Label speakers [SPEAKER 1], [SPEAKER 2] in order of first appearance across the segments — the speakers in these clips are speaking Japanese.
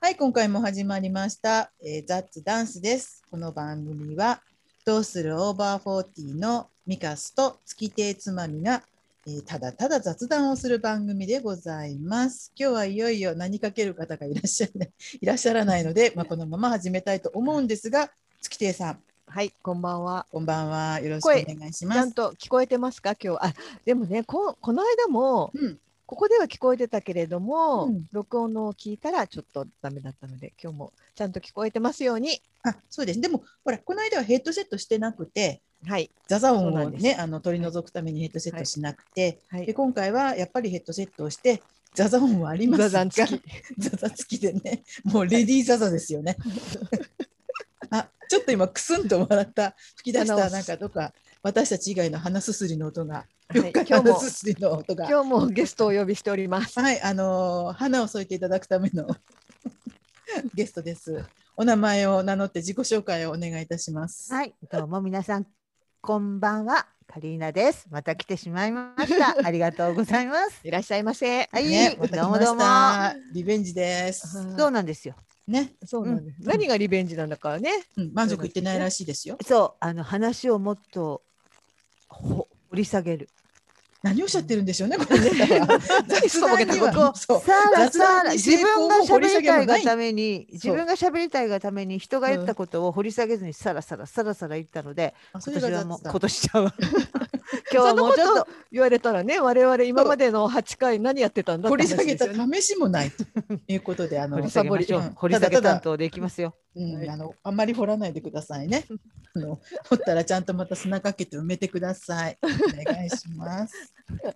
[SPEAKER 1] はい、今回も始まりました。えー、ザッツダンスです。この番組は、どうするオーバーフォーティーのミカスと月亭つまみが、えーただただ雑談をする番組でございます。今日はいよいよ何かける方がいらっしゃらない いらっしゃらないので、まあ、このまま始めたいと思うんですが、月亭さん、
[SPEAKER 2] はい、こんばんは。
[SPEAKER 1] こんばんは。よろしくお願いし
[SPEAKER 2] ち
[SPEAKER 1] ま
[SPEAKER 2] ゃん
[SPEAKER 1] す。
[SPEAKER 2] と聞こえてますか、今日。あ、でもね、こ、この間も、
[SPEAKER 1] うん、
[SPEAKER 2] ここでは聞こえてたけれども、
[SPEAKER 1] うん
[SPEAKER 2] 録音のを聞いたら、ちょっとダメだったので、今日もちゃんと聞こえてますように。
[SPEAKER 1] あそうです。でも、ほら、この間はヘッドセットしてなくて、
[SPEAKER 2] はい、
[SPEAKER 1] ザザ音
[SPEAKER 2] そうな
[SPEAKER 1] を
[SPEAKER 2] んで
[SPEAKER 1] ね、あの取り除くためにヘッドセットしなくて、
[SPEAKER 2] は
[SPEAKER 1] で
[SPEAKER 2] い。
[SPEAKER 1] 今回はやっぱりヘッドセットをしてザザ音はありますが
[SPEAKER 2] ザザン 付き
[SPEAKER 1] ザザ付きでねもうレディーザザですよ ねあちょっと今クスンと笑った吹き出し
[SPEAKER 2] あ
[SPEAKER 1] た
[SPEAKER 2] の
[SPEAKER 1] なんかどっか私たち以外の鼻すすりの音が
[SPEAKER 2] はい今日も
[SPEAKER 1] 鼻すすりの音が
[SPEAKER 2] 今日もゲストをお呼びしております。
[SPEAKER 1] はいあのー花を添えていただくための ゲストですお名前を名乗って自己紹介をお願いいたします
[SPEAKER 3] はい、どうも皆さん、こんばんは、カリーナです。また来てしまいました。 ありがとうございます。
[SPEAKER 2] いらっしゃいませ。
[SPEAKER 3] はい、
[SPEAKER 1] ね、また
[SPEAKER 3] ど
[SPEAKER 1] 来
[SPEAKER 3] うも
[SPEAKER 1] ま
[SPEAKER 3] どう
[SPEAKER 1] し
[SPEAKER 3] も。
[SPEAKER 1] たリベンジです
[SPEAKER 3] そう
[SPEAKER 2] う、
[SPEAKER 3] なんですよ。
[SPEAKER 1] ね、
[SPEAKER 2] そうなんです。
[SPEAKER 1] うん
[SPEAKER 2] 何がリベンジなんだからね。
[SPEAKER 1] うん、満足いってないらしいですよ
[SPEAKER 3] そう、あの話をもっとほ掘り下げる。
[SPEAKER 1] 何をおっしゃってるんでしょうね、これね。
[SPEAKER 2] 何すっぽけたこと
[SPEAKER 1] 雑談には そう
[SPEAKER 3] さら
[SPEAKER 1] 雑
[SPEAKER 3] さ
[SPEAKER 1] 談
[SPEAKER 3] ら
[SPEAKER 1] に
[SPEAKER 3] 自
[SPEAKER 1] 成
[SPEAKER 3] 分
[SPEAKER 1] 功
[SPEAKER 3] が
[SPEAKER 1] も掘り
[SPEAKER 3] 喋
[SPEAKER 1] 下
[SPEAKER 3] り
[SPEAKER 1] げも
[SPEAKER 3] たい
[SPEAKER 1] な
[SPEAKER 3] が
[SPEAKER 1] い
[SPEAKER 3] ために、自
[SPEAKER 1] そう
[SPEAKER 3] 分が喋りたいがために人が言ったことを掘り下げずにさらさらさらさら言ったので、
[SPEAKER 1] あそれ
[SPEAKER 3] 今
[SPEAKER 1] が
[SPEAKER 3] 年は
[SPEAKER 1] 雑
[SPEAKER 3] もう
[SPEAKER 1] 談
[SPEAKER 3] 今年ちゃうわ。今日はもうちょっと
[SPEAKER 2] 言われたらね、我々今までの8回何やってたんだっ
[SPEAKER 1] 掘
[SPEAKER 2] て
[SPEAKER 1] り
[SPEAKER 2] 話
[SPEAKER 1] 下げ
[SPEAKER 2] です
[SPEAKER 1] た
[SPEAKER 2] よね。
[SPEAKER 1] 試しもないということで、あ の
[SPEAKER 3] 掘り、下げましょ
[SPEAKER 1] うん
[SPEAKER 3] う。掘り下げ
[SPEAKER 1] ただただ
[SPEAKER 3] 担当でいきますよ。
[SPEAKER 1] うん、あの、あんまり掘らないでくださいね。あの掘ったらちゃんとまた砂かけて埋めてください。お願いします。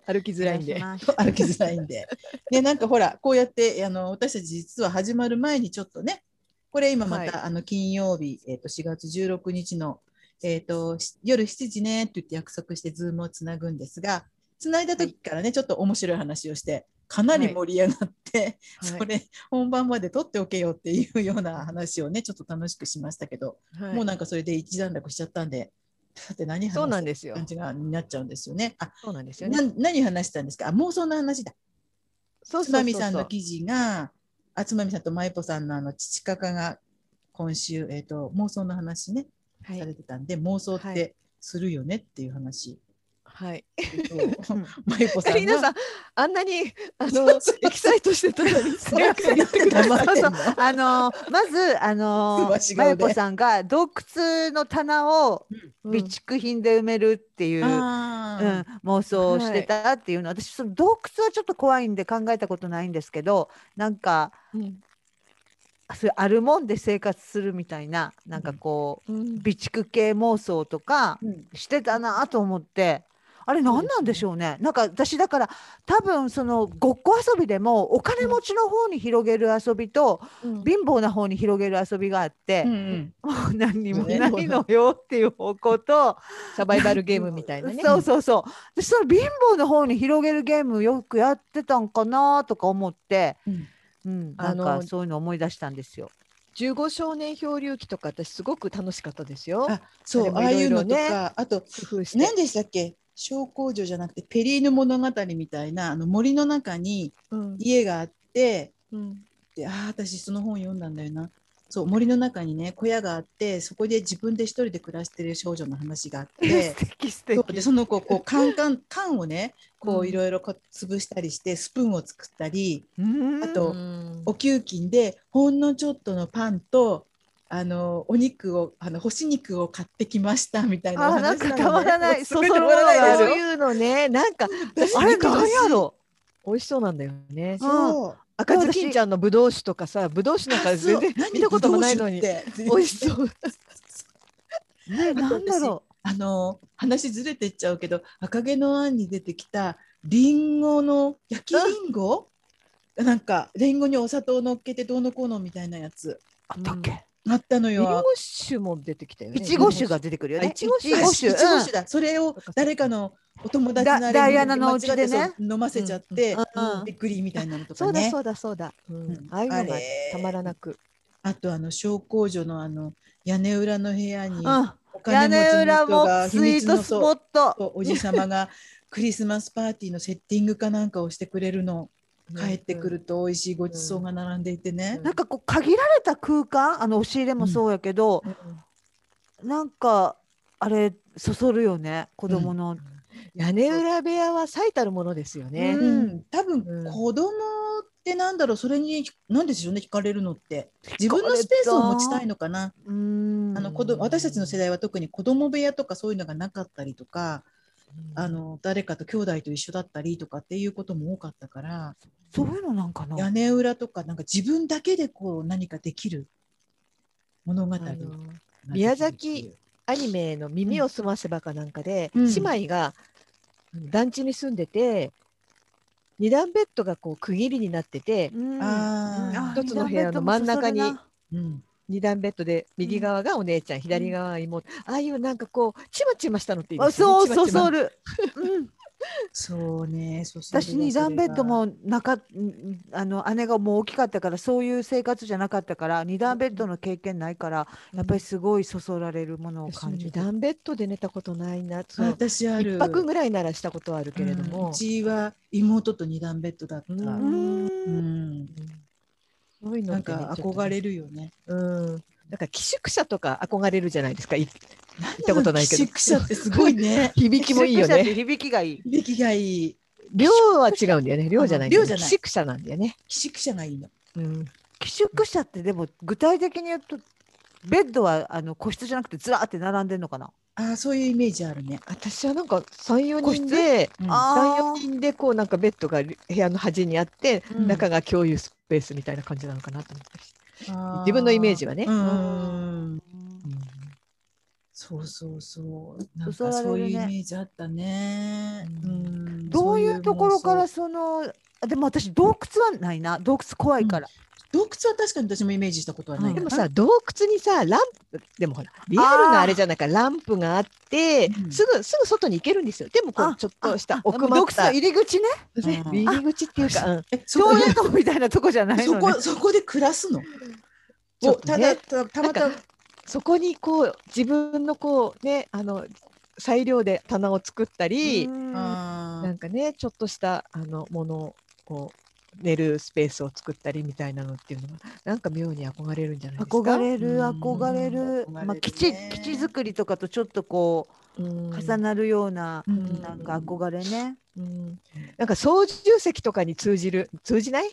[SPEAKER 2] 歩きづらいん
[SPEAKER 3] お
[SPEAKER 2] で。
[SPEAKER 3] 願いしま す
[SPEAKER 1] 歩きづらいんで。ね、なんかほら、こうやって、あの、私たち実は始まる前にちょっとね。これ今また、
[SPEAKER 2] は
[SPEAKER 1] あの、金曜日、えっ、と、4月16日の。えっ、と、し夜7時ねって言って約束して、ズームをつなぐんですが。つないだ時からね、ちょっと面白い話をして、かなり盛り上がって。
[SPEAKER 2] はい
[SPEAKER 1] それ、本番まで取っておけよっていうような話をね、ちょっと楽しくしましたけど。
[SPEAKER 2] はい
[SPEAKER 1] もうなんか、それで一段落しちゃったんで。さて、何話す
[SPEAKER 2] そうなんですよ
[SPEAKER 1] 感。じがになっちゃうんですよね。あ、
[SPEAKER 2] そうなんですよね。
[SPEAKER 1] な何話したんですか。あ妄想の話だ。
[SPEAKER 2] そう
[SPEAKER 1] つ
[SPEAKER 2] そうそうそ
[SPEAKER 1] ま
[SPEAKER 2] う
[SPEAKER 1] みさんの記事が、あつまみさんとまいぽさんのあの父かかが今週、えー、と妄想の話ね、
[SPEAKER 2] は
[SPEAKER 1] され
[SPEAKER 2] い。
[SPEAKER 1] てたんで、妄想っ
[SPEAKER 2] は
[SPEAKER 1] て
[SPEAKER 2] い
[SPEAKER 1] するよねっていう話。
[SPEAKER 2] はい。
[SPEAKER 1] と
[SPEAKER 3] うん
[SPEAKER 1] まいぽさ
[SPEAKER 2] カ リ
[SPEAKER 1] ん
[SPEAKER 2] ーナさ
[SPEAKER 1] が。
[SPEAKER 2] ん、あんなに、あ
[SPEAKER 1] そう
[SPEAKER 2] の
[SPEAKER 1] そう、
[SPEAKER 2] エキサイトしてたのに、
[SPEAKER 1] それから言ってください
[SPEAKER 3] そうあのーまずあの
[SPEAKER 1] 素足
[SPEAKER 3] ー
[SPEAKER 1] 顔
[SPEAKER 3] ま
[SPEAKER 1] で
[SPEAKER 3] ゆこさんが洞窟の棚を
[SPEAKER 2] うん
[SPEAKER 3] 備蓄品で埋めるっていう、うん
[SPEAKER 1] あ
[SPEAKER 3] 妄想をしてたっていうの、私その洞窟はちょっと怖いんで考えたことないんですけどなんか
[SPEAKER 2] うん
[SPEAKER 3] それあるもんで生活するみたいななんかこ
[SPEAKER 2] う
[SPEAKER 3] う、
[SPEAKER 2] ん
[SPEAKER 3] 備蓄系妄想とか
[SPEAKER 1] ーうん
[SPEAKER 3] してたなと思って。あれ何なんでしょうねなんか私だから多分そのごっこ遊びでもお金持ちの方に広げる遊びと
[SPEAKER 2] うん
[SPEAKER 3] 貧乏な方に広げる遊びがあって、
[SPEAKER 1] うんうん
[SPEAKER 3] もう何にも
[SPEAKER 1] ね
[SPEAKER 3] ないのよっていう方向と、
[SPEAKER 2] サバイバルゲームみたいなね。
[SPEAKER 3] そうそうそうでその貧乏の方に広げるゲームよくやってたんかなとか思って、
[SPEAKER 1] うん
[SPEAKER 3] うん、な
[SPEAKER 2] あ
[SPEAKER 3] ん
[SPEAKER 2] の
[SPEAKER 3] かそういうの思い出したんですよ。
[SPEAKER 2] 15少年漂流記とか、私すごく楽しかったですよ。
[SPEAKER 1] あそう、
[SPEAKER 2] で
[SPEAKER 1] あ
[SPEAKER 2] も
[SPEAKER 1] あい
[SPEAKER 2] いろ
[SPEAKER 1] う
[SPEAKER 2] い
[SPEAKER 1] の
[SPEAKER 2] ろ
[SPEAKER 1] と
[SPEAKER 2] ね
[SPEAKER 1] か、あと、
[SPEAKER 2] 工夫して
[SPEAKER 1] 何。でしたっけ小工女じゃなくて、ペリーヌ物語みたいな、あの森の中に
[SPEAKER 2] うん
[SPEAKER 1] 家があって、
[SPEAKER 2] うん
[SPEAKER 1] ってあー私その本読んだんだよなそう森の中にね小屋があってそこで自分で一人で暮らしてる少女の話があっ て
[SPEAKER 3] 素敵素
[SPEAKER 1] そうで
[SPEAKER 3] 敵。
[SPEAKER 1] その子こうカンカン缶をねこ
[SPEAKER 2] う
[SPEAKER 1] うんいろいろこう潰したりしてスプーンを作ったり
[SPEAKER 3] うん
[SPEAKER 1] あ
[SPEAKER 2] う
[SPEAKER 1] と
[SPEAKER 2] ん
[SPEAKER 1] お給金でほんのちょっとのパンとあのお肉をあの干し肉を買ってきましたみたいなお
[SPEAKER 3] あ
[SPEAKER 1] 話
[SPEAKER 3] なんか
[SPEAKER 1] のね
[SPEAKER 3] たまらない。
[SPEAKER 1] そ
[SPEAKER 3] そうそ
[SPEAKER 1] れ
[SPEAKER 3] る
[SPEAKER 1] で終
[SPEAKER 3] もの
[SPEAKER 1] わらない
[SPEAKER 3] が
[SPEAKER 1] でしょ
[SPEAKER 3] あ
[SPEAKER 2] そう
[SPEAKER 3] る。
[SPEAKER 2] いうのね、なんか、
[SPEAKER 1] 私
[SPEAKER 3] あれ
[SPEAKER 1] 見てほし
[SPEAKER 3] 何
[SPEAKER 1] い
[SPEAKER 3] やろ
[SPEAKER 2] 美味しそうなんだよね。
[SPEAKER 1] そう
[SPEAKER 2] 赤ずきんちゃんのぶどう酒とかさ、ぶどう酒なんか全然
[SPEAKER 1] そう
[SPEAKER 2] 見たこともないのに
[SPEAKER 1] 何。ぶどう酒って
[SPEAKER 2] 美味しそう。
[SPEAKER 3] う。ねなんだろ
[SPEAKER 1] あの話ずれてっちゃうけど赤毛のアンに出てきたリンゴの焼きリンゴなんかリンゴにお砂糖乗っけてどうのこうのみたいなやつ
[SPEAKER 3] う。あったっけ。
[SPEAKER 1] あったの
[SPEAKER 2] リ
[SPEAKER 1] よ。
[SPEAKER 2] ンゴ酒も出てきたよね。
[SPEAKER 3] いちご酒が出てくるよ
[SPEAKER 2] あ
[SPEAKER 3] ね。
[SPEAKER 2] いちご酒
[SPEAKER 3] いちご酒
[SPEAKER 1] いちご酒
[SPEAKER 3] う
[SPEAKER 1] だ、それを誰かのお友達
[SPEAKER 3] だダイアナのお家でね
[SPEAKER 1] 間違ってそう飲ませちゃって、
[SPEAKER 3] んうん
[SPEAKER 1] びっくりみたいなのと
[SPEAKER 2] そ
[SPEAKER 1] か
[SPEAKER 2] うだ
[SPEAKER 1] ね
[SPEAKER 2] そうだそうだ。うん
[SPEAKER 1] うん
[SPEAKER 2] ああいうの
[SPEAKER 1] あ
[SPEAKER 2] が
[SPEAKER 1] れ
[SPEAKER 2] たまらなく。
[SPEAKER 1] あとあの小公女のあの屋根裏の部屋に
[SPEAKER 3] うん。
[SPEAKER 1] お
[SPEAKER 3] 屋
[SPEAKER 1] 金持
[SPEAKER 3] 根
[SPEAKER 1] ちの
[SPEAKER 3] 裏
[SPEAKER 1] 人
[SPEAKER 3] も
[SPEAKER 1] が秘
[SPEAKER 3] スイ
[SPEAKER 1] 密
[SPEAKER 3] ート
[SPEAKER 1] の
[SPEAKER 3] スポ
[SPEAKER 1] そう
[SPEAKER 3] ット。
[SPEAKER 1] そうおじさまがクリスマスパーティーのセッティングかなんかをしてくれるの帰ってくると美味しいごちそうが並んでいてね。
[SPEAKER 3] なんかこう限られた空間あの押し入れもそうやけど、なんかあれそそるよね子供の、
[SPEAKER 2] 屋根裏部屋は最たるものですよね。
[SPEAKER 1] う
[SPEAKER 3] うんん
[SPEAKER 1] 多分
[SPEAKER 2] うん
[SPEAKER 1] 子供ってなんだろうそれになんでしょうね惹かれるのって自分のスペースを持ちたいのかな
[SPEAKER 3] うん
[SPEAKER 1] あの子供私たちの世代は特に子供部屋とかそういうのがなかったりとかあの誰かと兄弟と一緒だったりとかっていうことも多かったから
[SPEAKER 3] そういうのなんかな
[SPEAKER 1] 屋根裏とかなんか自分だけでこう何かできる物語が
[SPEAKER 2] あ
[SPEAKER 1] できる
[SPEAKER 2] の
[SPEAKER 1] っていう
[SPEAKER 2] 宮崎アニメの「耳をすませば」かなんかで、
[SPEAKER 1] うん
[SPEAKER 2] 姉妹が団地に住んでて二段ベッドがこう区切りになってて
[SPEAKER 3] うん
[SPEAKER 1] あー
[SPEAKER 2] 一つの部屋の真ん中に
[SPEAKER 3] あー
[SPEAKER 1] うん
[SPEAKER 2] 二段ベッドで右側がお姉ちゃん、左側が妹ああいうなんかこうちまちましたのっていいで
[SPEAKER 3] あ
[SPEAKER 2] すよね
[SPEAKER 3] そうそ
[SPEAKER 2] ち
[SPEAKER 3] そ
[SPEAKER 2] まち ま
[SPEAKER 3] る、うん、
[SPEAKER 1] そうねそうそう
[SPEAKER 3] 私二段ベッドもなかんあの姉がもう大きかったからそういう生活じゃなかったから二段ベッドの経験ないからやっぱりすごいそそられるものを
[SPEAKER 2] 私も
[SPEAKER 3] 感
[SPEAKER 2] 二
[SPEAKER 3] じた。
[SPEAKER 2] 段ベッドで寝たことないなその
[SPEAKER 1] 私ある
[SPEAKER 2] 一泊ぐらいならしたことはあるけれど
[SPEAKER 1] うん
[SPEAKER 2] も
[SPEAKER 1] う、ちは妹と二段ベッドだった、
[SPEAKER 2] う
[SPEAKER 3] うん
[SPEAKER 1] うん
[SPEAKER 3] ん
[SPEAKER 2] そういうの
[SPEAKER 1] な
[SPEAKER 2] っ
[SPEAKER 1] ん
[SPEAKER 2] てね
[SPEAKER 1] か
[SPEAKER 2] ちょっと
[SPEAKER 1] 憧
[SPEAKER 2] ね
[SPEAKER 1] れるよね
[SPEAKER 2] うんなんか寄宿舎とか憧れるじゃないですかい行ったことないけ
[SPEAKER 1] 寄
[SPEAKER 2] ど
[SPEAKER 1] 宿舎ってすごいね
[SPEAKER 2] 響きもいいよ
[SPEAKER 3] 宿舎って
[SPEAKER 2] ね
[SPEAKER 3] 響きがいい。
[SPEAKER 1] 響きがいい
[SPEAKER 2] 寮は違うんだよね寮じゃないんだよ
[SPEAKER 1] 寮
[SPEAKER 2] ね
[SPEAKER 1] じゃない
[SPEAKER 2] 寄宿舎なんだよね、
[SPEAKER 1] 寄宿舎がいいの
[SPEAKER 2] うん、
[SPEAKER 3] 寄宿舎ってでも具体的に言うとベッドはあの個室じゃなくてずらーって並んでんのかな。
[SPEAKER 1] あーそういうイメージあるね、
[SPEAKER 2] 私はなんか34
[SPEAKER 3] 個
[SPEAKER 2] 人
[SPEAKER 3] 室
[SPEAKER 2] で
[SPEAKER 1] うん
[SPEAKER 3] あ
[SPEAKER 2] 34人でこうなんかベッドが部屋の端にあって、
[SPEAKER 3] うん
[SPEAKER 2] 中が共有スペースみたいな感じなのかなと思ったし、
[SPEAKER 1] あー
[SPEAKER 2] 自分のイメージはね
[SPEAKER 1] うん
[SPEAKER 2] うん
[SPEAKER 1] そうそうそうなん
[SPEAKER 3] そそ
[SPEAKER 1] か
[SPEAKER 3] られるね
[SPEAKER 1] そういうイメージあったね、、
[SPEAKER 2] うん
[SPEAKER 3] どういうところから
[SPEAKER 1] そう
[SPEAKER 3] そのあでも私洞窟はないな洞窟怖いから。
[SPEAKER 1] いう妄想洞窟は確かに私もイメージしたことはない
[SPEAKER 3] うん
[SPEAKER 2] で
[SPEAKER 1] な
[SPEAKER 2] もさ洞窟にさランプでもほらリアルなあれじゃないからランプがあって、
[SPEAKER 1] うん
[SPEAKER 2] すぐすぐ外に行けるんですよでもこ
[SPEAKER 3] あ
[SPEAKER 2] うちょっとした
[SPEAKER 3] あで
[SPEAKER 2] 奥
[SPEAKER 3] も
[SPEAKER 2] まっ
[SPEAKER 3] 洞窟
[SPEAKER 2] た
[SPEAKER 3] の入り口ね。
[SPEAKER 1] ね
[SPEAKER 2] うん入り口っていうか、うん
[SPEAKER 1] えそこ
[SPEAKER 3] そういうとこみたいなとこじゃない
[SPEAKER 1] そ
[SPEAKER 3] のね
[SPEAKER 1] こ。そこで暮らすの
[SPEAKER 2] ちょ
[SPEAKER 1] お
[SPEAKER 2] っと
[SPEAKER 1] ただ
[SPEAKER 2] ね
[SPEAKER 1] たたまたま
[SPEAKER 2] そこにこう自分のこうねあの裁量で棚を作ったり、
[SPEAKER 3] うん
[SPEAKER 1] あー
[SPEAKER 2] なんかねちょっとしたあのものをこう寝るスペースを作ったりみたいなのっていうのがなんか妙に憧れるんじゃないですか。
[SPEAKER 3] 憧れる
[SPEAKER 1] うん
[SPEAKER 3] 憧れる、
[SPEAKER 1] 憧れるね
[SPEAKER 3] まあ、基地基地作りとかとちょっとこ
[SPEAKER 2] うん
[SPEAKER 3] う重なるような、
[SPEAKER 1] うん
[SPEAKER 3] なんか憧れね、
[SPEAKER 2] うんなんか操縦席とかに通じる通じない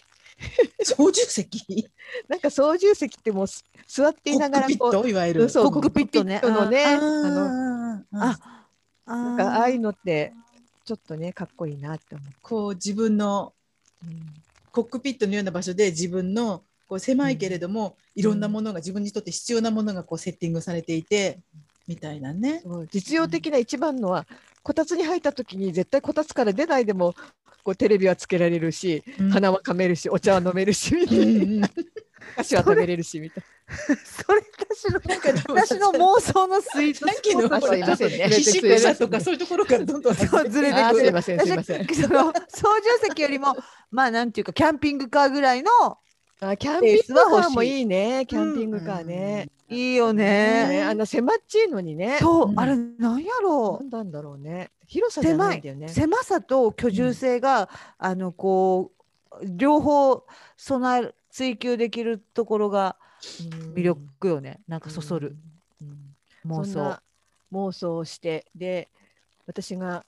[SPEAKER 1] 操縦席
[SPEAKER 2] なんか操縦席ってもうす座っていなが
[SPEAKER 1] コ
[SPEAKER 2] ら
[SPEAKER 1] ックピッ
[SPEAKER 2] こう
[SPEAKER 1] トいわゆ
[SPEAKER 2] う
[SPEAKER 1] る
[SPEAKER 2] んそう
[SPEAKER 3] コックピットね
[SPEAKER 2] コックのねあの
[SPEAKER 1] あーあ
[SPEAKER 3] ああ
[SPEAKER 2] な
[SPEAKER 3] なん
[SPEAKER 2] かああいうのってちょっとねかっこいいなって思
[SPEAKER 1] こう自分の
[SPEAKER 2] う。
[SPEAKER 1] コックピットのような場所で自分のこう狭いけれども、いろんなものが自分にとって必要なものがこうセッティングされていて、みたいなね。
[SPEAKER 2] そう実用的な一番のは、こたつに入った時に絶対こたつから出ないでもこうテレビはつけられるし、花はかめるしお茶は飲めるしみた
[SPEAKER 1] う
[SPEAKER 2] い
[SPEAKER 1] ん
[SPEAKER 2] な
[SPEAKER 1] うんうん
[SPEAKER 2] お菓子は食べれるしみたい
[SPEAKER 3] それ私の
[SPEAKER 1] なんかでも
[SPEAKER 3] 私の妄想のスイー
[SPEAKER 1] さ
[SPEAKER 3] ツ
[SPEAKER 1] っきの
[SPEAKER 2] あ
[SPEAKER 1] ほ
[SPEAKER 2] すいま
[SPEAKER 1] ら
[SPEAKER 2] せんね
[SPEAKER 1] 寄宿舎とかそういうところからどんどん
[SPEAKER 3] そ
[SPEAKER 1] 外
[SPEAKER 3] う
[SPEAKER 1] れ
[SPEAKER 3] ずれ
[SPEAKER 1] て
[SPEAKER 3] て
[SPEAKER 2] あ
[SPEAKER 3] く
[SPEAKER 2] すい
[SPEAKER 3] る
[SPEAKER 2] ませんすいません
[SPEAKER 3] 私その操縦席よりもまあなんていうかキャンピングカーぐらいの
[SPEAKER 2] な。あキャンピングカーもいいねキャンピングカーね。
[SPEAKER 3] いいよね、
[SPEAKER 2] ねあんな狭っちいのにね。
[SPEAKER 3] そう、
[SPEAKER 1] うん
[SPEAKER 3] あれなんやろ
[SPEAKER 2] な
[SPEAKER 3] うん
[SPEAKER 2] なんだろうね。広さじゃないんだよね。
[SPEAKER 3] 狭さと居住性が、あのこう両方備える追求できるところが魅力よね、なんかそそる、
[SPEAKER 2] うん。うん
[SPEAKER 3] 妄
[SPEAKER 2] そん
[SPEAKER 3] 想
[SPEAKER 2] な妄想をしてで私が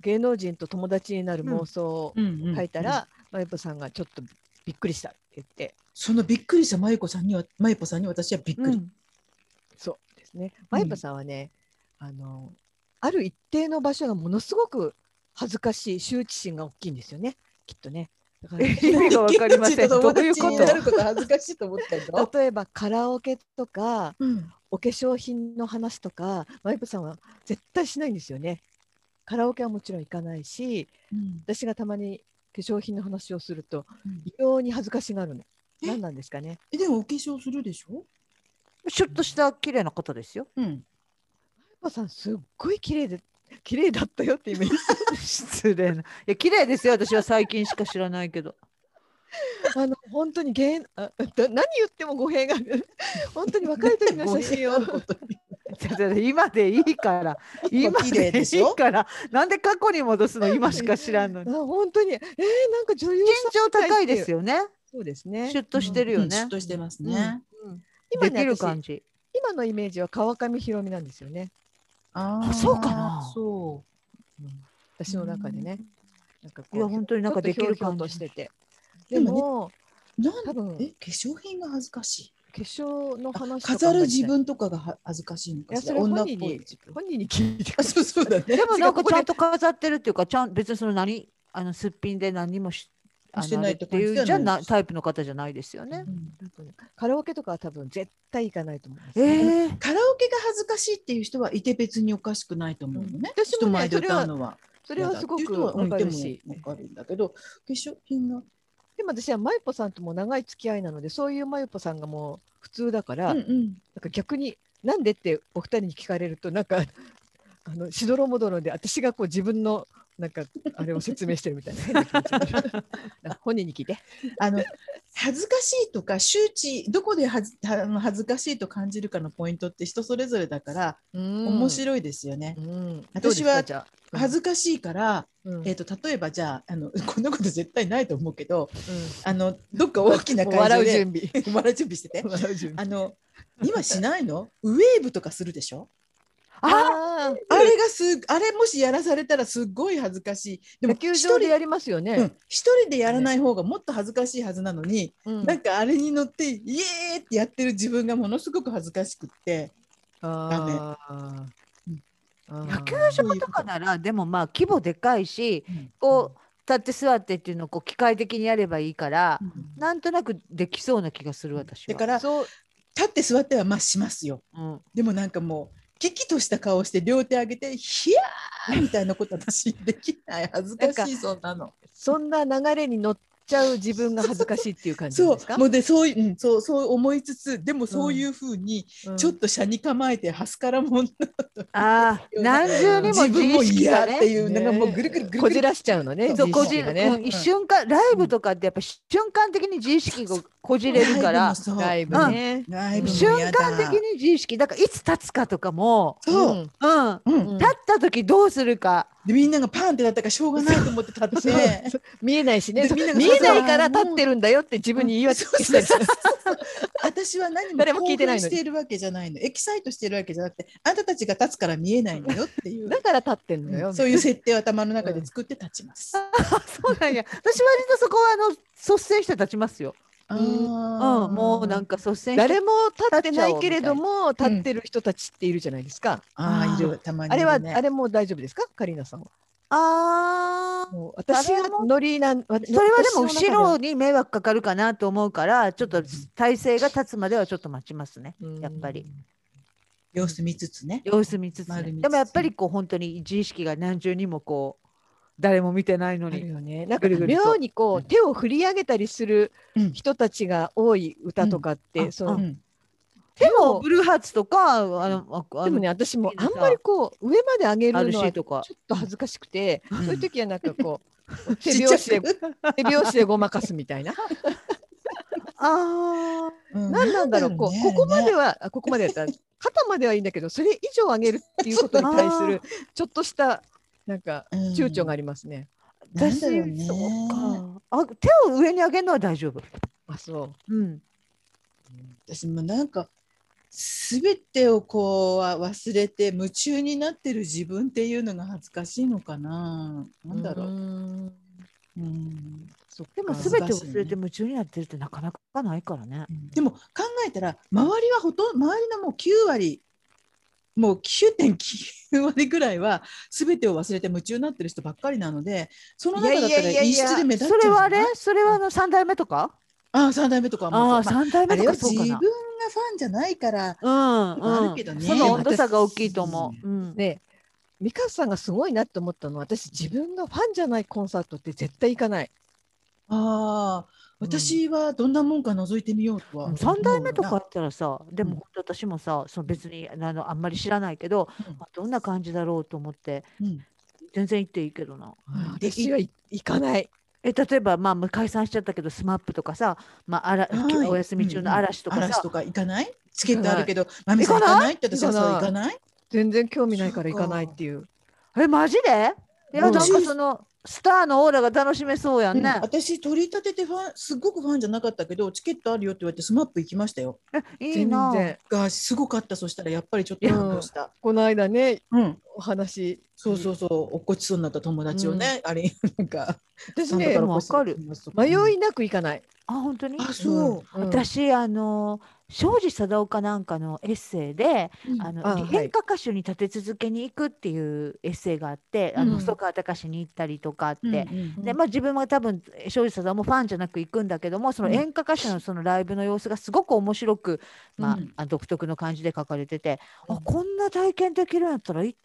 [SPEAKER 2] 芸能人と友達になる妄想を書いたら、まゆぽさんがちょっとびっくりしたって言って
[SPEAKER 1] そのびっくりしたまゆこさんにはまゆこさんに私はびっくり、
[SPEAKER 3] うん
[SPEAKER 2] そうですね。マイパさんはね、あのある一定の場所がものすごく恥ずかしい羞恥心が大きいんですよね。きっとね。だから
[SPEAKER 3] 意味がわかりません。ど
[SPEAKER 1] 友
[SPEAKER 3] ういう
[SPEAKER 1] 達
[SPEAKER 3] こ
[SPEAKER 1] にな
[SPEAKER 3] と
[SPEAKER 1] ること恥ずかしいと思ったけど。
[SPEAKER 2] 例えばカラオケとか
[SPEAKER 1] うん
[SPEAKER 2] お化粧品の話とかマイパさんは絶対しないんですよね。カラオケはもちろん行かないし、
[SPEAKER 1] うん
[SPEAKER 2] 私がたまに化粧品の話をすると
[SPEAKER 1] うん
[SPEAKER 2] 異様に恥ずかしがるの。
[SPEAKER 1] え
[SPEAKER 2] 何なんですかね。
[SPEAKER 1] えでもお化粧するでしょ。
[SPEAKER 3] シュッとした綺麗な方ですよ。
[SPEAKER 1] うん。
[SPEAKER 2] マイパさんすっごい綺麗で綺麗だったよってイメ ージ。
[SPEAKER 3] 失礼 な。いや綺麗ですよ。私は最近しか知らないけど。
[SPEAKER 2] あの本当に 芸あだ何言っても語弊がある本当に若い時の写真を
[SPEAKER 3] ちょっと今でいいから今
[SPEAKER 1] 綺麗
[SPEAKER 3] で
[SPEAKER 1] で
[SPEAKER 3] い
[SPEAKER 1] しょ
[SPEAKER 3] いからなんで過去に戻すの今しか知らんの に
[SPEAKER 2] あ本当にえー、なんか女優
[SPEAKER 3] 身
[SPEAKER 2] さん
[SPEAKER 3] 長高いですよね
[SPEAKER 2] そうですね
[SPEAKER 3] シュッとしてるよ
[SPEAKER 1] うんシュ
[SPEAKER 3] ね
[SPEAKER 1] ッ、としてますね。
[SPEAKER 2] うん
[SPEAKER 3] で
[SPEAKER 2] 今
[SPEAKER 3] き
[SPEAKER 2] ね
[SPEAKER 3] る
[SPEAKER 2] 私
[SPEAKER 3] 感じ
[SPEAKER 2] 今のイメージは川上ひろみなんですよね
[SPEAKER 1] あー
[SPEAKER 3] あそうかな
[SPEAKER 1] そ
[SPEAKER 2] 私の中でね、なんかこう
[SPEAKER 3] いや本当になんかできる
[SPEAKER 2] ちょっとひょうひょ
[SPEAKER 3] 感
[SPEAKER 2] うと
[SPEAKER 3] じ
[SPEAKER 2] してて
[SPEAKER 1] で
[SPEAKER 2] で
[SPEAKER 1] もね
[SPEAKER 2] も
[SPEAKER 1] う。なん
[SPEAKER 2] 多分
[SPEAKER 1] え化粧品が恥ずかしい。
[SPEAKER 2] 化粧の
[SPEAKER 1] あ
[SPEAKER 2] 話とか
[SPEAKER 1] 飾る
[SPEAKER 2] あんまりし
[SPEAKER 1] 自
[SPEAKER 2] ない
[SPEAKER 1] 分とかがは恥ずかしいのか
[SPEAKER 2] いや
[SPEAKER 1] し
[SPEAKER 2] そ
[SPEAKER 1] ら。
[SPEAKER 2] れ
[SPEAKER 1] 女
[SPEAKER 2] 本
[SPEAKER 1] っ
[SPEAKER 2] 人
[SPEAKER 1] ぽい
[SPEAKER 2] に
[SPEAKER 1] 自分。
[SPEAKER 2] 本人に聞いて
[SPEAKER 1] あ そうそうだね。
[SPEAKER 3] でも なんか
[SPEAKER 2] 違うここ
[SPEAKER 3] ち
[SPEAKER 2] で
[SPEAKER 3] ゃんと飾ってるっていうかちゃん別にその何あのすっぴんで何もしあの
[SPEAKER 1] してないって
[SPEAKER 3] あれってい
[SPEAKER 1] 感
[SPEAKER 3] う
[SPEAKER 1] じ
[SPEAKER 3] じ
[SPEAKER 1] じゃ
[SPEAKER 3] ゃ
[SPEAKER 1] ない
[SPEAKER 3] なタイプの方じゃないですよね。
[SPEAKER 1] うん
[SPEAKER 2] カラオケとかは多分絶対行かないと思うんです
[SPEAKER 3] え
[SPEAKER 2] よね、
[SPEAKER 3] ー、
[SPEAKER 1] カラオケが恥ずかしいっていう人はいて別におかしくないと思うのね。
[SPEAKER 2] 私
[SPEAKER 1] 人
[SPEAKER 2] もね
[SPEAKER 1] 前で歌うのは。
[SPEAKER 2] それはすご
[SPEAKER 1] 嫌だっていう人
[SPEAKER 2] く
[SPEAKER 1] はう
[SPEAKER 2] わ
[SPEAKER 1] ん
[SPEAKER 2] かるし、
[SPEAKER 1] でもわかるんだけど、化粧品が。
[SPEAKER 2] でも私はまゆぽさんとも長い付き合いなのでそういうまゆぽさんがもう普通だから、
[SPEAKER 1] うんうん。
[SPEAKER 2] なんか逆になんでってお二人に聞かれるとなんかあのしどろもどろで私がこう自分のなんかあれを説明してるみたいな変な気持ちに なるなんか本人に聞いて
[SPEAKER 1] あの恥ずかしいとか周知どこではずあの恥ずかしいと感じるかのポイントって人それぞれだから面
[SPEAKER 2] 面い、
[SPEAKER 1] 白いですよね。
[SPEAKER 2] うん、
[SPEAKER 1] 私は
[SPEAKER 2] どうですかじゃあ
[SPEAKER 1] 恥ずかしいから、
[SPEAKER 2] うんうん
[SPEAKER 1] えー、と例えばじゃああの こんなこと絶対ないと思うけど
[SPEAKER 2] う
[SPEAKER 1] あのどっか大きなん会
[SPEAKER 2] もう笑
[SPEAKER 1] 場
[SPEAKER 2] う
[SPEAKER 1] で
[SPEAKER 2] 準 備
[SPEAKER 1] 笑う準備してて
[SPEAKER 2] 笑う準
[SPEAKER 1] あ
[SPEAKER 2] 備
[SPEAKER 1] の今しないのウェーブとかするでしょ
[SPEAKER 3] あ
[SPEAKER 2] あー
[SPEAKER 1] あれがすあれもしやらされたらすっごい恥ずかしいでも
[SPEAKER 2] 野
[SPEAKER 1] 一
[SPEAKER 2] 球
[SPEAKER 1] 人
[SPEAKER 2] 場で
[SPEAKER 1] で
[SPEAKER 2] やりますよ
[SPEAKER 1] う
[SPEAKER 2] ね、
[SPEAKER 1] ん、一人でやらない方がもっと恥ずかしいはずなのに、
[SPEAKER 2] うん
[SPEAKER 1] なんかあれに乗ってイエーってやってる自分がものすごく恥ずかしくって
[SPEAKER 2] あ
[SPEAKER 1] うん
[SPEAKER 2] ー
[SPEAKER 3] 野球
[SPEAKER 2] あー
[SPEAKER 3] 場とかならでもまあ規模でかいし
[SPEAKER 1] こ
[SPEAKER 3] こう立って座ってっていうのをこう機械的にやればいいから
[SPEAKER 1] う、
[SPEAKER 3] なんとなくできそうな気がする私
[SPEAKER 1] だ
[SPEAKER 3] は。
[SPEAKER 1] から立
[SPEAKER 2] そう
[SPEAKER 1] って座ってはまあしますよ
[SPEAKER 3] うん、
[SPEAKER 1] でもなんかもう危機とした顔して両手上げて「ひやー!」みたいなこと私できない恥ずかしいそんなの
[SPEAKER 2] そんな流れに乗っちゃう自分が恥ずかしいっていう感じなん
[SPEAKER 1] そ
[SPEAKER 2] ですか
[SPEAKER 1] うもうでそういう、うん、そうそう思いつつでもそういうふうに
[SPEAKER 2] うん
[SPEAKER 1] ちょっと斜に構えてはすからもん
[SPEAKER 3] ああ何重にも
[SPEAKER 1] 自分も
[SPEAKER 3] 自意識
[SPEAKER 1] 嫌っ
[SPEAKER 3] が
[SPEAKER 1] て
[SPEAKER 3] ね。
[SPEAKER 1] いう
[SPEAKER 2] ね
[SPEAKER 1] なんかもうぐるぐるぐる
[SPEAKER 2] こ
[SPEAKER 1] ぐ
[SPEAKER 2] じ
[SPEAKER 1] る
[SPEAKER 2] らしちゃうのね。
[SPEAKER 3] そう
[SPEAKER 2] 自
[SPEAKER 3] こ
[SPEAKER 2] 意識
[SPEAKER 3] じ
[SPEAKER 2] が
[SPEAKER 3] う
[SPEAKER 2] ね。
[SPEAKER 3] ん一瞬間ライブとかってやっぱ瞬間的に自意識がこじれるから
[SPEAKER 1] そう
[SPEAKER 2] ライブね。
[SPEAKER 1] ライブも
[SPEAKER 3] 瞬
[SPEAKER 1] 嫌だ
[SPEAKER 3] 間的に自意識だからいつ立つかとかも、
[SPEAKER 1] そう、
[SPEAKER 2] ん
[SPEAKER 3] うん、
[SPEAKER 1] うん
[SPEAKER 2] うん
[SPEAKER 3] 立った時どうするか、
[SPEAKER 1] でみんながパンってなったからしょうがないと思って立って
[SPEAKER 2] そうそう見えないしね。
[SPEAKER 1] で
[SPEAKER 2] そう
[SPEAKER 1] みんなが
[SPEAKER 2] 見えないから立ってるんだよって自分に言い訳
[SPEAKER 1] そう
[SPEAKER 2] し
[SPEAKER 1] そ
[SPEAKER 2] た
[SPEAKER 1] う
[SPEAKER 2] り
[SPEAKER 1] そうそう私は何も
[SPEAKER 2] 誰も聞いてないのに
[SPEAKER 1] 興奮しているわけじゃないのエキサイトしてるわけじゃなくてあんたたちが立つから見えないのよっていう
[SPEAKER 2] だから立ってんのよ。
[SPEAKER 1] そういう設定を頭の中で作って立ちます。
[SPEAKER 3] そうなんや私割とそこはあの率先して立ちますよ、
[SPEAKER 1] うん
[SPEAKER 3] うん、もうなんか率先して
[SPEAKER 2] 誰も立ってないけれども立ってる人たちっているじゃないですか。
[SPEAKER 1] ああい
[SPEAKER 3] あー
[SPEAKER 1] るたまに
[SPEAKER 2] あ
[SPEAKER 1] い
[SPEAKER 2] れ
[SPEAKER 1] るね、
[SPEAKER 2] はあれもう大丈夫ですか、カリーナさんは。
[SPEAKER 3] あー
[SPEAKER 2] もう私はノリなん。それは
[SPEAKER 3] それはでも後ろに迷惑かかるかなと思うからちょっと体勢が立つまではちょっと待ちますねやっぱり。
[SPEAKER 1] 様子見つつね。
[SPEAKER 3] 様子見つつ,、
[SPEAKER 1] 丸見つつ
[SPEAKER 3] でもやっぱりこう本当に自意識が何重にもこう誰も見てないの
[SPEAKER 2] ある
[SPEAKER 3] に
[SPEAKER 2] よね。なんか
[SPEAKER 3] ぐるぐると
[SPEAKER 2] 妙にこう手を振り上げたりする
[SPEAKER 1] うん
[SPEAKER 2] 人たちが多い歌とかって、
[SPEAKER 3] うんあ
[SPEAKER 2] そうの
[SPEAKER 1] ん、
[SPEAKER 3] でもブルーハーツとかあのああ
[SPEAKER 2] でも
[SPEAKER 3] の
[SPEAKER 2] ね私も
[SPEAKER 3] いい
[SPEAKER 2] あ
[SPEAKER 3] の
[SPEAKER 2] ん
[SPEAKER 3] さ
[SPEAKER 2] まりこう上まで上げるのは
[SPEAKER 3] RC
[SPEAKER 2] ちょ
[SPEAKER 3] とか
[SPEAKER 2] っと恥ずかしくて、
[SPEAKER 1] うん
[SPEAKER 2] そういう時はなんかこう 手
[SPEAKER 1] ちっち
[SPEAKER 2] 拍
[SPEAKER 1] ゃ
[SPEAKER 2] 子で
[SPEAKER 1] く
[SPEAKER 2] 手拍子でごまかすみたいな
[SPEAKER 3] あ
[SPEAKER 1] うん
[SPEAKER 2] 何なんだろうこうここまではあここまでやったら肩まではいいんだけどそれ以上上げるっていうことに対する ちょっとしたなんか
[SPEAKER 1] うん
[SPEAKER 2] 躊躇がありますね。
[SPEAKER 3] あ
[SPEAKER 1] なんだろうね
[SPEAKER 3] そうかあ手を上に上げるのは大丈夫
[SPEAKER 2] あそう
[SPEAKER 3] うん
[SPEAKER 1] 私もなんか全てをこう忘れて夢中になってる自分っていうのが恥ずかしいのかな。なんだろう。
[SPEAKER 2] ん
[SPEAKER 1] うん
[SPEAKER 2] そっか
[SPEAKER 3] でも
[SPEAKER 1] あ
[SPEAKER 3] 全て
[SPEAKER 1] 難
[SPEAKER 3] を
[SPEAKER 1] しいね
[SPEAKER 3] 忘れて夢中になってるってなかなかないからね
[SPEAKER 1] でも考えたら周りはほとんど周りのもう9割もう9.9割ぐらいは全てを忘れて夢中になってる人ばっかりなのでその中だった
[SPEAKER 2] い
[SPEAKER 1] ら
[SPEAKER 2] やいやいや
[SPEAKER 1] 異
[SPEAKER 2] いや
[SPEAKER 1] 質で目立っち
[SPEAKER 3] そ
[SPEAKER 1] ゃう
[SPEAKER 3] れ
[SPEAKER 1] じ
[SPEAKER 3] は
[SPEAKER 1] ゃ
[SPEAKER 3] あ
[SPEAKER 1] な
[SPEAKER 3] れ
[SPEAKER 1] い
[SPEAKER 3] それはあの3代目とか
[SPEAKER 1] ああ3代目とかはもう
[SPEAKER 3] ああ
[SPEAKER 1] そうまあ
[SPEAKER 3] 3代
[SPEAKER 1] あ
[SPEAKER 3] 目
[SPEAKER 1] れ
[SPEAKER 3] と
[SPEAKER 1] は
[SPEAKER 3] か
[SPEAKER 1] 自
[SPEAKER 3] そう
[SPEAKER 1] 分
[SPEAKER 3] か
[SPEAKER 1] が
[SPEAKER 3] な
[SPEAKER 1] ファンじゃないから
[SPEAKER 3] うんうん
[SPEAKER 1] あるけどね
[SPEAKER 3] その温度差が大きいと思う、うん
[SPEAKER 2] ね美香さんがすごいなって思ったのは私自分がファンじゃないコンサートって絶対行かない。
[SPEAKER 1] ああ私はどんなもんか覗いてみようとは、
[SPEAKER 3] 3代目とかや
[SPEAKER 1] 思
[SPEAKER 3] ったらさでも
[SPEAKER 1] うん
[SPEAKER 3] 本当私もさその別にあのあんまり知らないけど、
[SPEAKER 1] うん
[SPEAKER 3] あどんな感じだろうと思って
[SPEAKER 1] うな、うん
[SPEAKER 3] 全然行っていいけどな。
[SPEAKER 1] うん
[SPEAKER 2] 私は行かない。
[SPEAKER 3] え例えば、まあ、もう解散しちゃったけどスマップとかさ、まあ、あら
[SPEAKER 1] はい
[SPEAKER 3] お休み中の嵐とかさ、
[SPEAKER 1] 嵐とか行かないチケットあるけど、マミさん
[SPEAKER 3] 行
[SPEAKER 1] 行
[SPEAKER 3] か
[SPEAKER 1] か
[SPEAKER 3] な
[SPEAKER 1] ないって私はそう行
[SPEAKER 2] 行
[SPEAKER 1] か
[SPEAKER 2] か
[SPEAKER 1] ない
[SPEAKER 2] 全然興味ないから行かないっていう。
[SPEAKER 3] えマジでいや
[SPEAKER 1] う
[SPEAKER 3] なんんかそのスターのオーラが楽しめそうやんね
[SPEAKER 1] うん、私取り立ててファンすごくファンじゃなかったけどチケットあるよって言われてスマップ行きましたよ
[SPEAKER 3] えいい
[SPEAKER 2] 全
[SPEAKER 3] な
[SPEAKER 2] 然。
[SPEAKER 1] がすごかったそしたらやっぱりちょっと
[SPEAKER 2] いや
[SPEAKER 1] 感動した、
[SPEAKER 2] この間ね、
[SPEAKER 1] うん、
[SPEAKER 2] お話。
[SPEAKER 1] そうそうそう落っこちそうになった友達をね、あれなんか
[SPEAKER 2] 私
[SPEAKER 1] なんと
[SPEAKER 2] ね
[SPEAKER 1] か、落っこちそうになった
[SPEAKER 2] 迷
[SPEAKER 1] 友達
[SPEAKER 2] いなく行かない。
[SPEAKER 3] あ本当に
[SPEAKER 1] あそう、
[SPEAKER 2] うん
[SPEAKER 3] 私あの庄司貞夫かなんかのエッセイで、あの
[SPEAKER 2] あはい
[SPEAKER 3] 演歌歌手に立て続けに行くっていうエッセイがあって、あ
[SPEAKER 1] うん
[SPEAKER 3] の細川隆史に行ったりとかあって、
[SPEAKER 1] うん
[SPEAKER 3] でまあ、自分は多分庄司さんもファンじゃなく行くんだけどもその
[SPEAKER 1] うん
[SPEAKER 3] 演歌歌手のそのライブの様子がすごく面白く、まあ
[SPEAKER 1] うん
[SPEAKER 3] あ、独特の感じで書かれてて、
[SPEAKER 1] う
[SPEAKER 3] あ
[SPEAKER 1] ん
[SPEAKER 3] こんな体験できるんやったらい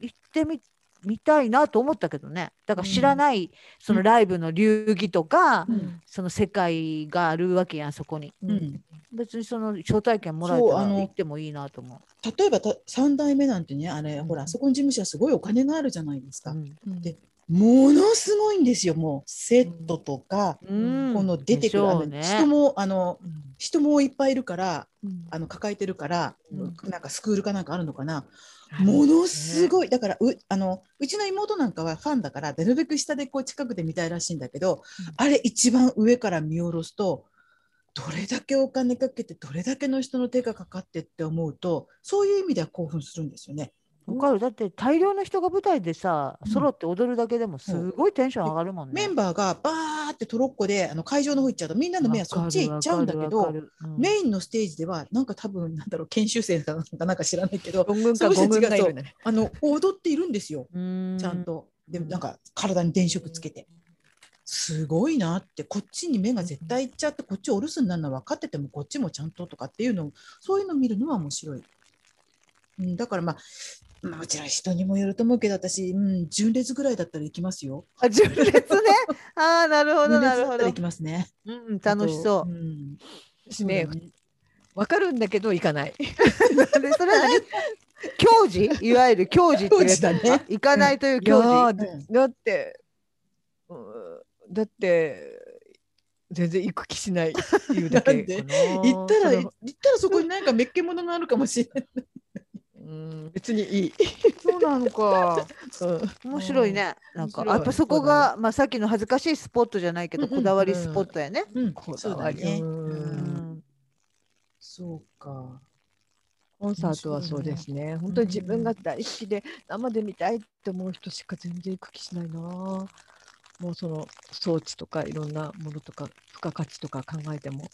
[SPEAKER 3] 行ってみ見たいなと思ったけどねだから知らない、そのライブの流儀とか、
[SPEAKER 1] うん
[SPEAKER 3] その世界があるわけやんそこに、
[SPEAKER 1] うんうん
[SPEAKER 3] 別にその招待券もらえた
[SPEAKER 1] そうあ
[SPEAKER 3] ら
[SPEAKER 1] の
[SPEAKER 3] 行ってもいいなと思
[SPEAKER 1] 例えばた3代目なんてねあれ、
[SPEAKER 3] うん
[SPEAKER 1] ほらあそこの事務所はすごいお金があるじゃないです
[SPEAKER 3] う。
[SPEAKER 1] か、
[SPEAKER 3] うん
[SPEAKER 1] でものすごいんですよもうセットとか、
[SPEAKER 3] うん
[SPEAKER 1] この出てくる、
[SPEAKER 3] でし
[SPEAKER 1] あ
[SPEAKER 3] ょ
[SPEAKER 1] の
[SPEAKER 3] うね
[SPEAKER 1] 人もあの
[SPEAKER 3] うん
[SPEAKER 1] 人もいっぱいいるから
[SPEAKER 3] うん
[SPEAKER 1] あの抱えてるから、
[SPEAKER 3] うん
[SPEAKER 1] なんかスクールかなんかあるのかな、
[SPEAKER 2] はい
[SPEAKER 1] ものすごいだからうあのうちの妹なんかはファンだからなるべく下でこう近くで見たいらしいんだけど、あれ一番上から見下ろすとどれだけお金かけてどれだけの人の手がかかってって思うとそういう意味では興奮するんですよね。
[SPEAKER 3] わかるだって大量の人が舞台でさ
[SPEAKER 1] うん
[SPEAKER 3] 揃って踊るだけでもすごいテンション上がるもんね。
[SPEAKER 1] メンバーがバーってトロッコであの会場の方行っちゃうとみんなの目はそっちへ行っちゃうんだけ
[SPEAKER 3] わか
[SPEAKER 1] ど
[SPEAKER 3] るわかるわかるうん
[SPEAKER 1] メインのステージではなんか多分なんだろう研修生かなんかなんか知らないけど
[SPEAKER 2] 四軍か
[SPEAKER 1] その
[SPEAKER 2] 五
[SPEAKER 1] 人
[SPEAKER 2] 軍
[SPEAKER 1] たち
[SPEAKER 2] が
[SPEAKER 1] が
[SPEAKER 2] いるね。
[SPEAKER 1] あの踊っているんですよ
[SPEAKER 3] うーん
[SPEAKER 1] ちゃんと。でなんか体に電飾つけて。すごいなってこっちに目が絶対行っちゃってこっちお留守になるのは分かっててもこっちもちゃんととかっていうのをそういうのを見るのは面白い。うん、だからまあまあもちろん人にもよると思うけど私、うん、純烈ぐらいだったら行きますよ。
[SPEAKER 3] あ純烈ね。ああなるほど
[SPEAKER 1] 純
[SPEAKER 3] な
[SPEAKER 1] 烈だっ
[SPEAKER 3] るほ
[SPEAKER 1] たら
[SPEAKER 3] ど
[SPEAKER 1] 行。きますね。
[SPEAKER 3] うん楽しそう
[SPEAKER 1] う。ん。
[SPEAKER 2] 私ね、わかるんだけど行かない。
[SPEAKER 3] でそれは 何？教授いわゆる教授っ
[SPEAKER 1] 当
[SPEAKER 3] ていうや
[SPEAKER 1] 時
[SPEAKER 3] つ
[SPEAKER 1] だね。
[SPEAKER 3] 行かないという
[SPEAKER 2] いや
[SPEAKER 3] 教授。
[SPEAKER 2] ーだって、うんだって全然行く気しないっていうだけかな
[SPEAKER 1] 行ったら
[SPEAKER 2] そ
[SPEAKER 1] 行
[SPEAKER 2] の
[SPEAKER 1] ったらそこになんかめっけものがあるかもしれない。
[SPEAKER 2] うん別にいい、
[SPEAKER 3] そうなのか。
[SPEAKER 2] うん
[SPEAKER 3] 面白いね。なんか
[SPEAKER 2] 面白い
[SPEAKER 3] やっぱそこがまあさっきの恥ずかしいスポットじゃないけど
[SPEAKER 1] うんうん
[SPEAKER 3] こだわりスポットやね。
[SPEAKER 1] うん
[SPEAKER 2] こ
[SPEAKER 1] そ
[SPEAKER 2] だ
[SPEAKER 1] うだ
[SPEAKER 2] わり
[SPEAKER 1] ね。
[SPEAKER 2] うん
[SPEAKER 3] うん
[SPEAKER 1] そうか。
[SPEAKER 2] コンサートはそうですね本当に自分が大好きで生で見たいって思う人しか全然行く気しないなもうその装置とかいろんなものとか付加価値とか考えても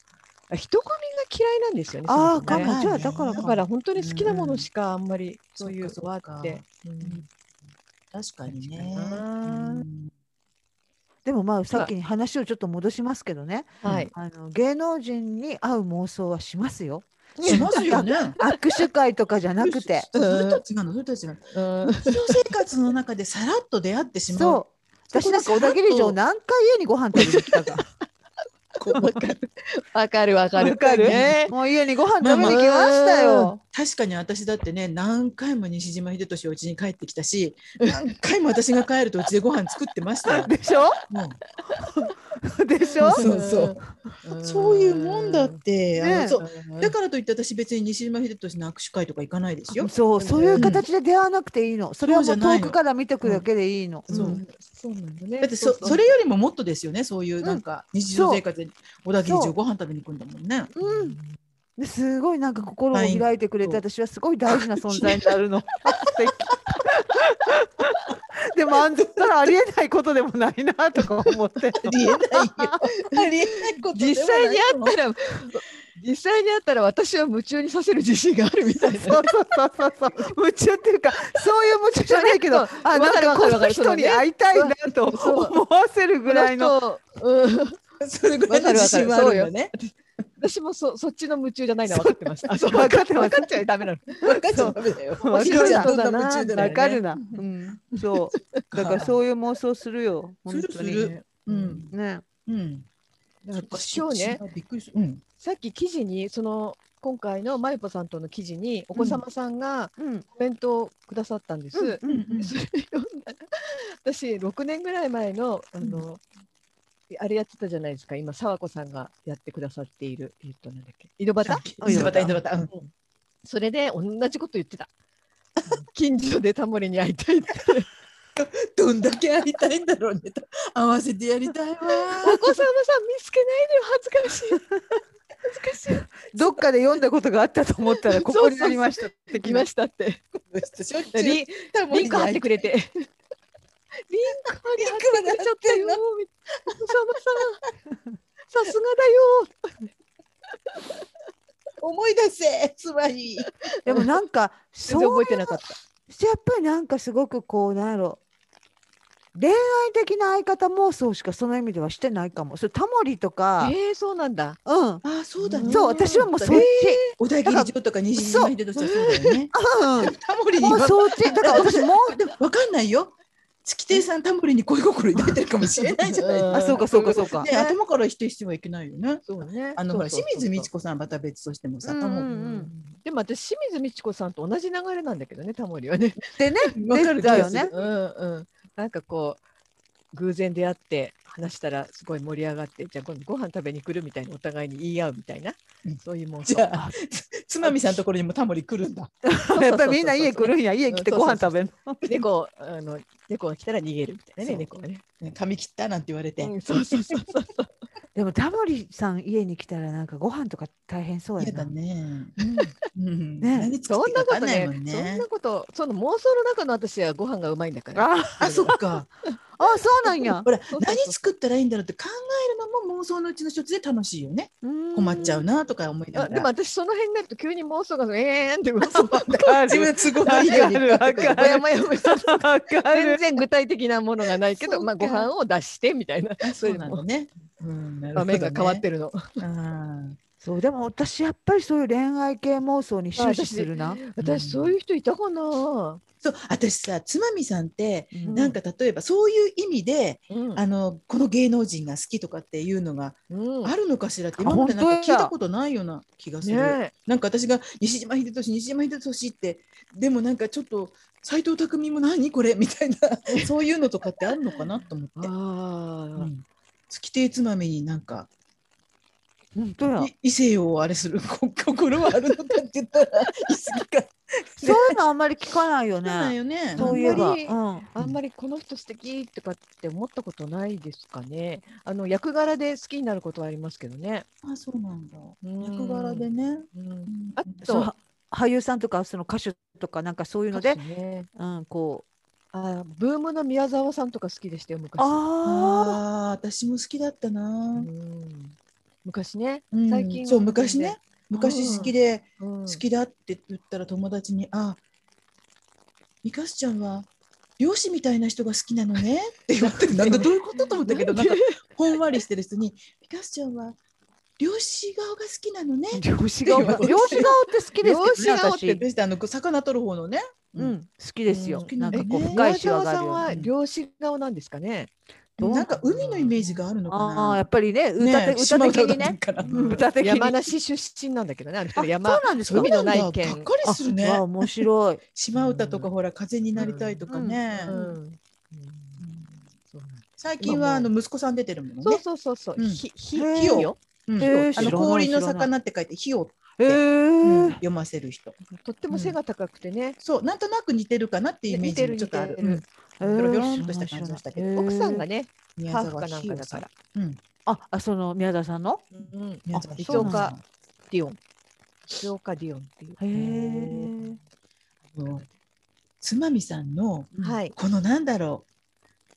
[SPEAKER 2] あ人混みが嫌いなんですよね
[SPEAKER 3] ああ
[SPEAKER 2] そ
[SPEAKER 3] か
[SPEAKER 2] もそもね
[SPEAKER 3] もじゃあだから
[SPEAKER 2] だ
[SPEAKER 3] か
[SPEAKER 2] か
[SPEAKER 3] も。
[SPEAKER 2] ら本当に好きなものしかあんまり
[SPEAKER 1] そ
[SPEAKER 2] そうう
[SPEAKER 1] か
[SPEAKER 2] いう
[SPEAKER 1] そう
[SPEAKER 2] わ
[SPEAKER 1] か
[SPEAKER 2] って、うん
[SPEAKER 1] 確かにね。
[SPEAKER 2] 確かに
[SPEAKER 3] な
[SPEAKER 1] うん
[SPEAKER 3] でもまあさっきに話をちょっと戻しますけどね。
[SPEAKER 2] はい、
[SPEAKER 3] あの芸能人に会う妄想はしますよ。
[SPEAKER 1] しますよね。。
[SPEAKER 3] 握手会とかじゃなくて
[SPEAKER 1] それとは違うの、それとは違うの。
[SPEAKER 2] うん
[SPEAKER 1] 日常生活の中でさらっと出会ってしまう。
[SPEAKER 3] そう。私なんか小田切城何回家にご飯食べに来 たか。
[SPEAKER 2] わかる。わかるわかる。
[SPEAKER 3] わかる
[SPEAKER 2] ね。
[SPEAKER 3] もう家にご飯食べに来ましたよ。
[SPEAKER 1] 確かに私だってね何回も西島秀俊お家に帰ってきた し何回も私が帰るとうちでご飯作ってましたよ。
[SPEAKER 3] でしょ
[SPEAKER 1] も
[SPEAKER 3] でしょ
[SPEAKER 1] そうそううそういうもんだって、あの
[SPEAKER 3] ねえ
[SPEAKER 1] そうだからといって私別に西島秀俊の握手会とか行かないですよ。
[SPEAKER 3] そう、
[SPEAKER 2] うん
[SPEAKER 3] そういう形で出会わなくていいの。それはも
[SPEAKER 1] そう
[SPEAKER 3] う
[SPEAKER 1] じゃない
[SPEAKER 3] 遠
[SPEAKER 1] の
[SPEAKER 3] くから見てくだけでいいの。
[SPEAKER 1] うんそう
[SPEAKER 2] そうなんだね。
[SPEAKER 1] だってそそれよりももっとですよねそういうなんか日常生活で小田切
[SPEAKER 3] そ
[SPEAKER 1] 城
[SPEAKER 3] う
[SPEAKER 1] ご飯食べに行くんだもんね。
[SPEAKER 3] うん。ですごいなんか心を
[SPEAKER 1] ライン
[SPEAKER 3] 開いてくれて、
[SPEAKER 1] そう
[SPEAKER 3] 私はすごい大事な存在になるの。素敵でも、あんたらありえないことでもないなとか思って。
[SPEAKER 1] ありえないよ。ありえないことでもない
[SPEAKER 2] 実際にあったら、実際にあったら私は夢中にさせる自信があるみたいな。
[SPEAKER 3] そうそうそうそうそう夢中っていうかそういう夢中じゃないけど
[SPEAKER 2] そ
[SPEAKER 3] あ
[SPEAKER 2] う
[SPEAKER 3] なん
[SPEAKER 2] わかる
[SPEAKER 3] か
[SPEAKER 2] わか
[SPEAKER 3] こ
[SPEAKER 2] るわか
[SPEAKER 3] の
[SPEAKER 2] る
[SPEAKER 3] 人に会いたいなと
[SPEAKER 2] そう
[SPEAKER 3] 思わせるぐらいの
[SPEAKER 2] この人。うん。
[SPEAKER 1] それぐらいの自信はあるよね。
[SPEAKER 2] 私もそそっちの夢中じゃないのは分かってました。あそう
[SPEAKER 3] 分かってま
[SPEAKER 2] 分
[SPEAKER 3] す
[SPEAKER 2] かっちゃダメなの。
[SPEAKER 1] 分かっちゃダメだよ。
[SPEAKER 3] わか る
[SPEAKER 1] おじいちゃん
[SPEAKER 3] そ
[SPEAKER 1] ど
[SPEAKER 3] う
[SPEAKER 1] な
[SPEAKER 3] んだな
[SPEAKER 1] 夢中で
[SPEAKER 3] わかるな、
[SPEAKER 1] う
[SPEAKER 3] うん、そうだからそういう妄想するよ
[SPEAKER 1] す
[SPEAKER 3] 本
[SPEAKER 1] る
[SPEAKER 3] 当
[SPEAKER 1] する
[SPEAKER 3] に
[SPEAKER 1] うん。
[SPEAKER 3] ね
[SPEAKER 1] うん。
[SPEAKER 2] だから今日ね、。
[SPEAKER 1] びっくりする。うん。
[SPEAKER 2] さっき記事にその今回のまゆぽさんとの記事にお子様さんが
[SPEAKER 3] うん
[SPEAKER 2] コメントをくださったんです。
[SPEAKER 3] うん
[SPEAKER 1] うん
[SPEAKER 2] それ読んだら私6年ぐらい前のあの、あれやってたじゃないですか、今、沢子さんがやってくださっている、えっと、なんだっけ、井戸端
[SPEAKER 3] あ井戸
[SPEAKER 1] 端井戸端うん
[SPEAKER 2] それで同じこと言ってた。 近所でタモリに会いたいって。
[SPEAKER 1] どんだけやりたいんだろうね。合わせてやりたいわ。
[SPEAKER 2] お子様さん見つけないでよ、恥ずかしい。恥ずかしい。
[SPEAKER 3] どっかで読んだことがあったと思ったらここになりましたって
[SPEAKER 2] 来
[SPEAKER 3] き
[SPEAKER 2] ま
[SPEAKER 3] ま
[SPEAKER 2] したって。
[SPEAKER 1] しょっちゅう
[SPEAKER 2] リ
[SPEAKER 1] タモリ
[SPEAKER 2] リン
[SPEAKER 1] に
[SPEAKER 2] ク貼
[SPEAKER 1] 会
[SPEAKER 2] っ
[SPEAKER 1] いた
[SPEAKER 2] てく
[SPEAKER 1] い
[SPEAKER 2] れて。 リンク貼り貼ってくれちゃったよ。お子様さん。さすがだよ。
[SPEAKER 1] 思い出せ、つまり。
[SPEAKER 3] でもなん か
[SPEAKER 2] 全然
[SPEAKER 3] そう
[SPEAKER 2] 覚えてなかった。
[SPEAKER 3] してやっぱりなんかすごくこうなんやろ恋愛的な相方妄想しかその意味ではしてないかもそれタモリとか
[SPEAKER 2] えー、そうなんだ。
[SPEAKER 3] うん
[SPEAKER 1] ああ、そうだね。
[SPEAKER 3] そう私はもうそっち、
[SPEAKER 1] 小田切城とか西島秀俊はそうだよね。
[SPEAKER 3] うん
[SPEAKER 1] タモリに
[SPEAKER 3] もう
[SPEAKER 1] は
[SPEAKER 3] そっちだから私もう
[SPEAKER 1] でもわかんないよ。月亭さんタモリに恋心抱いてるかもしれないじゃないです
[SPEAKER 2] うん
[SPEAKER 1] か。
[SPEAKER 3] あそうかそうかそうか
[SPEAKER 1] ね、頭から否定してはいけないよね。
[SPEAKER 2] そうね。
[SPEAKER 1] あの
[SPEAKER 2] そ
[SPEAKER 1] ほ
[SPEAKER 2] う
[SPEAKER 1] ら
[SPEAKER 2] そう
[SPEAKER 1] 清
[SPEAKER 2] そう
[SPEAKER 1] 水美智子さんはまた別としてもさ、
[SPEAKER 3] うん
[SPEAKER 1] タモ
[SPEAKER 3] う
[SPEAKER 1] リ
[SPEAKER 3] ん
[SPEAKER 2] でも私清水美智子さんと同じ流れなんだけどねタモリはね。
[SPEAKER 3] でね
[SPEAKER 1] わかる気がする
[SPEAKER 3] だよね
[SPEAKER 2] うんうん。なんかこう偶然出会って話したらすごい盛り上がってじゃあ今度ご飯食べに来るみたいなお互いに言い合うみたいな
[SPEAKER 1] うん
[SPEAKER 2] そういうもん。
[SPEAKER 1] じゃあつつまみさんのところにもタモリ来るんだ。
[SPEAKER 3] やっぱりみんな家来るんや家来てご飯食べるの
[SPEAKER 2] 猫あの猫が来たら逃げるみたいな
[SPEAKER 1] そ
[SPEAKER 2] ね
[SPEAKER 1] う
[SPEAKER 2] 猫がね。
[SPEAKER 1] ね髪切ったなんて言われて。
[SPEAKER 2] うんそうそうそうそう。
[SPEAKER 3] でもタモリさん家に来たらなんかご飯とか大変そうや
[SPEAKER 1] 嫌
[SPEAKER 3] な
[SPEAKER 1] だね。
[SPEAKER 3] うん
[SPEAKER 1] うん
[SPEAKER 3] ね
[SPEAKER 1] 何
[SPEAKER 2] そ
[SPEAKER 1] 作っ
[SPEAKER 2] ん
[SPEAKER 1] ていか
[SPEAKER 2] ないこ
[SPEAKER 1] わ
[SPEAKER 2] と
[SPEAKER 1] かんない
[SPEAKER 2] ね
[SPEAKER 1] もん
[SPEAKER 2] そん
[SPEAKER 1] ね
[SPEAKER 2] な。ことその妄想の中の私はご飯がうまいんだから。
[SPEAKER 3] あ
[SPEAKER 1] あ、そっか。
[SPEAKER 3] あそうなんや
[SPEAKER 1] ほら
[SPEAKER 2] そうそうそう
[SPEAKER 1] 何作ったらいいんだろうって考えるのも妄想のうちの一つで楽しいよね。困っちゃう
[SPEAKER 3] う
[SPEAKER 1] なとか思いな
[SPEAKER 2] あ
[SPEAKER 1] が
[SPEAKER 2] でも
[SPEAKER 1] ら。
[SPEAKER 2] 私その辺になると急に妄想がえーんって妄想が
[SPEAKER 3] あ
[SPEAKER 1] 自分都合のいいように
[SPEAKER 3] わかるわか
[SPEAKER 2] もやもやもや
[SPEAKER 3] わか
[SPEAKER 2] 全
[SPEAKER 3] る
[SPEAKER 2] 然具体的なものがないけ
[SPEAKER 1] そ
[SPEAKER 2] ど、
[SPEAKER 1] う
[SPEAKER 2] まあ、ご
[SPEAKER 1] か
[SPEAKER 2] 飯を出してみたいなそ
[SPEAKER 1] そうう
[SPEAKER 2] いう
[SPEAKER 1] な
[SPEAKER 2] も
[SPEAKER 1] の
[SPEAKER 2] う
[SPEAKER 1] ね。うんなる
[SPEAKER 2] 場
[SPEAKER 1] ほどね
[SPEAKER 2] 面が変わってるの。
[SPEAKER 1] うん
[SPEAKER 3] そうでも私やっぱりそういう恋愛系妄想に終始するな
[SPEAKER 2] 私そういう人いたかな。
[SPEAKER 1] そう私さつまみさんって
[SPEAKER 3] うん
[SPEAKER 1] なんか例えばそういう意味で、
[SPEAKER 2] うん
[SPEAKER 1] あのこの芸能人が好きとかっていうのが
[SPEAKER 2] うん
[SPEAKER 1] あるのかしらって
[SPEAKER 3] あ
[SPEAKER 1] 今までなんか
[SPEAKER 3] 本当
[SPEAKER 1] 聞
[SPEAKER 3] や
[SPEAKER 1] いたことないような気がする、
[SPEAKER 2] ね
[SPEAKER 1] なんか私が西島秀俊西島秀俊ってでもなんかちょっと斎藤工も何これみたいなそういうのとかってあるのかなと思って、う
[SPEAKER 2] あ
[SPEAKER 1] ん、月亭つまみになんか
[SPEAKER 3] 本当や
[SPEAKER 1] い異性をあれする こ心はあるのかって言ったら 言い過ぎか
[SPEAKER 3] そういうのあんまり聞かないよ
[SPEAKER 1] そうだ
[SPEAKER 3] ね。
[SPEAKER 1] よね
[SPEAKER 3] そういえ
[SPEAKER 2] あんま
[SPEAKER 3] ば、
[SPEAKER 2] り
[SPEAKER 3] うん
[SPEAKER 2] ああんまりこの人素敵とかって思ったことないですかね。あの役柄で好きになることはありますけどね。
[SPEAKER 1] あそうなんだ
[SPEAKER 2] うん
[SPEAKER 1] 役柄でね、
[SPEAKER 2] うん
[SPEAKER 1] うん
[SPEAKER 2] あ
[SPEAKER 3] そ
[SPEAKER 2] と
[SPEAKER 3] の俳優さんとかその歌手とかなんかそういうので、
[SPEAKER 2] 歌手ね
[SPEAKER 3] うん、こう
[SPEAKER 2] あブームの宮沢さんとか好きでしたよ昔。
[SPEAKER 3] あ
[SPEAKER 1] ああ私も好きだった
[SPEAKER 2] う
[SPEAKER 1] な、
[SPEAKER 2] ん昔ね。
[SPEAKER 1] うん
[SPEAKER 2] 最近は
[SPEAKER 1] そう昔ね昔好きで、
[SPEAKER 2] うん
[SPEAKER 1] 好きだって言ったら友達に「あミカスちゃんは漁師みたいな人が好きなのね」って言われてなんだどういうことと思ったけどなんかほんわりしてる人に「ミカスちゃんは漁師顔が好きなのね」
[SPEAKER 3] あ
[SPEAKER 1] っ
[SPEAKER 3] 漁師顔漁師顔って好きですけど
[SPEAKER 2] 漁師顔
[SPEAKER 3] ね
[SPEAKER 2] って
[SPEAKER 3] 私、
[SPEAKER 1] てしたあの魚取る方のね。
[SPEAKER 3] うん、好きですよ、
[SPEAKER 1] うん
[SPEAKER 3] なんかこう
[SPEAKER 1] えね
[SPEAKER 3] 深いシワがあ
[SPEAKER 2] さん
[SPEAKER 3] るよ、
[SPEAKER 2] は
[SPEAKER 1] うん
[SPEAKER 2] 漁師顔なんですかね。
[SPEAKER 3] どうな
[SPEAKER 1] なんんか海のイメージがあるのか
[SPEAKER 3] ああーや
[SPEAKER 1] な。
[SPEAKER 3] っぱりね歌
[SPEAKER 1] ね
[SPEAKER 3] て歌的にね、。
[SPEAKER 1] 島歌だったから
[SPEAKER 3] うん歌的に
[SPEAKER 2] 山梨出身なんだけどね、あの人
[SPEAKER 3] あ
[SPEAKER 2] は
[SPEAKER 3] そ
[SPEAKER 2] 山
[SPEAKER 3] う。なんです
[SPEAKER 1] そ
[SPEAKER 3] か
[SPEAKER 1] う
[SPEAKER 2] 海
[SPEAKER 1] な
[SPEAKER 2] の
[SPEAKER 1] ん
[SPEAKER 2] な
[SPEAKER 1] だ。
[SPEAKER 2] い
[SPEAKER 1] が
[SPEAKER 2] 県
[SPEAKER 1] っかりする
[SPEAKER 3] あわあ
[SPEAKER 1] ね。
[SPEAKER 3] 面白い
[SPEAKER 1] 島歌とかほら風になりたいとかね。
[SPEAKER 2] うん
[SPEAKER 1] うん
[SPEAKER 2] そうなん
[SPEAKER 1] 最近はあの息子さん出てるもんね。
[SPEAKER 2] そうそうそうそう、
[SPEAKER 1] うん
[SPEAKER 2] ひひ
[SPEAKER 3] へー
[SPEAKER 2] ひよ。
[SPEAKER 1] うん
[SPEAKER 3] へー
[SPEAKER 1] あの
[SPEAKER 3] 知らない
[SPEAKER 1] 氷の
[SPEAKER 3] 知らない
[SPEAKER 1] 魚って書いて火を
[SPEAKER 3] へえ
[SPEAKER 1] うん
[SPEAKER 3] ー
[SPEAKER 1] 読ませる人。
[SPEAKER 2] とっても背が高くてね、
[SPEAKER 1] そう、なんとなく似てるかなっていうイメージもちょっとある。
[SPEAKER 2] 似てる似
[SPEAKER 1] うんひょろひょろんとした感じのしたけど
[SPEAKER 3] へー
[SPEAKER 2] 奥さんがね、
[SPEAKER 1] 宮
[SPEAKER 2] ハーフ
[SPEAKER 1] 沢
[SPEAKER 2] かなん
[SPEAKER 1] ひ
[SPEAKER 2] か
[SPEAKER 1] よ
[SPEAKER 2] だ
[SPEAKER 1] さ
[SPEAKER 2] か
[SPEAKER 1] ん
[SPEAKER 2] ら。
[SPEAKER 1] うん、
[SPEAKER 3] ああその宮沢さんの
[SPEAKER 2] うん、
[SPEAKER 1] 宮沢ひよ
[SPEAKER 2] 一応
[SPEAKER 1] さ
[SPEAKER 2] か
[SPEAKER 1] ん。
[SPEAKER 2] ディオン。静岡ディオンっていう。
[SPEAKER 3] へえ
[SPEAKER 1] あのつまみさんの、
[SPEAKER 2] はい。
[SPEAKER 1] このなんだろ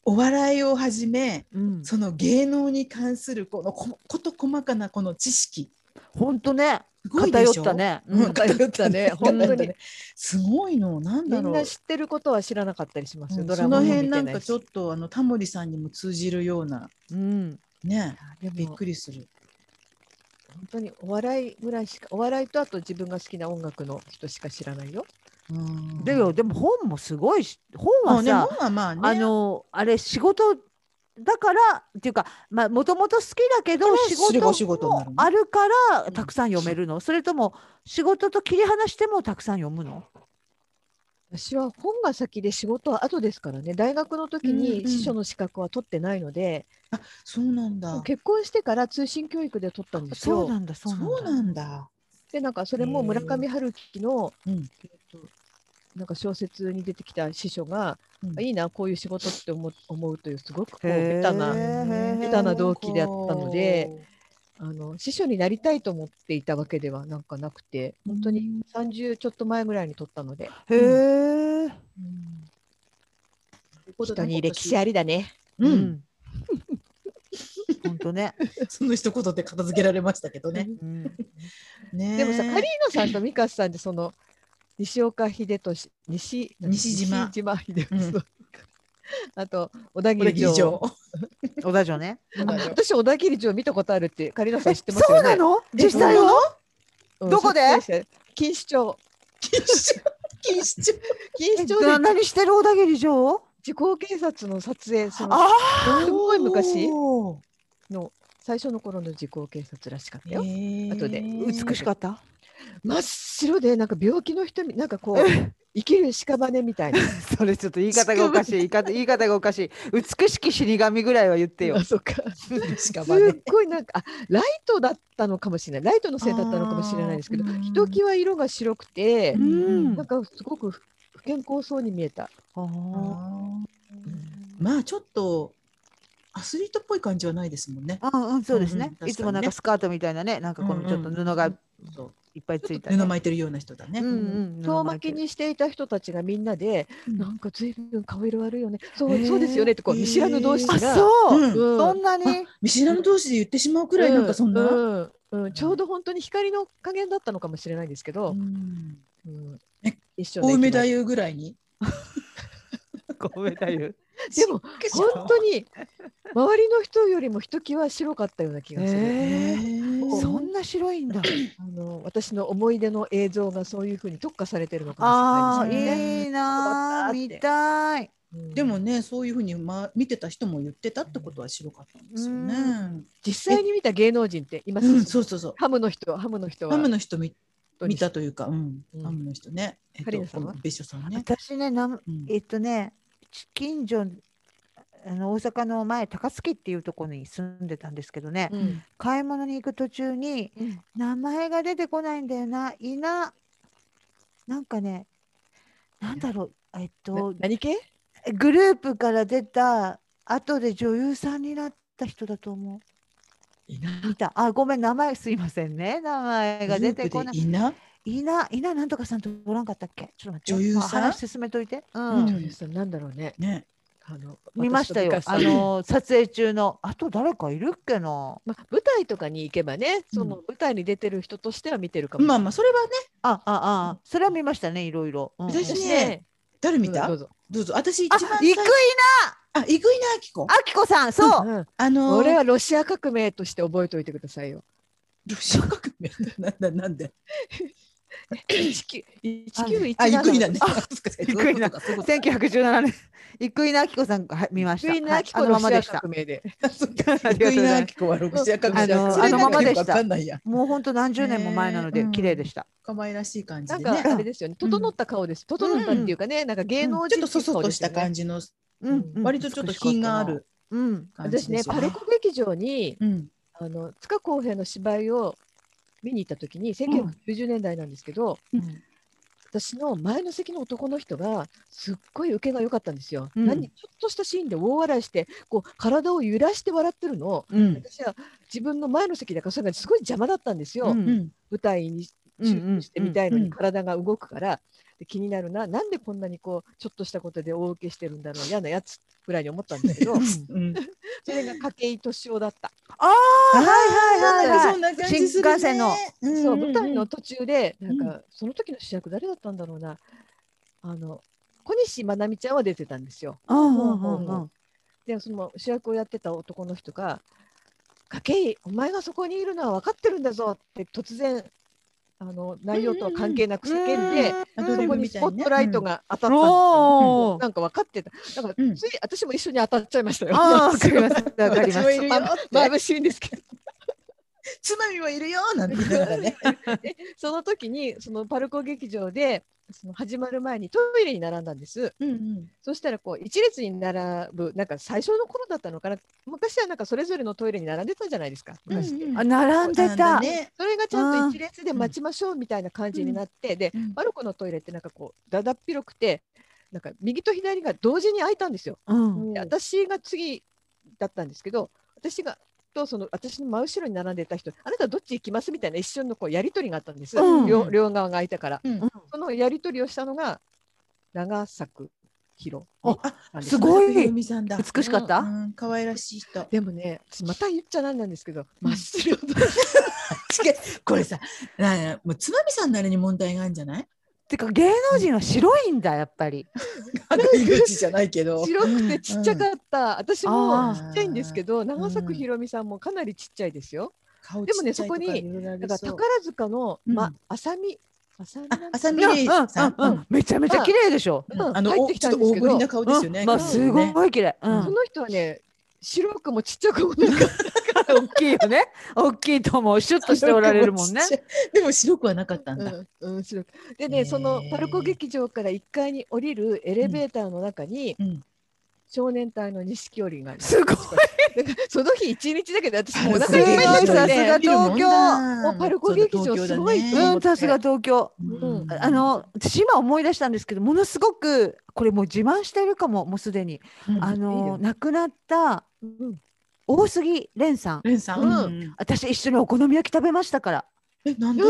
[SPEAKER 1] う、お笑いをはじめ、
[SPEAKER 3] うん
[SPEAKER 1] その芸能に関するこのここと細かなこの知識。
[SPEAKER 3] 本当ね
[SPEAKER 1] すごいで
[SPEAKER 3] 偏
[SPEAKER 1] し
[SPEAKER 3] っ
[SPEAKER 1] ょ
[SPEAKER 3] た。ね、
[SPEAKER 1] うん
[SPEAKER 3] うん
[SPEAKER 1] 偏ったね、
[SPEAKER 2] 本当に。
[SPEAKER 1] すごいの、なん
[SPEAKER 2] み
[SPEAKER 1] だ
[SPEAKER 2] ん
[SPEAKER 1] ろう。
[SPEAKER 2] な知ってることは知らなかったりします
[SPEAKER 1] う
[SPEAKER 2] よ。
[SPEAKER 1] ん
[SPEAKER 2] ド
[SPEAKER 1] そ
[SPEAKER 2] ラマ
[SPEAKER 1] の
[SPEAKER 2] も見て
[SPEAKER 1] 辺なん
[SPEAKER 2] ない
[SPEAKER 1] か
[SPEAKER 2] し
[SPEAKER 1] ちょっとあのタモリさんにも通じるような
[SPEAKER 3] うん
[SPEAKER 1] ね
[SPEAKER 2] でも
[SPEAKER 1] びっくりする。
[SPEAKER 2] 本当にお笑いぐらいしかお笑いとあと自分が好きな音楽の人しか知らないよ。
[SPEAKER 1] うん
[SPEAKER 3] でよでも本もすごいし本
[SPEAKER 1] ま
[SPEAKER 3] は
[SPEAKER 1] あね、
[SPEAKER 3] さ
[SPEAKER 1] 本はまあね。
[SPEAKER 3] あのあれ仕事だからっていうかまあもともと好きだけど
[SPEAKER 1] れは
[SPEAKER 3] 仕
[SPEAKER 1] それがお仕事
[SPEAKER 3] 事
[SPEAKER 1] になる
[SPEAKER 3] も
[SPEAKER 1] の
[SPEAKER 3] あるか
[SPEAKER 1] う
[SPEAKER 3] ら
[SPEAKER 1] ん
[SPEAKER 3] たくさん読めるのそれとも仕事と切り離してもたくさん読むの
[SPEAKER 2] 私は本が先で仕事は後ですからね大学の時
[SPEAKER 1] うんうん
[SPEAKER 2] に司書の資格は取ってないので、
[SPEAKER 1] あそうなんだ。
[SPEAKER 2] 結婚してから通信教育で取ったんです
[SPEAKER 3] そう
[SPEAKER 2] よ。
[SPEAKER 3] なんだそ
[SPEAKER 1] そう
[SPEAKER 3] うなんだ。
[SPEAKER 1] なんだ。
[SPEAKER 2] でなんかそれも村上春樹の、
[SPEAKER 1] うん
[SPEAKER 2] えっとなんか小説に出てきた司書が、
[SPEAKER 1] うん
[SPEAKER 2] いいなこういう仕事って思う思うというすごくこう
[SPEAKER 3] へー
[SPEAKER 2] ベタな
[SPEAKER 3] へー
[SPEAKER 2] ベタな同期であったので。あの司書になりたいと思っていたわけではなんかなくて本当に30ちょっと前ぐらいに取ったので、
[SPEAKER 3] へえ。
[SPEAKER 2] 人に歴史ありだね。
[SPEAKER 1] うん、
[SPEAKER 3] 本当ね。
[SPEAKER 1] その一言で片付けられましたけどね。
[SPEAKER 3] うん
[SPEAKER 1] ね
[SPEAKER 2] でもさカリーノさんとミカさんってその西岡秀俊西
[SPEAKER 1] 西島
[SPEAKER 2] 西島秀俊、
[SPEAKER 1] う
[SPEAKER 2] あと小田
[SPEAKER 1] これ
[SPEAKER 2] 切
[SPEAKER 1] 以
[SPEAKER 2] 城
[SPEAKER 1] 上。
[SPEAKER 3] 小田城ね。
[SPEAKER 1] そう だよ
[SPEAKER 2] 私小田切城見たことあるってカリーノさん知ってます
[SPEAKER 3] そう
[SPEAKER 2] よね。
[SPEAKER 3] なの？実
[SPEAKER 1] 実際
[SPEAKER 3] 際
[SPEAKER 1] は
[SPEAKER 3] は？
[SPEAKER 2] うん
[SPEAKER 3] どこで
[SPEAKER 2] 撮影者錦糸町
[SPEAKER 1] 錦糸町
[SPEAKER 2] 錦
[SPEAKER 3] え
[SPEAKER 2] 糸町で
[SPEAKER 3] 何してる小田切城？
[SPEAKER 2] 地方警察の撮影その
[SPEAKER 3] あ
[SPEAKER 2] すごい昔
[SPEAKER 1] お
[SPEAKER 2] の最初の頃の時効警察らしかったよ。
[SPEAKER 1] ー
[SPEAKER 2] 後で
[SPEAKER 3] 美しかった。
[SPEAKER 2] 真っ白でなんか病気の人みなんかこう生きる屍みたいな。
[SPEAKER 3] それ ちょっと言い方がおか しい。言い方言い方がおかしい。美しき死神ぐらいは言ってよ
[SPEAKER 2] あ。そうか。
[SPEAKER 1] しか
[SPEAKER 2] す
[SPEAKER 1] ばね
[SPEAKER 2] っごいなんかあライトだったのかもしれないライトのせいだったのかもしれないですけど
[SPEAKER 1] あー
[SPEAKER 2] ひときわ色が白くて
[SPEAKER 1] う、ん
[SPEAKER 2] なんかすごく不健康そうに見えた。
[SPEAKER 3] あー
[SPEAKER 1] まあちょっとアスリートっぽい感じはないですもんね。
[SPEAKER 3] うんうんそうですね
[SPEAKER 1] うんうん確かにね
[SPEAKER 3] いつもなんかスカートみたいなねなんかこ
[SPEAKER 1] うんうん
[SPEAKER 3] のちょっと布が
[SPEAKER 1] そう
[SPEAKER 3] いっぱいついた、ね。
[SPEAKER 1] 布巻いてるような人だね。
[SPEAKER 3] うんうん
[SPEAKER 2] 遠巻きにしていた人たちがみんなで、
[SPEAKER 1] うん
[SPEAKER 2] なんか随分顔色悪いよね。そう、
[SPEAKER 1] へー
[SPEAKER 2] そうですよねってこう見知らぬ同士が、
[SPEAKER 3] あそ
[SPEAKER 1] う
[SPEAKER 3] う、
[SPEAKER 1] ん
[SPEAKER 2] うん
[SPEAKER 3] そんなに、
[SPEAKER 1] 見知らぬ同士で言ってしまうくらいなんかそんな。
[SPEAKER 2] うんうんちょうど本当に光の加減だったのかもしれないですけど、
[SPEAKER 1] うん
[SPEAKER 2] うん
[SPEAKER 1] え
[SPEAKER 2] 一緒の
[SPEAKER 1] 青
[SPEAKER 2] 駅
[SPEAKER 1] 梅
[SPEAKER 2] 前
[SPEAKER 1] 太夫ぐらいに。
[SPEAKER 3] ごめんだよ。
[SPEAKER 2] でも本当に周りの人よりもひときわ白かったような気がする、
[SPEAKER 3] え
[SPEAKER 1] ー
[SPEAKER 3] そんな白いんだ。
[SPEAKER 2] あの私の思い出の映像がそういうふうに特化されてるのか
[SPEAKER 3] あ
[SPEAKER 2] も
[SPEAKER 3] あ
[SPEAKER 2] しれないですね。
[SPEAKER 3] いいなあ
[SPEAKER 2] そうだったって
[SPEAKER 3] 見たい。
[SPEAKER 2] うん
[SPEAKER 1] でもねそういうふうに、ま、見てた人も言ってたってことは白かったんですよね。
[SPEAKER 2] 実際に見た芸能人っていま
[SPEAKER 1] う
[SPEAKER 2] す、
[SPEAKER 1] ん、そうそうそう。
[SPEAKER 2] ハムの人ハムの人は
[SPEAKER 1] ハムの人見
[SPEAKER 2] 本当に
[SPEAKER 1] 見たというか、うん
[SPEAKER 2] う、ん
[SPEAKER 1] ハムの人ね。えっ
[SPEAKER 2] カリナさ
[SPEAKER 1] と、
[SPEAKER 2] んは
[SPEAKER 1] 別所さんね。
[SPEAKER 3] 私ねなん
[SPEAKER 1] うん
[SPEAKER 3] えっとねち近所あの大阪の前高槻っていうところに住んでたんですけどね、
[SPEAKER 2] うん
[SPEAKER 3] 買い物に行く途中に
[SPEAKER 2] うん
[SPEAKER 3] 名前が出てこないんだよな。いななんかねなんだろうえっと
[SPEAKER 2] な何系
[SPEAKER 3] グループから出た後で女優さんになった人だと思う。
[SPEAKER 2] いな
[SPEAKER 3] 見た。あ、ごめん、名前すいませんね。名前が出てこな
[SPEAKER 1] グルー
[SPEAKER 3] い。
[SPEAKER 1] プでいな。
[SPEAKER 3] いな、いななんとかさんとおらんかったっけちょっと待って。
[SPEAKER 1] 女優さん
[SPEAKER 3] まあ話進めといて。う。
[SPEAKER 1] うん
[SPEAKER 2] 女優さんなんだろうね
[SPEAKER 1] ね。
[SPEAKER 2] あの
[SPEAKER 3] 見ましたよ
[SPEAKER 2] 私。と
[SPEAKER 3] あ
[SPEAKER 2] 美香さん
[SPEAKER 3] の、撮影中の。あと誰かいるっけな
[SPEAKER 2] まあ、舞台とかに行けばねその舞台に出てる人としては見てるかもしれ
[SPEAKER 1] ま
[SPEAKER 2] ない、
[SPEAKER 1] あまあ、それはね、
[SPEAKER 3] あ、あ、あ、それは見ましたね、いろいろ。うんうん
[SPEAKER 1] 私ね誰見た
[SPEAKER 2] うんどうぞ
[SPEAKER 1] どうぞ。私一
[SPEAKER 3] あ、
[SPEAKER 1] 番
[SPEAKER 3] 生
[SPEAKER 1] 最
[SPEAKER 3] 稲
[SPEAKER 1] あ、イグイナアキコ。
[SPEAKER 3] あきこさん、そう。
[SPEAKER 2] うん
[SPEAKER 1] あのー、
[SPEAKER 2] 俺はロシア革命として覚えておいてくださいよ。
[SPEAKER 1] ロシア革命なんだなん で。
[SPEAKER 2] 1917
[SPEAKER 1] あ、イグイナね。
[SPEAKER 3] あ
[SPEAKER 1] あ、そっかそっか
[SPEAKER 3] イグイナ。
[SPEAKER 1] そういう ことか
[SPEAKER 3] 1917年、生稲晃子さんがはい見ました。
[SPEAKER 2] みんな
[SPEAKER 3] はい
[SPEAKER 2] 秋
[SPEAKER 3] あ
[SPEAKER 2] 子
[SPEAKER 3] の
[SPEAKER 2] ロシ
[SPEAKER 3] ままで
[SPEAKER 2] ア
[SPEAKER 3] した
[SPEAKER 2] 革。命で。
[SPEAKER 1] あそっか
[SPEAKER 3] あり
[SPEAKER 1] イ
[SPEAKER 3] が
[SPEAKER 1] グ
[SPEAKER 3] とう
[SPEAKER 1] イ
[SPEAKER 3] ご
[SPEAKER 1] ナア
[SPEAKER 3] ざいます
[SPEAKER 1] キコはロシア革命
[SPEAKER 3] あの
[SPEAKER 1] それなんか
[SPEAKER 3] あのままでした
[SPEAKER 1] よくわかんないや。
[SPEAKER 3] もう本当何十年も前なの
[SPEAKER 1] ね
[SPEAKER 3] で
[SPEAKER 1] え
[SPEAKER 3] 綺麗でした。
[SPEAKER 1] 可愛らしい感じ
[SPEAKER 2] な
[SPEAKER 1] で
[SPEAKER 2] ん
[SPEAKER 1] ね。
[SPEAKER 2] かあれですよね。整った顔です。整ったっていうかね、なんか芸能
[SPEAKER 1] ちょっ
[SPEAKER 2] 人
[SPEAKER 1] とそそっとした
[SPEAKER 2] じ。
[SPEAKER 1] 感じの、
[SPEAKER 3] うん、うん
[SPEAKER 1] 割とちょっと品があ。る
[SPEAKER 3] うん。
[SPEAKER 1] 感じ
[SPEAKER 2] 私
[SPEAKER 1] で
[SPEAKER 2] ね、
[SPEAKER 1] すよ
[SPEAKER 2] パ
[SPEAKER 1] ね。
[SPEAKER 2] ルコ劇場に
[SPEAKER 1] うん。
[SPEAKER 2] あの塚公平の芝居を見に行った時に、1990年代なんですけど、
[SPEAKER 3] うん
[SPEAKER 2] 私の前の席の男の人がすっごい受けが良かったんですよ。
[SPEAKER 3] うん
[SPEAKER 2] 何ちょっとしたシーンで大笑いして、こう体を揺らして笑ってるのを。
[SPEAKER 1] うん。
[SPEAKER 2] 私は自分の前の席だからそれがすごい邪魔だったんですよ、
[SPEAKER 3] うん
[SPEAKER 1] うん。
[SPEAKER 2] 舞台に集中してみたいの
[SPEAKER 1] うんう
[SPEAKER 2] に
[SPEAKER 1] ん
[SPEAKER 2] 体が動くから、で気になるななんでこんなにこうちょっとしたことで大受けしてるんだろう嫌なやつぐらいに思ったんですけど
[SPEAKER 1] うん。
[SPEAKER 2] それが筧敏夫だった、
[SPEAKER 1] はいはい
[SPEAKER 3] い
[SPEAKER 1] は。
[SPEAKER 3] はいい
[SPEAKER 1] そんな感じするね。
[SPEAKER 3] 新幹線の
[SPEAKER 1] んんん
[SPEAKER 2] そう舞台の途中でなんか、
[SPEAKER 1] う
[SPEAKER 2] その時の主役誰だったんだろうなあの小西まなみちゃんは出てたんですよ
[SPEAKER 3] うんうん
[SPEAKER 2] う
[SPEAKER 3] うんん
[SPEAKER 2] う
[SPEAKER 3] うんん。
[SPEAKER 2] でその主役をやってた男の人が「筧お前がそこにいるのは分かってるんだぞ」って突然あの内容とは関係なく叫んで、
[SPEAKER 1] ア
[SPEAKER 2] そ
[SPEAKER 1] ドリ
[SPEAKER 2] こ
[SPEAKER 1] ブ
[SPEAKER 2] に
[SPEAKER 1] み
[SPEAKER 2] ス
[SPEAKER 1] た
[SPEAKER 2] ポ
[SPEAKER 1] いに
[SPEAKER 2] ッ
[SPEAKER 1] ね
[SPEAKER 2] トライトが当たったんですよ、
[SPEAKER 3] おー
[SPEAKER 2] なんか分かってただから、
[SPEAKER 1] うん
[SPEAKER 2] つい私も一緒に当たっちゃいましたよ。
[SPEAKER 3] ああ、わかります。わかり
[SPEAKER 1] 私
[SPEAKER 3] ま
[SPEAKER 1] もいる
[SPEAKER 3] す。
[SPEAKER 1] よ
[SPEAKER 2] ま眩しいんですけど
[SPEAKER 1] つまみもいるよなんて言いながらね。
[SPEAKER 2] でその時にそのパルコ劇場でその始まる前にトイレに並んだんです。
[SPEAKER 1] うんうん
[SPEAKER 2] そしたらこう一列に並ぶなんか最初の頃だったのかな昔はなんかそれぞれのトイレに並んでたじゃないですか昔って、
[SPEAKER 1] うんうん
[SPEAKER 3] あ並んでた。
[SPEAKER 1] ね。
[SPEAKER 2] それがちゃんと一列で待ちましょうみたいな感じになって、で
[SPEAKER 1] うん
[SPEAKER 2] マルコのトイレってなんかこうだだっ広くてなんか右と左が同時に開いたんですよ。
[SPEAKER 3] うん。
[SPEAKER 2] で私が次だったんですけど私がとその私の真後ろに並んでた人あなたどっち行きますみたいな一瞬のこうやり取りがあったんです、
[SPEAKER 3] うん
[SPEAKER 2] 両両側が開いたから、
[SPEAKER 1] うん
[SPEAKER 2] そのやり取りをしたのが長作弘
[SPEAKER 3] あ
[SPEAKER 2] なんです
[SPEAKER 3] すごい
[SPEAKER 1] ひろみさんだ。
[SPEAKER 3] 美しかった
[SPEAKER 1] うん、可愛らしい人。
[SPEAKER 2] でもね私また言っちゃなんなんですけど真っ白と
[SPEAKER 1] 違うこれさ、なんやもうつまみさんなりに問題があるんじゃ ない？
[SPEAKER 3] てか芸能人は白いんだやっぱり。
[SPEAKER 1] 悪口じゃないけど。
[SPEAKER 2] 白くてちっちゃかった、私
[SPEAKER 3] あ
[SPEAKER 2] も
[SPEAKER 1] ー
[SPEAKER 2] ちっちゃいんですけど長作
[SPEAKER 1] うん
[SPEAKER 2] 弘美さんもかなりちっちゃいですよ。
[SPEAKER 1] 顔
[SPEAKER 2] でもね
[SPEAKER 1] ちっちゃいとか
[SPEAKER 2] そこに
[SPEAKER 1] いろいろあり
[SPEAKER 2] だから
[SPEAKER 1] そう
[SPEAKER 2] 宝塚の、
[SPEAKER 1] う
[SPEAKER 2] ま
[SPEAKER 1] ん、
[SPEAKER 2] 浅見浅見
[SPEAKER 1] あ
[SPEAKER 2] なん、て
[SPEAKER 1] 浅見
[SPEAKER 3] いやうんう
[SPEAKER 1] レイさん。
[SPEAKER 3] んうん。めちゃめちゃ綺麗でしょ。
[SPEAKER 1] うん
[SPEAKER 2] うん
[SPEAKER 1] あの
[SPEAKER 2] 入っ
[SPEAKER 1] お
[SPEAKER 2] て
[SPEAKER 1] ち
[SPEAKER 2] きた
[SPEAKER 1] ょ
[SPEAKER 2] ん
[SPEAKER 1] っ
[SPEAKER 2] です
[SPEAKER 1] と
[SPEAKER 2] けど
[SPEAKER 1] 大ぶりな顔ですよ
[SPEAKER 3] う
[SPEAKER 1] ね。
[SPEAKER 3] んまあ
[SPEAKER 1] 顔
[SPEAKER 3] すご
[SPEAKER 1] ね
[SPEAKER 3] い綺麗。う
[SPEAKER 2] そ
[SPEAKER 3] ん。
[SPEAKER 2] の人はね白くもちっちゃくもなんか
[SPEAKER 3] 大きいよね。大きいと思う。シュッとしておられ るもんね。
[SPEAKER 1] ちっちゃい。でも白くはなかったんだ。
[SPEAKER 2] うん、うん、白くでね、そのパルコ劇場から1階に降りるエレベーターの中に、
[SPEAKER 1] うん。
[SPEAKER 2] 少年隊の錦織がいる
[SPEAKER 3] す
[SPEAKER 2] な
[SPEAKER 3] ごい。
[SPEAKER 2] んかその日一日だけど私もうお
[SPEAKER 1] あ
[SPEAKER 2] 腹いっぱいになっちゃっ
[SPEAKER 3] すごいさすが
[SPEAKER 2] て
[SPEAKER 3] 東京
[SPEAKER 2] もうパルコ劇場すごいと
[SPEAKER 3] う
[SPEAKER 2] 思っ
[SPEAKER 3] ん、
[SPEAKER 2] て
[SPEAKER 3] さすが東京。
[SPEAKER 2] うん
[SPEAKER 3] あ、の私今思い出したんですけどものすごくこれもう自慢してるかももうすでに、あ
[SPEAKER 2] いい
[SPEAKER 3] の
[SPEAKER 2] よ
[SPEAKER 3] 亡くなった
[SPEAKER 2] うん
[SPEAKER 3] 大杉蓮さん
[SPEAKER 1] レンさん。
[SPEAKER 2] うん
[SPEAKER 1] うん
[SPEAKER 3] 私一緒にお好み焼き食べましたから
[SPEAKER 1] え、なんで？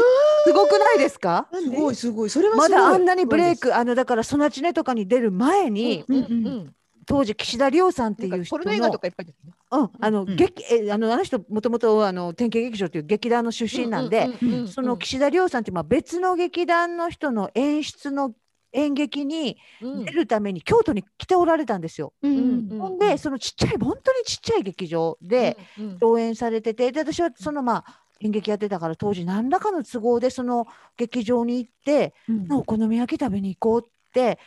[SPEAKER 3] すごくないですか
[SPEAKER 1] すごいすごい。それは
[SPEAKER 3] ます
[SPEAKER 1] ごい
[SPEAKER 3] だあんなにブレイ
[SPEAKER 1] す
[SPEAKER 3] クあのだから「ソナチネ」とかに出る前に、
[SPEAKER 2] うん
[SPEAKER 1] うん
[SPEAKER 2] うん
[SPEAKER 3] 当時岸田亮さんって
[SPEAKER 2] ないんか
[SPEAKER 3] う人
[SPEAKER 2] ポ
[SPEAKER 3] の
[SPEAKER 2] ルノ映画とかいっぱい出てるね
[SPEAKER 3] うん、あの、
[SPEAKER 1] うん
[SPEAKER 3] 劇えあのあの人もともとあの典型劇場っていう劇団の出身なんで、
[SPEAKER 2] うううう
[SPEAKER 3] その岸田亮さんってまあ別の劇団の人の演出の演劇に
[SPEAKER 2] うん
[SPEAKER 3] 出るために京都に来ておられたんですよ。
[SPEAKER 1] ごい。うん
[SPEAKER 2] うん
[SPEAKER 3] ほんでそのちっちゃい本当にちっちゃい劇場で
[SPEAKER 2] うんうん
[SPEAKER 3] 上演されててで私はそのまあ演劇やってたから当時何らかの都合でその劇場に行って
[SPEAKER 1] うん
[SPEAKER 3] お好み焼き食べに行こうって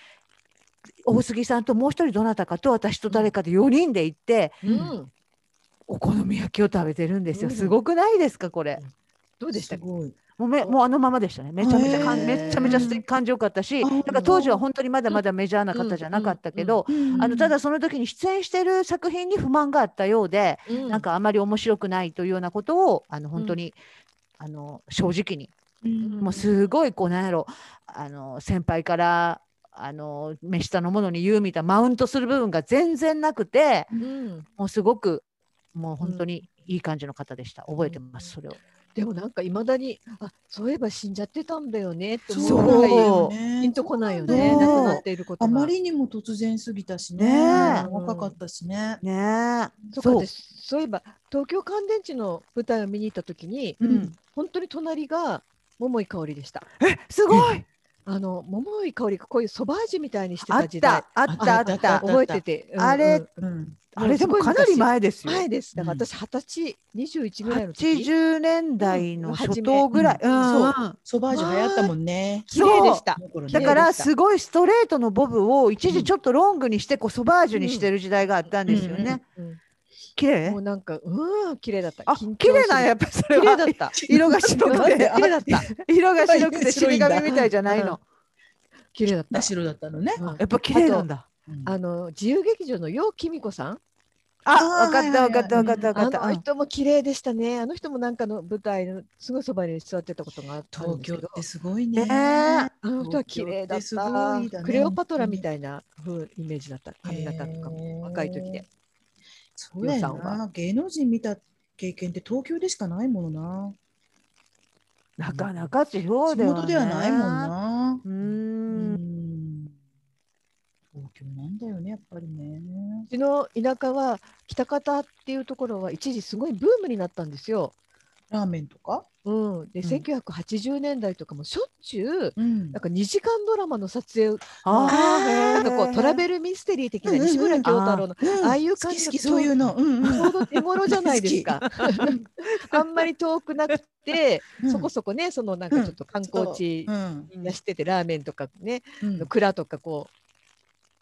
[SPEAKER 3] 大杉さんともう一人どなたかと私と誰かで4人で行って
[SPEAKER 2] うん
[SPEAKER 3] お好み焼きを食べてるんですよ
[SPEAKER 2] うん
[SPEAKER 3] すごくないですかこれ
[SPEAKER 2] どうでした
[SPEAKER 1] す
[SPEAKER 2] か
[SPEAKER 1] ごい。
[SPEAKER 3] もうめもうあのままでしたねめちゃめちゃかん
[SPEAKER 1] へー
[SPEAKER 3] めちゃめちゃ素敵感情よかったし
[SPEAKER 1] あ
[SPEAKER 3] なんか当時は本当にまだまだメジャーな方じゃなかったけどあのただその時に出演してる作品に不満があったようで、なんかあまり面白くないというようなことをあの本当に、あの正直に、
[SPEAKER 1] うん、
[SPEAKER 3] もうすごいこうなんやろあの先輩からあの目下のものに言うみたいなマウントする部分が全然なくて
[SPEAKER 2] うん
[SPEAKER 3] もうすごくもう本当にいい感じの方でした覚えてますそれを。
[SPEAKER 2] でもなんかいまだにあそういえば死んじゃってたんだよねって思
[SPEAKER 1] そう
[SPEAKER 2] う
[SPEAKER 1] な
[SPEAKER 2] ぐ
[SPEAKER 1] んだ
[SPEAKER 2] らい
[SPEAKER 1] よね
[SPEAKER 2] ピンとこないよ
[SPEAKER 1] そ
[SPEAKER 2] ね
[SPEAKER 1] う
[SPEAKER 2] 亡くなっていること
[SPEAKER 1] あ
[SPEAKER 2] が
[SPEAKER 1] まりにも突然すぎたしね
[SPEAKER 3] ねえ
[SPEAKER 1] 若かったしね。
[SPEAKER 3] ねえ
[SPEAKER 2] そうか
[SPEAKER 3] そう
[SPEAKER 2] 私そういえば東京乾電池の舞台を見に行った時に
[SPEAKER 1] うん
[SPEAKER 2] 本当に隣が桃井かおりでした
[SPEAKER 3] すごい
[SPEAKER 2] あの桃井かおりがこういうそば味みたいにして
[SPEAKER 3] あ
[SPEAKER 2] た
[SPEAKER 3] っ
[SPEAKER 2] 時代
[SPEAKER 3] たあったあ
[SPEAKER 1] あ
[SPEAKER 3] っ
[SPEAKER 1] った
[SPEAKER 3] た
[SPEAKER 2] 覚えてて、
[SPEAKER 3] あれ
[SPEAKER 2] うん
[SPEAKER 1] うん
[SPEAKER 3] あれでもかなり前ですよ。
[SPEAKER 2] 前ですだから
[SPEAKER 1] うん
[SPEAKER 2] 私二十歳21ぐらいの時
[SPEAKER 3] 80年代の初頭ぐらい。
[SPEAKER 1] うん
[SPEAKER 3] うん
[SPEAKER 1] ソバージュ流行ったもんね。
[SPEAKER 2] 綺麗でした
[SPEAKER 1] あの頃ね
[SPEAKER 3] だから
[SPEAKER 2] でした
[SPEAKER 3] すごいストレートのボブを一
[SPEAKER 1] う
[SPEAKER 3] 時
[SPEAKER 1] ん
[SPEAKER 3] ちょっとロングにしてこうソバージュにしてる時代があったんですよ
[SPEAKER 1] うんうん
[SPEAKER 3] ね。
[SPEAKER 2] うん
[SPEAKER 3] 綺麗
[SPEAKER 2] もうなんかうん綺麗だった
[SPEAKER 3] あ
[SPEAKER 2] 緊張
[SPEAKER 3] 綺麗なん
[SPEAKER 2] す
[SPEAKER 3] や
[SPEAKER 2] る
[SPEAKER 3] っぱそれ
[SPEAKER 2] 綺
[SPEAKER 3] は
[SPEAKER 2] 麗だった
[SPEAKER 3] 色が白くて
[SPEAKER 2] 綺麗だった
[SPEAKER 3] 色が白くて
[SPEAKER 1] 白い
[SPEAKER 3] 死
[SPEAKER 1] んだ
[SPEAKER 3] 神みたいじゃないの。
[SPEAKER 2] 綺麗だっ た
[SPEAKER 1] 白だったのね。
[SPEAKER 2] うん
[SPEAKER 3] やっぱ綺麗なんだ。
[SPEAKER 1] うん
[SPEAKER 2] あの自由劇場の楊貴美子さん
[SPEAKER 3] あ
[SPEAKER 1] あ
[SPEAKER 3] わかったわかったわかったわか
[SPEAKER 2] あ
[SPEAKER 3] った。
[SPEAKER 2] の人も綺麗でしたねあの人もなんかの舞台のすぐそばに座ってたことがあったん
[SPEAKER 1] 東
[SPEAKER 2] です
[SPEAKER 1] 京っ
[SPEAKER 2] けど
[SPEAKER 1] てすごい
[SPEAKER 3] ね
[SPEAKER 1] ね。
[SPEAKER 3] え
[SPEAKER 2] あの人は綺麗だ
[SPEAKER 1] 東京って
[SPEAKER 2] っ
[SPEAKER 1] すごい
[SPEAKER 2] た
[SPEAKER 1] だね
[SPEAKER 2] クレオパトラみたいな風イメージだった髪型とか
[SPEAKER 1] へえ
[SPEAKER 2] も若い時で。
[SPEAKER 1] そうや
[SPEAKER 2] 予算は
[SPEAKER 1] な。芸能人見た経験って東京でしかないもの
[SPEAKER 3] なかなか地
[SPEAKER 1] な。
[SPEAKER 3] 方
[SPEAKER 1] 地
[SPEAKER 3] では
[SPEAKER 1] 元ではないもん
[SPEAKER 3] ね。
[SPEAKER 1] な。
[SPEAKER 3] うー。
[SPEAKER 1] うんん東京なんだよねやっぱりね。
[SPEAKER 2] うちの田舎は北方っていうところは一時すごいブームになったんですよ。
[SPEAKER 1] ラーメンとか。
[SPEAKER 2] うん、で
[SPEAKER 1] ん
[SPEAKER 2] 1980年代とかもしょっちゅう
[SPEAKER 1] うん
[SPEAKER 2] なんか2時間ドラマの撮影
[SPEAKER 3] あ
[SPEAKER 2] な
[SPEAKER 3] ー
[SPEAKER 2] んかこうトラベルミステリー的な西村京太郎のああいう感じ
[SPEAKER 1] 好き好き
[SPEAKER 2] の
[SPEAKER 1] そういうの。うん
[SPEAKER 2] ちょうど手頃じゃないですか。 あんまり遠くなくて、
[SPEAKER 1] うん
[SPEAKER 2] そこそこね、そのなんかちょっと観光地
[SPEAKER 1] うん
[SPEAKER 2] みんな知ってて、ラーメンとかね、
[SPEAKER 1] うん
[SPEAKER 2] 蔵とかこう、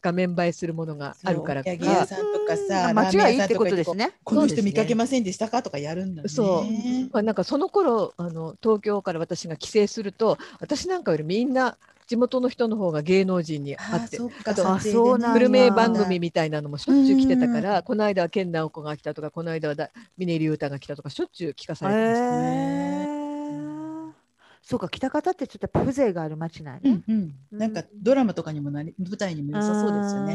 [SPEAKER 2] 画面映えするものがあるから
[SPEAKER 1] そうお土
[SPEAKER 2] か
[SPEAKER 1] 産屋さんとかさ、ラーメン
[SPEAKER 3] 間違い
[SPEAKER 1] 屋
[SPEAKER 3] いい
[SPEAKER 1] さ
[SPEAKER 3] っ
[SPEAKER 1] ん
[SPEAKER 3] て
[SPEAKER 1] と
[SPEAKER 3] こ
[SPEAKER 1] か行って
[SPEAKER 3] とで
[SPEAKER 1] こ
[SPEAKER 3] す
[SPEAKER 1] う
[SPEAKER 3] ね。
[SPEAKER 1] この人見かけませんでしたかとかやるんだね。
[SPEAKER 2] そう
[SPEAKER 1] ね
[SPEAKER 2] まあ、なんかその頃あの東京から私が帰省すると私なんかよりみんな地元の人の方が芸能人に会って
[SPEAKER 1] そっか
[SPEAKER 2] あと
[SPEAKER 3] あそうなんだ
[SPEAKER 2] グルメ番組みたいなのもしょっちゅう来てたから、この間は健直子が来たとかこの間はだ峰竜太が来たとかしょっちゅう聞かされてました
[SPEAKER 3] へ
[SPEAKER 2] ね。
[SPEAKER 3] ーそうか北方ってちょっとやっぱ風情がある町なんや
[SPEAKER 1] う
[SPEAKER 3] ね
[SPEAKER 1] ん。うん、なんかドラマとかにもなり舞台にも良さそうですよね。
[SPEAKER 3] ね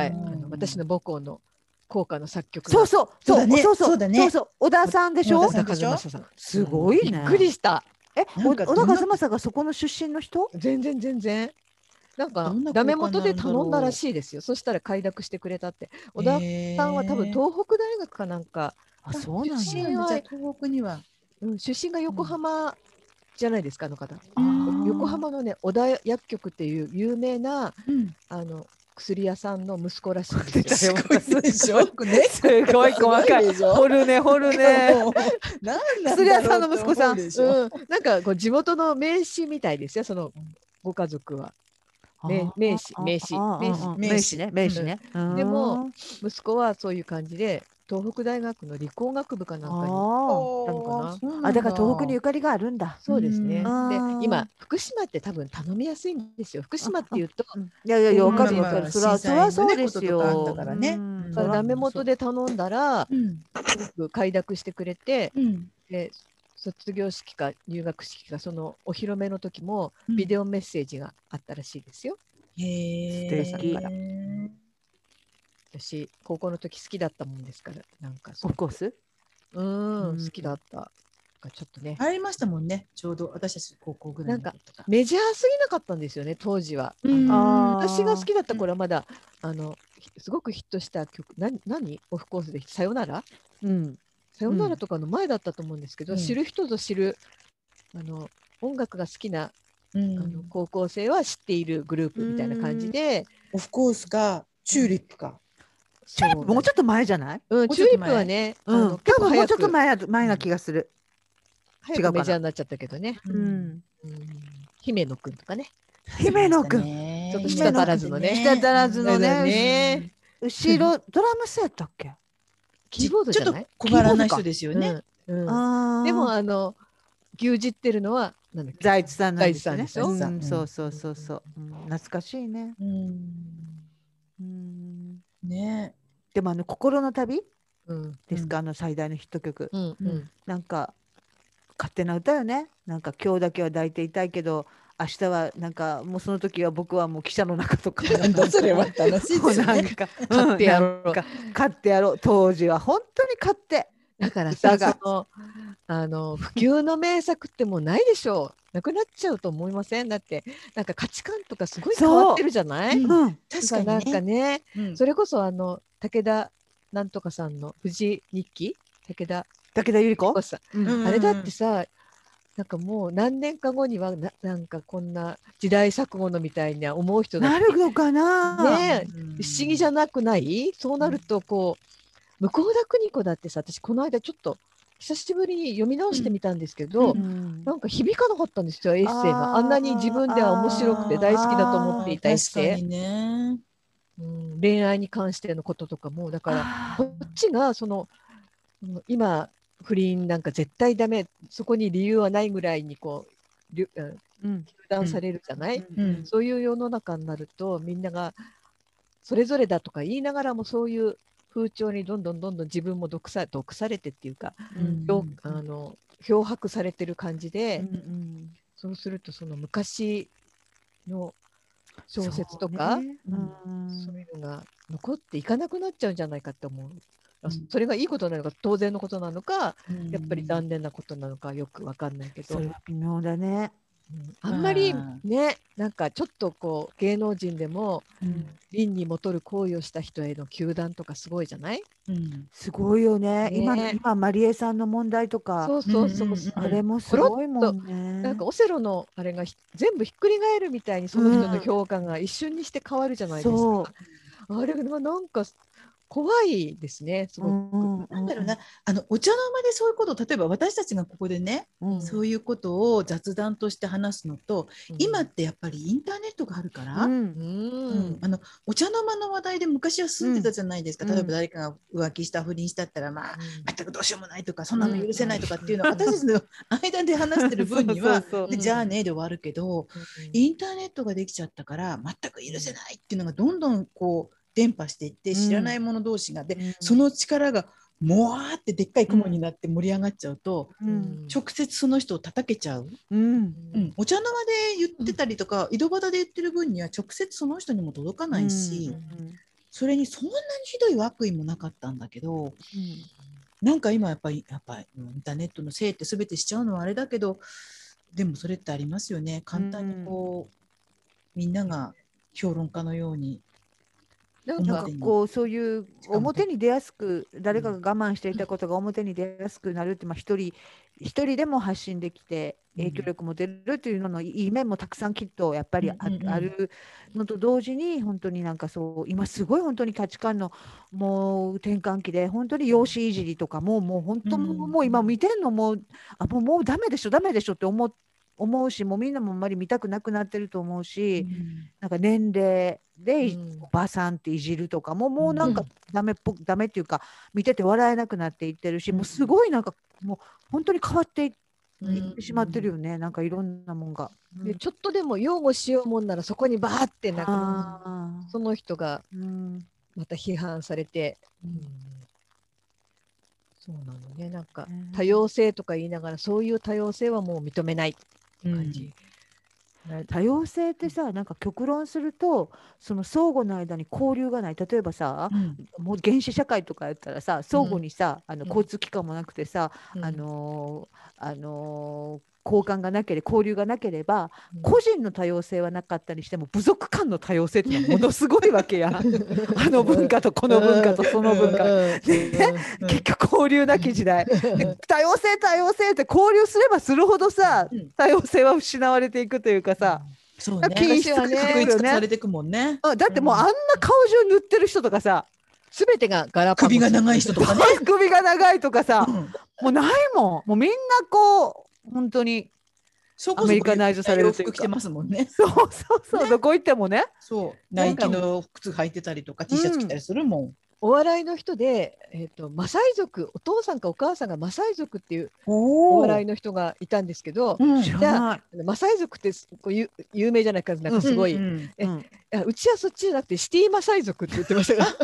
[SPEAKER 2] はい、あ
[SPEAKER 1] うん
[SPEAKER 2] の私の母校の校歌の作曲
[SPEAKER 3] そう
[SPEAKER 2] が
[SPEAKER 3] そう
[SPEAKER 1] そう
[SPEAKER 3] そ
[SPEAKER 1] だ
[SPEAKER 3] う
[SPEAKER 1] ね
[SPEAKER 3] そうそ
[SPEAKER 1] そうう
[SPEAKER 3] そ
[SPEAKER 1] だ
[SPEAKER 3] う
[SPEAKER 1] ね
[SPEAKER 3] そう小田さんでしょ
[SPEAKER 1] 小。田
[SPEAKER 2] 小田和正さん。
[SPEAKER 3] すごい
[SPEAKER 2] び
[SPEAKER 3] ね
[SPEAKER 2] っ。くりした。
[SPEAKER 3] え
[SPEAKER 1] なんか
[SPEAKER 3] お小
[SPEAKER 1] ど
[SPEAKER 3] 田
[SPEAKER 1] んな
[SPEAKER 3] 和正がそこの出身の人？
[SPEAKER 2] 全然全然。なんか
[SPEAKER 1] どんな
[SPEAKER 2] ダメ元で
[SPEAKER 1] 交換なんだろう
[SPEAKER 2] 頼んだらしいですよ。そしたら快諾してくれたって。小田さんは多分
[SPEAKER 1] へー
[SPEAKER 2] 東北大学かなんか、
[SPEAKER 3] あそうなん
[SPEAKER 1] 出
[SPEAKER 3] だ。
[SPEAKER 1] 身はじゃあ東北には。
[SPEAKER 2] うん、出身が横浜じゃないですか、あの方。
[SPEAKER 3] あー
[SPEAKER 2] 横浜のね小田薬局っていう有名な
[SPEAKER 1] うん。
[SPEAKER 2] あの薬屋さんの息子らしいん です
[SPEAKER 1] す
[SPEAKER 2] よ。
[SPEAKER 1] ごいでしょ。ね。
[SPEAKER 3] すごい細かい。
[SPEAKER 1] でしょ。
[SPEAKER 3] 掘るね掘る ね。
[SPEAKER 1] もうなんなんだろう
[SPEAKER 3] 薬屋さんの息子さん
[SPEAKER 1] って思うでしょ
[SPEAKER 2] うん、なんかこう地元の名士みたいですよ、そのご家族は。名
[SPEAKER 3] あ
[SPEAKER 2] 名刺
[SPEAKER 3] あ
[SPEAKER 2] 名刺
[SPEAKER 3] ああ
[SPEAKER 2] 名刺
[SPEAKER 3] ああ
[SPEAKER 1] 名刺
[SPEAKER 3] 名刺ね名刺ね。
[SPEAKER 2] でも、息子はそういう感じで、東北大学の理工学部か
[SPEAKER 3] あ
[SPEAKER 2] なんかに。
[SPEAKER 1] あ
[SPEAKER 2] っ
[SPEAKER 3] あ
[SPEAKER 2] たのか
[SPEAKER 1] そ
[SPEAKER 2] な
[SPEAKER 1] うなん
[SPEAKER 3] あだから東北にゆかりがあるんだ。
[SPEAKER 2] そうですね。
[SPEAKER 1] うん
[SPEAKER 2] で
[SPEAKER 3] あー、
[SPEAKER 2] 今、福島って多分頼みやすいんですよ。福島っていうと、
[SPEAKER 3] いやいやいやわかる
[SPEAKER 1] うん
[SPEAKER 3] わか
[SPEAKER 1] まあ
[SPEAKER 3] る。それはそれはそうです
[SPEAKER 1] 震災のね
[SPEAKER 3] よ。
[SPEAKER 1] こととかあったからね
[SPEAKER 3] うん
[SPEAKER 1] うん
[SPEAKER 3] それは
[SPEAKER 2] ダメ元で頼んだら、
[SPEAKER 1] うん
[SPEAKER 2] すごく快諾してくれて、
[SPEAKER 1] うん。
[SPEAKER 2] で卒業式か入学式か、そのお披露目の時も、
[SPEAKER 1] うん
[SPEAKER 2] ビデオメッセージがあったらしいですよ。
[SPEAKER 1] へ
[SPEAKER 3] 素
[SPEAKER 2] 敵
[SPEAKER 1] え。
[SPEAKER 2] 私、高校の時好きだったもんですから、なんかそ
[SPEAKER 3] オフコース。
[SPEAKER 2] うー、
[SPEAKER 3] うんん
[SPEAKER 2] 好きだった。なんかちょっとね、
[SPEAKER 1] ありましたもんね。ちょうど私たち高校ぐらいの時とか。
[SPEAKER 2] メジャーすぎなかったんですよね、当時は。あ
[SPEAKER 1] うん
[SPEAKER 2] の
[SPEAKER 3] あー
[SPEAKER 2] 私が好きだった頃はまだ、あの、ひすごくヒットした曲、な何オフコースで、さよなら
[SPEAKER 3] うん。
[SPEAKER 2] さよならとかの前だったと思うんですけど、
[SPEAKER 1] うん
[SPEAKER 2] 知る人ぞ知る、あの、音楽が好きな、
[SPEAKER 1] う
[SPEAKER 2] あの
[SPEAKER 1] ん。
[SPEAKER 2] 高校生は知っているグループみたいな感じで、
[SPEAKER 1] オフコースかチューリップか。
[SPEAKER 2] チューリ
[SPEAKER 3] もうちょっと前じゃない？
[SPEAKER 2] うん、
[SPEAKER 1] もう
[SPEAKER 2] チ
[SPEAKER 1] ちょ
[SPEAKER 2] ュ
[SPEAKER 1] っと
[SPEAKER 2] ーリ
[SPEAKER 1] 前
[SPEAKER 2] ップはね、
[SPEAKER 3] う
[SPEAKER 2] あ
[SPEAKER 3] ん
[SPEAKER 2] の。
[SPEAKER 3] 多分もうちょ
[SPEAKER 2] 早
[SPEAKER 3] っと
[SPEAKER 2] く
[SPEAKER 3] 前や前な気がする。
[SPEAKER 2] 早
[SPEAKER 3] 違うか
[SPEAKER 2] く
[SPEAKER 3] な
[SPEAKER 2] メジャーになっちゃったけどね、
[SPEAKER 3] う。ん。
[SPEAKER 2] うん姫野くんとかね、
[SPEAKER 3] 姫野くん。
[SPEAKER 1] ん
[SPEAKER 2] ちょっと
[SPEAKER 3] 舌
[SPEAKER 2] 足らずのね
[SPEAKER 3] 舌足らずのね
[SPEAKER 2] だね
[SPEAKER 3] 後ろドラムスやったっけ？
[SPEAKER 2] キーボード
[SPEAKER 1] ち
[SPEAKER 2] じ
[SPEAKER 1] ょっと
[SPEAKER 2] ゃない
[SPEAKER 1] 小柄な人ですよね。
[SPEAKER 2] うんうん
[SPEAKER 3] あー
[SPEAKER 2] でもあの牛耳ってるのはなんだっけ
[SPEAKER 3] 財津さんなんですよ
[SPEAKER 2] 財
[SPEAKER 3] ね。
[SPEAKER 2] 津さん
[SPEAKER 1] でしょ
[SPEAKER 3] うんそうそうそうそう。うん懐かしいね。
[SPEAKER 1] うん
[SPEAKER 3] うん
[SPEAKER 1] ね
[SPEAKER 3] でもあの心の旅
[SPEAKER 2] うん
[SPEAKER 3] ですか、あの最大のヒット曲。
[SPEAKER 2] うん
[SPEAKER 1] う
[SPEAKER 2] うんん
[SPEAKER 3] なんか勝手な歌よね。なんか今日だけは抱いていたいけど明日はなんかもうその時は僕はもう汽車の中 とか。
[SPEAKER 1] なんだそれは楽しい
[SPEAKER 3] も
[SPEAKER 1] で
[SPEAKER 3] う
[SPEAKER 1] す
[SPEAKER 3] なん
[SPEAKER 1] ね。
[SPEAKER 3] か
[SPEAKER 2] 買ってやろう
[SPEAKER 3] うんなんか買ってやろう当時は本当に買って
[SPEAKER 2] だからさ
[SPEAKER 3] 歌が
[SPEAKER 2] そのあの普及の名作ってもうないでしょうなくなっちゃうと思いませんだってなんか価値観とかすごい変わってるじゃない
[SPEAKER 1] そう
[SPEAKER 3] うん
[SPEAKER 1] 確かにね。
[SPEAKER 2] なんかね
[SPEAKER 1] うん
[SPEAKER 2] それこそあの武田なんとかさんの「富士日記」武田
[SPEAKER 3] 武田百合
[SPEAKER 2] お
[SPEAKER 3] 子
[SPEAKER 2] 子さん
[SPEAKER 1] うん
[SPEAKER 2] あれだってさ、なんかもう何年か後にはななんかこんな時代錯誤のみたいな思う人だっ
[SPEAKER 3] な
[SPEAKER 2] て
[SPEAKER 3] るのかな
[SPEAKER 2] ねえ
[SPEAKER 1] うん
[SPEAKER 2] 不思議じゃなくないそうなるとこう向田邦子だってさ私この間ちょっと久しぶりに読み直してみたんですけど、
[SPEAKER 1] うん
[SPEAKER 3] うん
[SPEAKER 2] なんか響かなかったんですよエッセイ
[SPEAKER 3] あー
[SPEAKER 2] があんなに自分では面白くて大好きだと思っていたエッ
[SPEAKER 1] 確か
[SPEAKER 2] セ
[SPEAKER 1] にね。
[SPEAKER 2] イ、うん恋愛に関してのこととかもだから
[SPEAKER 3] あー
[SPEAKER 2] こっちがそのうん今不倫なんか絶対ダメそこに理由はないぐらいにこうりゅうん
[SPEAKER 3] うん
[SPEAKER 2] 断されるじゃない、
[SPEAKER 1] う
[SPEAKER 3] うんん
[SPEAKER 2] そういう世の中になるとみんながそれぞれだとか言いながらもそういう風潮にどんどんどんどん自分も毒さ毒されてっていうか、
[SPEAKER 3] うん
[SPEAKER 2] 漂
[SPEAKER 1] うん
[SPEAKER 2] あの漂白されてる感じで、
[SPEAKER 3] うん
[SPEAKER 2] そうするとその昔の小説とか
[SPEAKER 3] そうねうん
[SPEAKER 2] そういうのが残っていかなくなっちゃうんじゃないかって思
[SPEAKER 1] う
[SPEAKER 2] う。
[SPEAKER 1] ん
[SPEAKER 2] それがいいことなのか当然のことなのかやっぱり
[SPEAKER 1] だ
[SPEAKER 2] 残念なことなのかよくわかんないけど、
[SPEAKER 3] それは微妙だね。
[SPEAKER 2] うんあんまり
[SPEAKER 1] うん
[SPEAKER 2] ねなんかちょっとこう芸能人でも倫にもとる行為をした人への糾弾とかすごいじゃない
[SPEAKER 1] うん
[SPEAKER 3] すごいよね。
[SPEAKER 2] ね
[SPEAKER 3] 今の今マリエさんの問題とか、
[SPEAKER 2] そうそうそう、
[SPEAKER 1] うんうんうん
[SPEAKER 3] あれもすごいもんね。
[SPEAKER 2] なんかオセロのあれがひ全部ひっくり返るみたいにその人の評価が一瞬にして変わるじゃないですか、
[SPEAKER 3] そう
[SPEAKER 2] あれがなんか怖いですね、すごく。
[SPEAKER 1] なんだろうな、あのお茶の間でそういうこと、例えば私たちがここでね、
[SPEAKER 3] うん
[SPEAKER 1] そういうことを雑談として話すのと、今っ
[SPEAKER 2] う
[SPEAKER 1] てやっぱりインターネットがあるから、
[SPEAKER 3] うん
[SPEAKER 1] うん
[SPEAKER 2] ん
[SPEAKER 1] あのお茶の間の話題で昔は住んでたじゃないですか、
[SPEAKER 3] うん
[SPEAKER 1] 例えば誰かが浮気した不倫したったらまあ全くどうしようもないとかそんなの許せないとかっていうのは、
[SPEAKER 2] うん
[SPEAKER 1] 私たちの間で話してる分には
[SPEAKER 3] そうそうそう
[SPEAKER 1] でじゃあねで終わるけど、インターネットができちゃったから全く許せないっていうのがどんどんこう伝播していって
[SPEAKER 3] ん
[SPEAKER 1] 知らない者同士が、で
[SPEAKER 3] うん
[SPEAKER 1] その力がもわーってでっかい雲になって盛り上がっちゃうと、
[SPEAKER 3] うん
[SPEAKER 1] 直接その人を叩けちゃう、
[SPEAKER 3] うん
[SPEAKER 1] うん、お茶の間で言ってたりとか、井戸端で言ってる分には直接その人にも届かないし、
[SPEAKER 3] うん
[SPEAKER 1] それにそんなにひどい悪意もなかったんだけどなんか今やっぱりやっぱりインターネットのせいって全てしちゃうのはあれだけどでもそれってありますよね簡単にこう、みんなが評論家のように。
[SPEAKER 2] なん
[SPEAKER 1] 思
[SPEAKER 3] な
[SPEAKER 1] っ
[SPEAKER 3] ん
[SPEAKER 2] か
[SPEAKER 1] て
[SPEAKER 3] かこうそういう
[SPEAKER 1] も
[SPEAKER 3] 表に出やすく誰かが我慢していたことが表に出やすくなるってまあ一人一人でも発信できて
[SPEAKER 1] うん
[SPEAKER 3] 影響力も出るというののいい面もたくさんきっとやっぱりあ,、
[SPEAKER 1] うんうんうん
[SPEAKER 3] あるのと同時に本当になんかそう今すごい本当に価値観のもう転換期で本当に容姿いじりとかもうもう本当もう,、
[SPEAKER 1] うんうん
[SPEAKER 3] もう今見てんのもうあもうもうダメでしょダメでしょって思う思うしもうみんなもあんまり見たくなくなってると思うし、なんか年齢でい
[SPEAKER 2] うん
[SPEAKER 3] おばさんっていじるとかももうなん
[SPEAKER 1] う
[SPEAKER 3] か
[SPEAKER 1] ん
[SPEAKER 3] ダメっぽくダメっていうか見てて笑えなくなっていってるし、もうすごいなんかもう本当に変わっていっ
[SPEAKER 1] うん
[SPEAKER 3] いってしまってるよね、なんかいろんなもんが。
[SPEAKER 2] でちょっとでも擁護しようもんならそこにバーってなんか
[SPEAKER 3] あー
[SPEAKER 2] その人が
[SPEAKER 3] うん
[SPEAKER 2] また批判されて、
[SPEAKER 1] うん
[SPEAKER 2] そうなのねなんか
[SPEAKER 3] ね
[SPEAKER 2] 多様性とか言いながらそういう多様性はもう認めないって感じ。な
[SPEAKER 3] 多様性ってさなんか極論するとその相互の間に交流がない例えばさ
[SPEAKER 1] うん
[SPEAKER 3] もう原始社会とかやったらさ相互にさ、あの
[SPEAKER 2] うん
[SPEAKER 3] 交通機関もなくてさ、あのーあのー交換がなければ交流がなければ、
[SPEAKER 2] うん
[SPEAKER 3] 個人の多様性はなかったにしても部族間の多様性っていうのはものすごいわけ やあの文化とこの文化とその文化
[SPEAKER 2] 化
[SPEAKER 3] 結局交流なき時代多様性多様性って交流すればするほどさ
[SPEAKER 1] うん
[SPEAKER 3] 多様性は失われていくというかさ、
[SPEAKER 1] そう
[SPEAKER 3] なんか均
[SPEAKER 1] ね。
[SPEAKER 3] 一化
[SPEAKER 2] ね
[SPEAKER 1] 確
[SPEAKER 3] よ
[SPEAKER 1] 一化されていくもんね。
[SPEAKER 3] あだってもうあんな顔中塗ってる人とかさ
[SPEAKER 2] すべてがガラパゴス
[SPEAKER 1] 首が長い人とかね。
[SPEAKER 3] 首が長いとかさ
[SPEAKER 1] うん
[SPEAKER 3] もうないもんもうみんなこう本当に
[SPEAKER 1] そ
[SPEAKER 3] アメリカナイズされるとい
[SPEAKER 1] 洋
[SPEAKER 3] うか
[SPEAKER 1] 服着てますもんね。
[SPEAKER 3] そうそうそう、どこ行ってもね
[SPEAKER 1] そう。ナ
[SPEAKER 2] な
[SPEAKER 1] イ
[SPEAKER 2] んか
[SPEAKER 1] キの靴履いてたりとか、T シャツ着たりするもん。
[SPEAKER 2] お笑いの人で、えー、とマサイ族お父さんかお母さんがマサイ族っていう
[SPEAKER 1] お
[SPEAKER 2] お笑いの人がいたんですけど、
[SPEAKER 1] うん
[SPEAKER 3] 知ら
[SPEAKER 2] じゃ
[SPEAKER 3] ない
[SPEAKER 2] マサイ族ってすこうゆ有名じゃないかなんかすごい、
[SPEAKER 1] うんうん
[SPEAKER 2] え
[SPEAKER 3] うん
[SPEAKER 2] あうちはそっちじゃなくてシティマサイ族って言ってましたが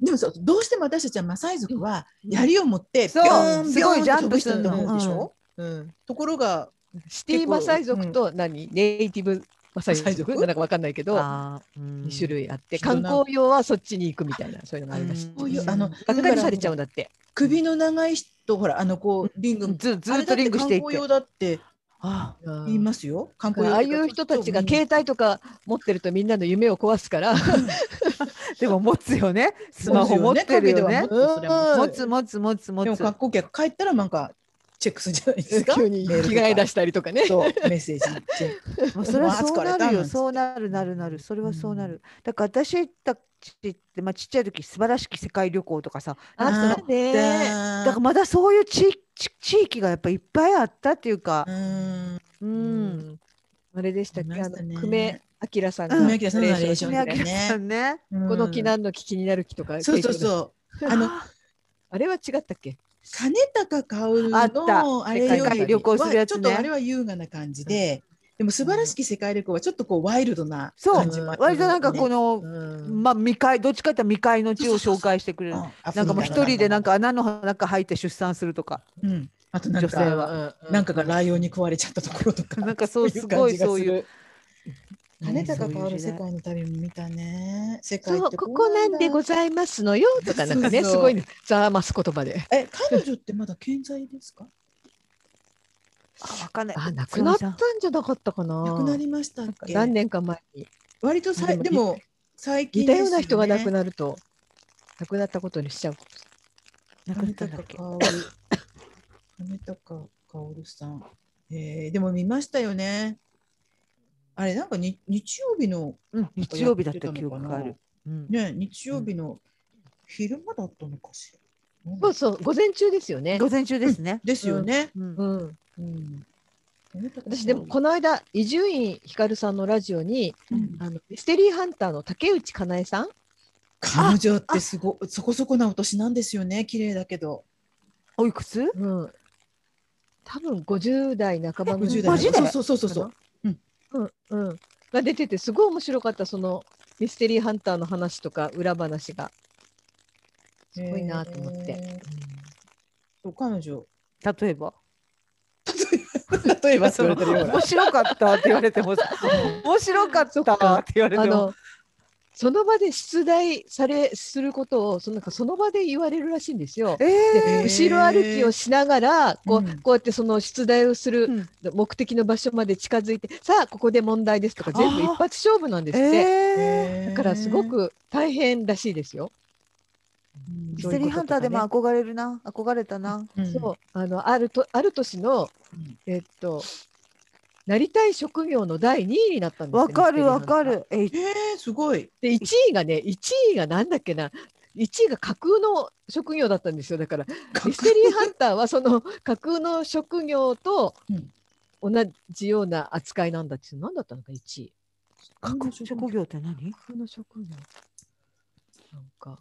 [SPEAKER 1] でもそうどうしても私たちはマサイ族は
[SPEAKER 2] うん
[SPEAKER 1] 槍を持って
[SPEAKER 3] そう
[SPEAKER 1] ビョーン
[SPEAKER 3] す
[SPEAKER 1] ビョーン
[SPEAKER 3] ごい
[SPEAKER 1] と
[SPEAKER 3] ジャンプするの
[SPEAKER 1] 飛び込んだもんでしょ
[SPEAKER 2] うん、
[SPEAKER 1] ところが
[SPEAKER 2] シティマサイ族と何、ネイティブマサイ
[SPEAKER 1] マサ
[SPEAKER 2] 族
[SPEAKER 1] イ族
[SPEAKER 2] なんかわかんないけど
[SPEAKER 3] あーうん
[SPEAKER 2] 2種類あって
[SPEAKER 1] 人な
[SPEAKER 2] 観光用はそっちに行くみたいなそういうのがありまし
[SPEAKER 3] うん
[SPEAKER 1] こういう
[SPEAKER 3] うん
[SPEAKER 1] あの
[SPEAKER 2] たがっかりされちゃうんだって。
[SPEAKER 1] 首の長い人ほらあのこうリング
[SPEAKER 3] ずず
[SPEAKER 1] あれ
[SPEAKER 3] っ
[SPEAKER 1] だ
[SPEAKER 3] と
[SPEAKER 1] って
[SPEAKER 3] リングしていっ
[SPEAKER 1] 観
[SPEAKER 3] て
[SPEAKER 1] 光用だって
[SPEAKER 3] あ
[SPEAKER 2] うん
[SPEAKER 1] 言いますよ観光用
[SPEAKER 2] ああいう人たちが携帯とか持ってるとみんなの夢を壊すから、
[SPEAKER 3] ーでも持つよ ねス
[SPEAKER 1] ス
[SPEAKER 3] マホ持ってるよね
[SPEAKER 2] うん
[SPEAKER 3] 持つ持つ持つ持
[SPEAKER 1] でも
[SPEAKER 3] つ
[SPEAKER 1] 観光客帰ったらなんかチェックするじゃないですか
[SPEAKER 2] 急に着
[SPEAKER 1] メールと
[SPEAKER 2] 替
[SPEAKER 1] か
[SPEAKER 2] え出したりとかね。
[SPEAKER 1] そうメッセージチェック
[SPEAKER 3] もうそれはそうな
[SPEAKER 1] もう疲れた
[SPEAKER 3] る
[SPEAKER 1] なん
[SPEAKER 3] よ
[SPEAKER 1] て
[SPEAKER 3] そうなるなるなるそれはそうなる、だから私たちって、まあ、ちっちゃい時素晴らしき世界旅行とかさ
[SPEAKER 1] あ
[SPEAKER 3] なん
[SPEAKER 1] っ
[SPEAKER 3] かその
[SPEAKER 1] で
[SPEAKER 2] ね。
[SPEAKER 3] だからまだそういう地域地地域がやっぱいっぱいあったっていうか
[SPEAKER 1] う、ーん
[SPEAKER 2] う
[SPEAKER 3] う、
[SPEAKER 2] んん。あれでしたっ
[SPEAKER 1] あ
[SPEAKER 2] け、
[SPEAKER 1] りま
[SPEAKER 2] あ
[SPEAKER 1] したね
[SPEAKER 2] の久米明さんが
[SPEAKER 3] うん
[SPEAKER 2] ナ
[SPEAKER 3] 久
[SPEAKER 2] レ
[SPEAKER 1] 米明さんのナレーションで
[SPEAKER 2] ーションで、
[SPEAKER 3] 宮
[SPEAKER 2] ね、
[SPEAKER 3] 城さんね。
[SPEAKER 2] この木
[SPEAKER 1] な
[SPEAKER 2] 何の木気になる木とか、
[SPEAKER 1] そうそう
[SPEAKER 2] う。
[SPEAKER 1] そうあの
[SPEAKER 2] あれは違ったっけ？
[SPEAKER 1] 金高薫
[SPEAKER 3] あった
[SPEAKER 1] のあれ
[SPEAKER 2] 世
[SPEAKER 1] よ
[SPEAKER 2] 界
[SPEAKER 1] り
[SPEAKER 3] 旅行するやつね
[SPEAKER 1] はちょっとあれは優雅な感じで、でも素晴らしき世界旅行はちょっとこうワイルドな
[SPEAKER 3] そう
[SPEAKER 1] 感じもあって
[SPEAKER 3] 割となんかこの、
[SPEAKER 2] うん。
[SPEAKER 3] まあ未開どっちかっていうと未開の地を紹介してくれる。なんかもう一人でなん
[SPEAKER 1] か、
[SPEAKER 3] か穴の中入って出産するとか、
[SPEAKER 1] うん、あとなん
[SPEAKER 3] 女性
[SPEAKER 1] か
[SPEAKER 3] は
[SPEAKER 1] なんかがライオンに食われちゃったところとか
[SPEAKER 3] なんかそうすごいそういう。
[SPEAKER 1] 金高くある世
[SPEAKER 3] そう
[SPEAKER 1] 界の旅も見たね世界
[SPEAKER 2] そう
[SPEAKER 1] って
[SPEAKER 2] ここなんでご
[SPEAKER 1] い
[SPEAKER 2] ざいますのよとかなんかね
[SPEAKER 1] そうそう
[SPEAKER 2] すごいねざわます言葉で。
[SPEAKER 1] え彼女ってまだ健在ですか
[SPEAKER 3] あわかんない。
[SPEAKER 2] あ亡くなった
[SPEAKER 3] そ
[SPEAKER 2] んじゃなかったかな。
[SPEAKER 1] 亡くなりましたっ
[SPEAKER 2] なんか
[SPEAKER 1] け
[SPEAKER 2] 何年か前に
[SPEAKER 1] 割とさいで
[SPEAKER 2] で
[SPEAKER 1] も
[SPEAKER 2] も
[SPEAKER 1] 最近
[SPEAKER 2] 似たような人が亡く
[SPEAKER 1] な
[SPEAKER 2] なると亡くなったことにしちゃう。
[SPEAKER 3] うな
[SPEAKER 1] 金
[SPEAKER 3] んだ
[SPEAKER 1] 高
[SPEAKER 3] っけ。
[SPEAKER 1] 薫金高薫さんえー、でも見ましたよねあれなんかに日曜日の
[SPEAKER 3] うん、日曜日だった記憶がある。うん
[SPEAKER 1] ね、日曜日の昼間だったのかしら。
[SPEAKER 2] そうそう、午前中ですよね。
[SPEAKER 3] 午前中ですね。
[SPEAKER 1] ですよね。
[SPEAKER 3] うん
[SPEAKER 2] うん、
[SPEAKER 1] うん。
[SPEAKER 2] 私でもこの間伊集院光さんのラジオに
[SPEAKER 1] うん
[SPEAKER 2] あのミステリーハンターの竹内かなえさん
[SPEAKER 1] 彼女ってすごいそこそこなお年なんですよね。綺麗だけど。
[SPEAKER 3] おいくつ
[SPEAKER 2] うん、多分50代半ばぐらい
[SPEAKER 1] 50代
[SPEAKER 3] マジで
[SPEAKER 1] そうそうそうそう。
[SPEAKER 2] うんうん、が出ててすごい面白かったそのミステリーハンターの話とか裏話が、
[SPEAKER 1] す
[SPEAKER 2] ごいなと思って
[SPEAKER 1] そう 彼女。
[SPEAKER 3] 例えば。
[SPEAKER 1] 例えばそ
[SPEAKER 3] そ
[SPEAKER 1] れ
[SPEAKER 3] の
[SPEAKER 1] とよう な
[SPEAKER 3] 面白かったって言われてもさ、面白かったって言われ
[SPEAKER 2] あ
[SPEAKER 3] ても。
[SPEAKER 2] のその場で出題されすることをそのなんかその場で言われるらしいんですよ。
[SPEAKER 3] え
[SPEAKER 2] で
[SPEAKER 1] へー
[SPEAKER 2] 後ろ歩きをしながらこう,、
[SPEAKER 1] うん
[SPEAKER 2] こうやってその出題をす
[SPEAKER 3] ー
[SPEAKER 2] る目的の場所まで近づいて、さあここで問題ですとか全部一発勝負なんですって、
[SPEAKER 3] えー
[SPEAKER 1] へー
[SPEAKER 2] だからすご。く大変らしいですよ。
[SPEAKER 1] うん
[SPEAKER 3] ミ
[SPEAKER 2] そ
[SPEAKER 3] ス
[SPEAKER 2] うい
[SPEAKER 3] テ
[SPEAKER 2] う
[SPEAKER 3] リー
[SPEAKER 2] こと
[SPEAKER 3] ハンターでも
[SPEAKER 2] と
[SPEAKER 3] 憧れるな、憧れたな。
[SPEAKER 2] そうあのあるとある年の、
[SPEAKER 1] うん
[SPEAKER 2] えっとなりたい職業の第2位になったんですよ
[SPEAKER 3] わかるわか。
[SPEAKER 2] ミステリーハンター
[SPEAKER 3] る。えい
[SPEAKER 1] えー、すごい。
[SPEAKER 2] で1位がね1位がなんだっけな1位が架空の職業だったんですよだからミステリーハンターはその 架空の職業と
[SPEAKER 1] うん
[SPEAKER 2] 同じような扱いなんだって何だったのか1位。
[SPEAKER 1] 各
[SPEAKER 3] 職業って何
[SPEAKER 2] 架空の職業なんか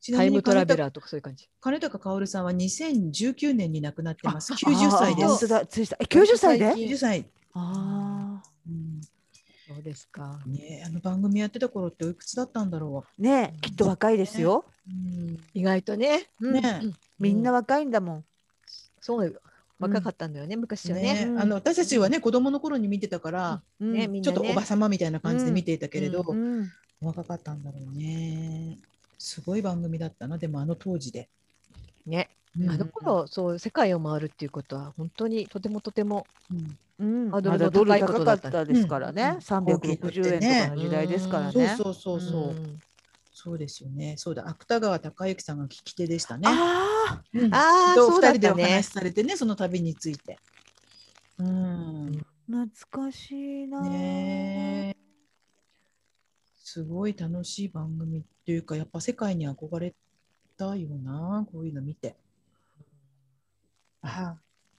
[SPEAKER 1] ちな
[SPEAKER 2] タイ
[SPEAKER 1] み
[SPEAKER 2] ム
[SPEAKER 1] に
[SPEAKER 2] トラ
[SPEAKER 1] 金
[SPEAKER 2] ベ
[SPEAKER 1] 高
[SPEAKER 2] ラーとかそういう感じ。
[SPEAKER 1] 金高薫さんは2019年に亡くなってます。
[SPEAKER 3] あ
[SPEAKER 1] 90歳で
[SPEAKER 3] あ本当
[SPEAKER 1] す。
[SPEAKER 3] だ、ついた。え、90歳で
[SPEAKER 2] 最近
[SPEAKER 1] 90歳。
[SPEAKER 3] ああ。
[SPEAKER 1] うん
[SPEAKER 2] そうですか。
[SPEAKER 1] ねえあの番組やってた頃っておいくつだったんだろ
[SPEAKER 3] ねえきっと若いですよ。
[SPEAKER 1] う。うん、
[SPEAKER 2] 意外とね。
[SPEAKER 3] うん
[SPEAKER 1] ねえ
[SPEAKER 3] みんな若いんだもん。
[SPEAKER 2] そうよ若かったんだよね、昔はね。
[SPEAKER 1] ねえ
[SPEAKER 3] うん
[SPEAKER 1] あの私たちはね子供の頃に見てたから、
[SPEAKER 3] うん
[SPEAKER 2] ねみん
[SPEAKER 1] ち
[SPEAKER 2] な
[SPEAKER 1] ょっとおばさまみたいな感じで見ていたけれど、
[SPEAKER 3] うん
[SPEAKER 1] 若かったんだろうね。すごい番組だったなでもあの当時で。
[SPEAKER 2] ね、
[SPEAKER 1] うん
[SPEAKER 2] あの頃そう世界を回るっていうことは本当にとてもとても
[SPEAKER 1] うん
[SPEAKER 3] うん、
[SPEAKER 2] ハードル
[SPEAKER 3] ま
[SPEAKER 2] の
[SPEAKER 3] だ
[SPEAKER 2] 高
[SPEAKER 3] ド
[SPEAKER 2] い
[SPEAKER 3] ル
[SPEAKER 2] ことだ
[SPEAKER 3] 高か
[SPEAKER 2] っ
[SPEAKER 3] ったたですからね、
[SPEAKER 1] うん
[SPEAKER 3] 360円とかの時代ですから
[SPEAKER 1] そう
[SPEAKER 3] ね。
[SPEAKER 1] そうそうそう、
[SPEAKER 2] ん
[SPEAKER 1] そうですよね。そうだ芥川隆之さんが聞き手でしたね。
[SPEAKER 3] ああ、
[SPEAKER 1] うん
[SPEAKER 2] ああ
[SPEAKER 1] と
[SPEAKER 2] そうだ
[SPEAKER 1] 二
[SPEAKER 2] っ
[SPEAKER 1] 人で
[SPEAKER 2] た
[SPEAKER 1] お
[SPEAKER 2] ね
[SPEAKER 1] 話し。されてねその旅について。うん。
[SPEAKER 3] 懐かしいな。
[SPEAKER 1] ねえすごい楽しい番組っていうかやっぱ世界に憧れたよなこういうの見て。あ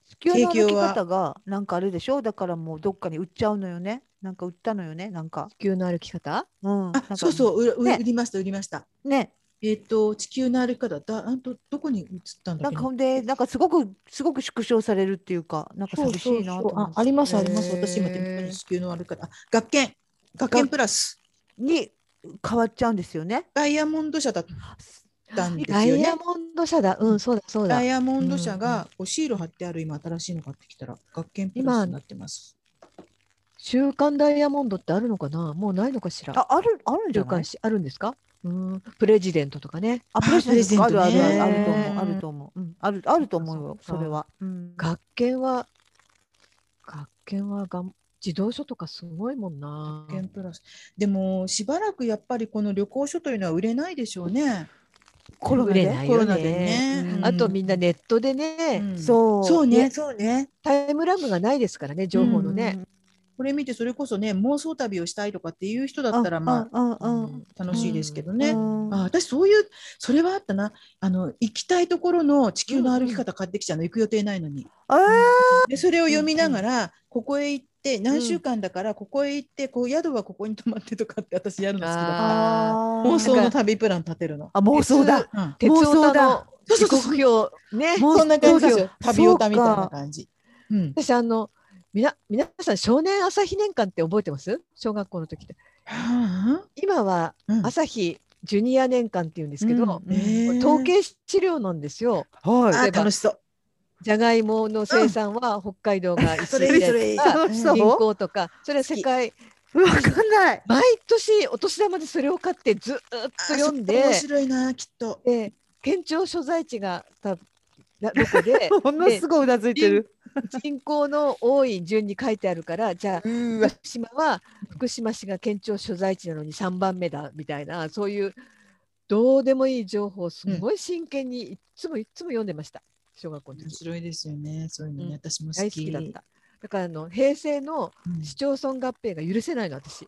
[SPEAKER 3] 地球の
[SPEAKER 1] 景
[SPEAKER 3] 歩
[SPEAKER 1] 気
[SPEAKER 3] き
[SPEAKER 1] は
[SPEAKER 3] 方がなんかあれでしょだからもうどっかに売っちゃうのよね。なんか売ったのよね。なんか。
[SPEAKER 2] 地球の歩き方？
[SPEAKER 3] うん、なんか
[SPEAKER 1] そうそう売ら売,、
[SPEAKER 3] ね
[SPEAKER 1] 売りました売りました。
[SPEAKER 3] ね、
[SPEAKER 1] えっ、と地球の歩き方だあんとどこに移ったんだ
[SPEAKER 3] な
[SPEAKER 1] っ
[SPEAKER 3] ん
[SPEAKER 1] け
[SPEAKER 3] かほんで、なんかすごく、すごく縮小されるっていうか、なんか
[SPEAKER 1] そう
[SPEAKER 3] 寂しいな
[SPEAKER 1] そう
[SPEAKER 3] と
[SPEAKER 1] そうあ
[SPEAKER 3] 思
[SPEAKER 1] あ
[SPEAKER 3] う。
[SPEAKER 1] りますありま
[SPEAKER 2] へ
[SPEAKER 1] す
[SPEAKER 2] ー
[SPEAKER 1] 私今手元に地球の歩き方あ学研学研プラス
[SPEAKER 3] に変わっちゃうんですよね。
[SPEAKER 1] ダイヤモンド社だったんです
[SPEAKER 2] ダ
[SPEAKER 1] よ
[SPEAKER 2] イヤ
[SPEAKER 1] ね。
[SPEAKER 2] モンド社だ。うんそうだそうだ
[SPEAKER 1] ダイ。ヤモンド社がこうシール貼ってある今新しいの買ってきたら学研プラスになってます。
[SPEAKER 2] 週刊ダイヤモンドってあるのかな？もうないのかしら？
[SPEAKER 3] あ、ある、あるんじゃ
[SPEAKER 2] 週
[SPEAKER 3] ない
[SPEAKER 2] 刊。誌あるんですか？うんプレジデントとかね。
[SPEAKER 3] あ、プレゼントですか
[SPEAKER 1] あ
[SPEAKER 3] あ
[SPEAKER 1] プレ
[SPEAKER 3] るあ
[SPEAKER 1] ゼン
[SPEAKER 3] る
[SPEAKER 1] ト
[SPEAKER 3] あ
[SPEAKER 1] ね
[SPEAKER 3] る、あると思う、あると思う。うん、ある、あると思うよ、
[SPEAKER 2] そっかそっ
[SPEAKER 3] そ
[SPEAKER 2] か
[SPEAKER 3] れは。うん
[SPEAKER 2] 学研は学研はがん自動書とかすごいもんな。
[SPEAKER 1] 学研プラスでもしばらくやっぱりこの旅行書というのは売れないでしょうね。
[SPEAKER 3] コロナ
[SPEAKER 2] 売れ
[SPEAKER 3] で。
[SPEAKER 2] ない
[SPEAKER 1] コ
[SPEAKER 2] よ
[SPEAKER 1] ロナでね
[SPEAKER 3] う。ん
[SPEAKER 2] あとみんなネットで
[SPEAKER 1] う
[SPEAKER 2] ね、
[SPEAKER 1] ん、そう
[SPEAKER 3] そ
[SPEAKER 1] そ
[SPEAKER 3] う。
[SPEAKER 1] うね
[SPEAKER 2] ね
[SPEAKER 1] そうね。
[SPEAKER 2] タイムラグがないですからね情報のね。
[SPEAKER 1] これ見てそれこそね妄想旅をしたいとかっていう人だったらま
[SPEAKER 3] あ、うん、
[SPEAKER 1] あ
[SPEAKER 3] うん、
[SPEAKER 1] うん楽しいですけどね。
[SPEAKER 3] うん
[SPEAKER 1] あ私そういうそれはあったなあの行きたいところの地球の歩き方買ってきちゃうの行く予定ないのに
[SPEAKER 3] えー
[SPEAKER 1] でそれを読みながらここへ行って何週間だからここへ行ってこう宿はここに泊まってとかって私やるの好きだか
[SPEAKER 3] あ
[SPEAKER 1] ら
[SPEAKER 3] ー
[SPEAKER 1] 妄想の旅プラン立てるの。
[SPEAKER 3] あ、妄想だ。
[SPEAKER 1] うん
[SPEAKER 2] 鉄オタの
[SPEAKER 1] そうそう
[SPEAKER 2] 時
[SPEAKER 1] そう
[SPEAKER 2] 刻表ね。
[SPEAKER 3] 妄想
[SPEAKER 1] そんな感じですよ。
[SPEAKER 3] そう
[SPEAKER 1] 旅オタみたいな感じ。うん。
[SPEAKER 2] 私あのみな皆さん少年朝日年間って覚えてます小学校の時って
[SPEAKER 1] は
[SPEAKER 2] 今は
[SPEAKER 1] あうん
[SPEAKER 2] 朝日ジュニア年間って言うんですけど、
[SPEAKER 3] うん
[SPEAKER 2] こ
[SPEAKER 1] えー
[SPEAKER 2] れ統計資料なんですよ
[SPEAKER 3] は
[SPEAKER 1] あ
[SPEAKER 2] 例え
[SPEAKER 1] ー
[SPEAKER 2] ば
[SPEAKER 1] 楽しそう。
[SPEAKER 2] じゃがいもの生産は北海道が
[SPEAKER 1] そ
[SPEAKER 2] 1
[SPEAKER 1] れ
[SPEAKER 2] 位
[SPEAKER 1] いいそれい
[SPEAKER 2] で
[SPEAKER 1] い
[SPEAKER 2] とか
[SPEAKER 3] 楽しそう
[SPEAKER 2] 人口とかそれは世界
[SPEAKER 3] い。わかんない。
[SPEAKER 2] 毎年お年玉でそれを買ってずーっと読ん
[SPEAKER 1] あーそっか
[SPEAKER 2] で
[SPEAKER 1] 面白いなきっと。
[SPEAKER 2] で県庁所在地がたなど こで
[SPEAKER 3] ものすごいうなずいてる。
[SPEAKER 2] 人口の多い順に書いてあるからじゃあ福
[SPEAKER 3] う
[SPEAKER 2] 島は福島市が県庁所在地なのに3番目だみたいなそういうどうでもいい情報をすごい真剣にいっつもいっつも読んでました小学校の
[SPEAKER 1] 面
[SPEAKER 2] 時
[SPEAKER 1] 白いですよね。そういうの
[SPEAKER 2] うん
[SPEAKER 1] ね私も好
[SPEAKER 2] 大好
[SPEAKER 1] き
[SPEAKER 2] きだった だからあの平成の市町村合併が許せないの私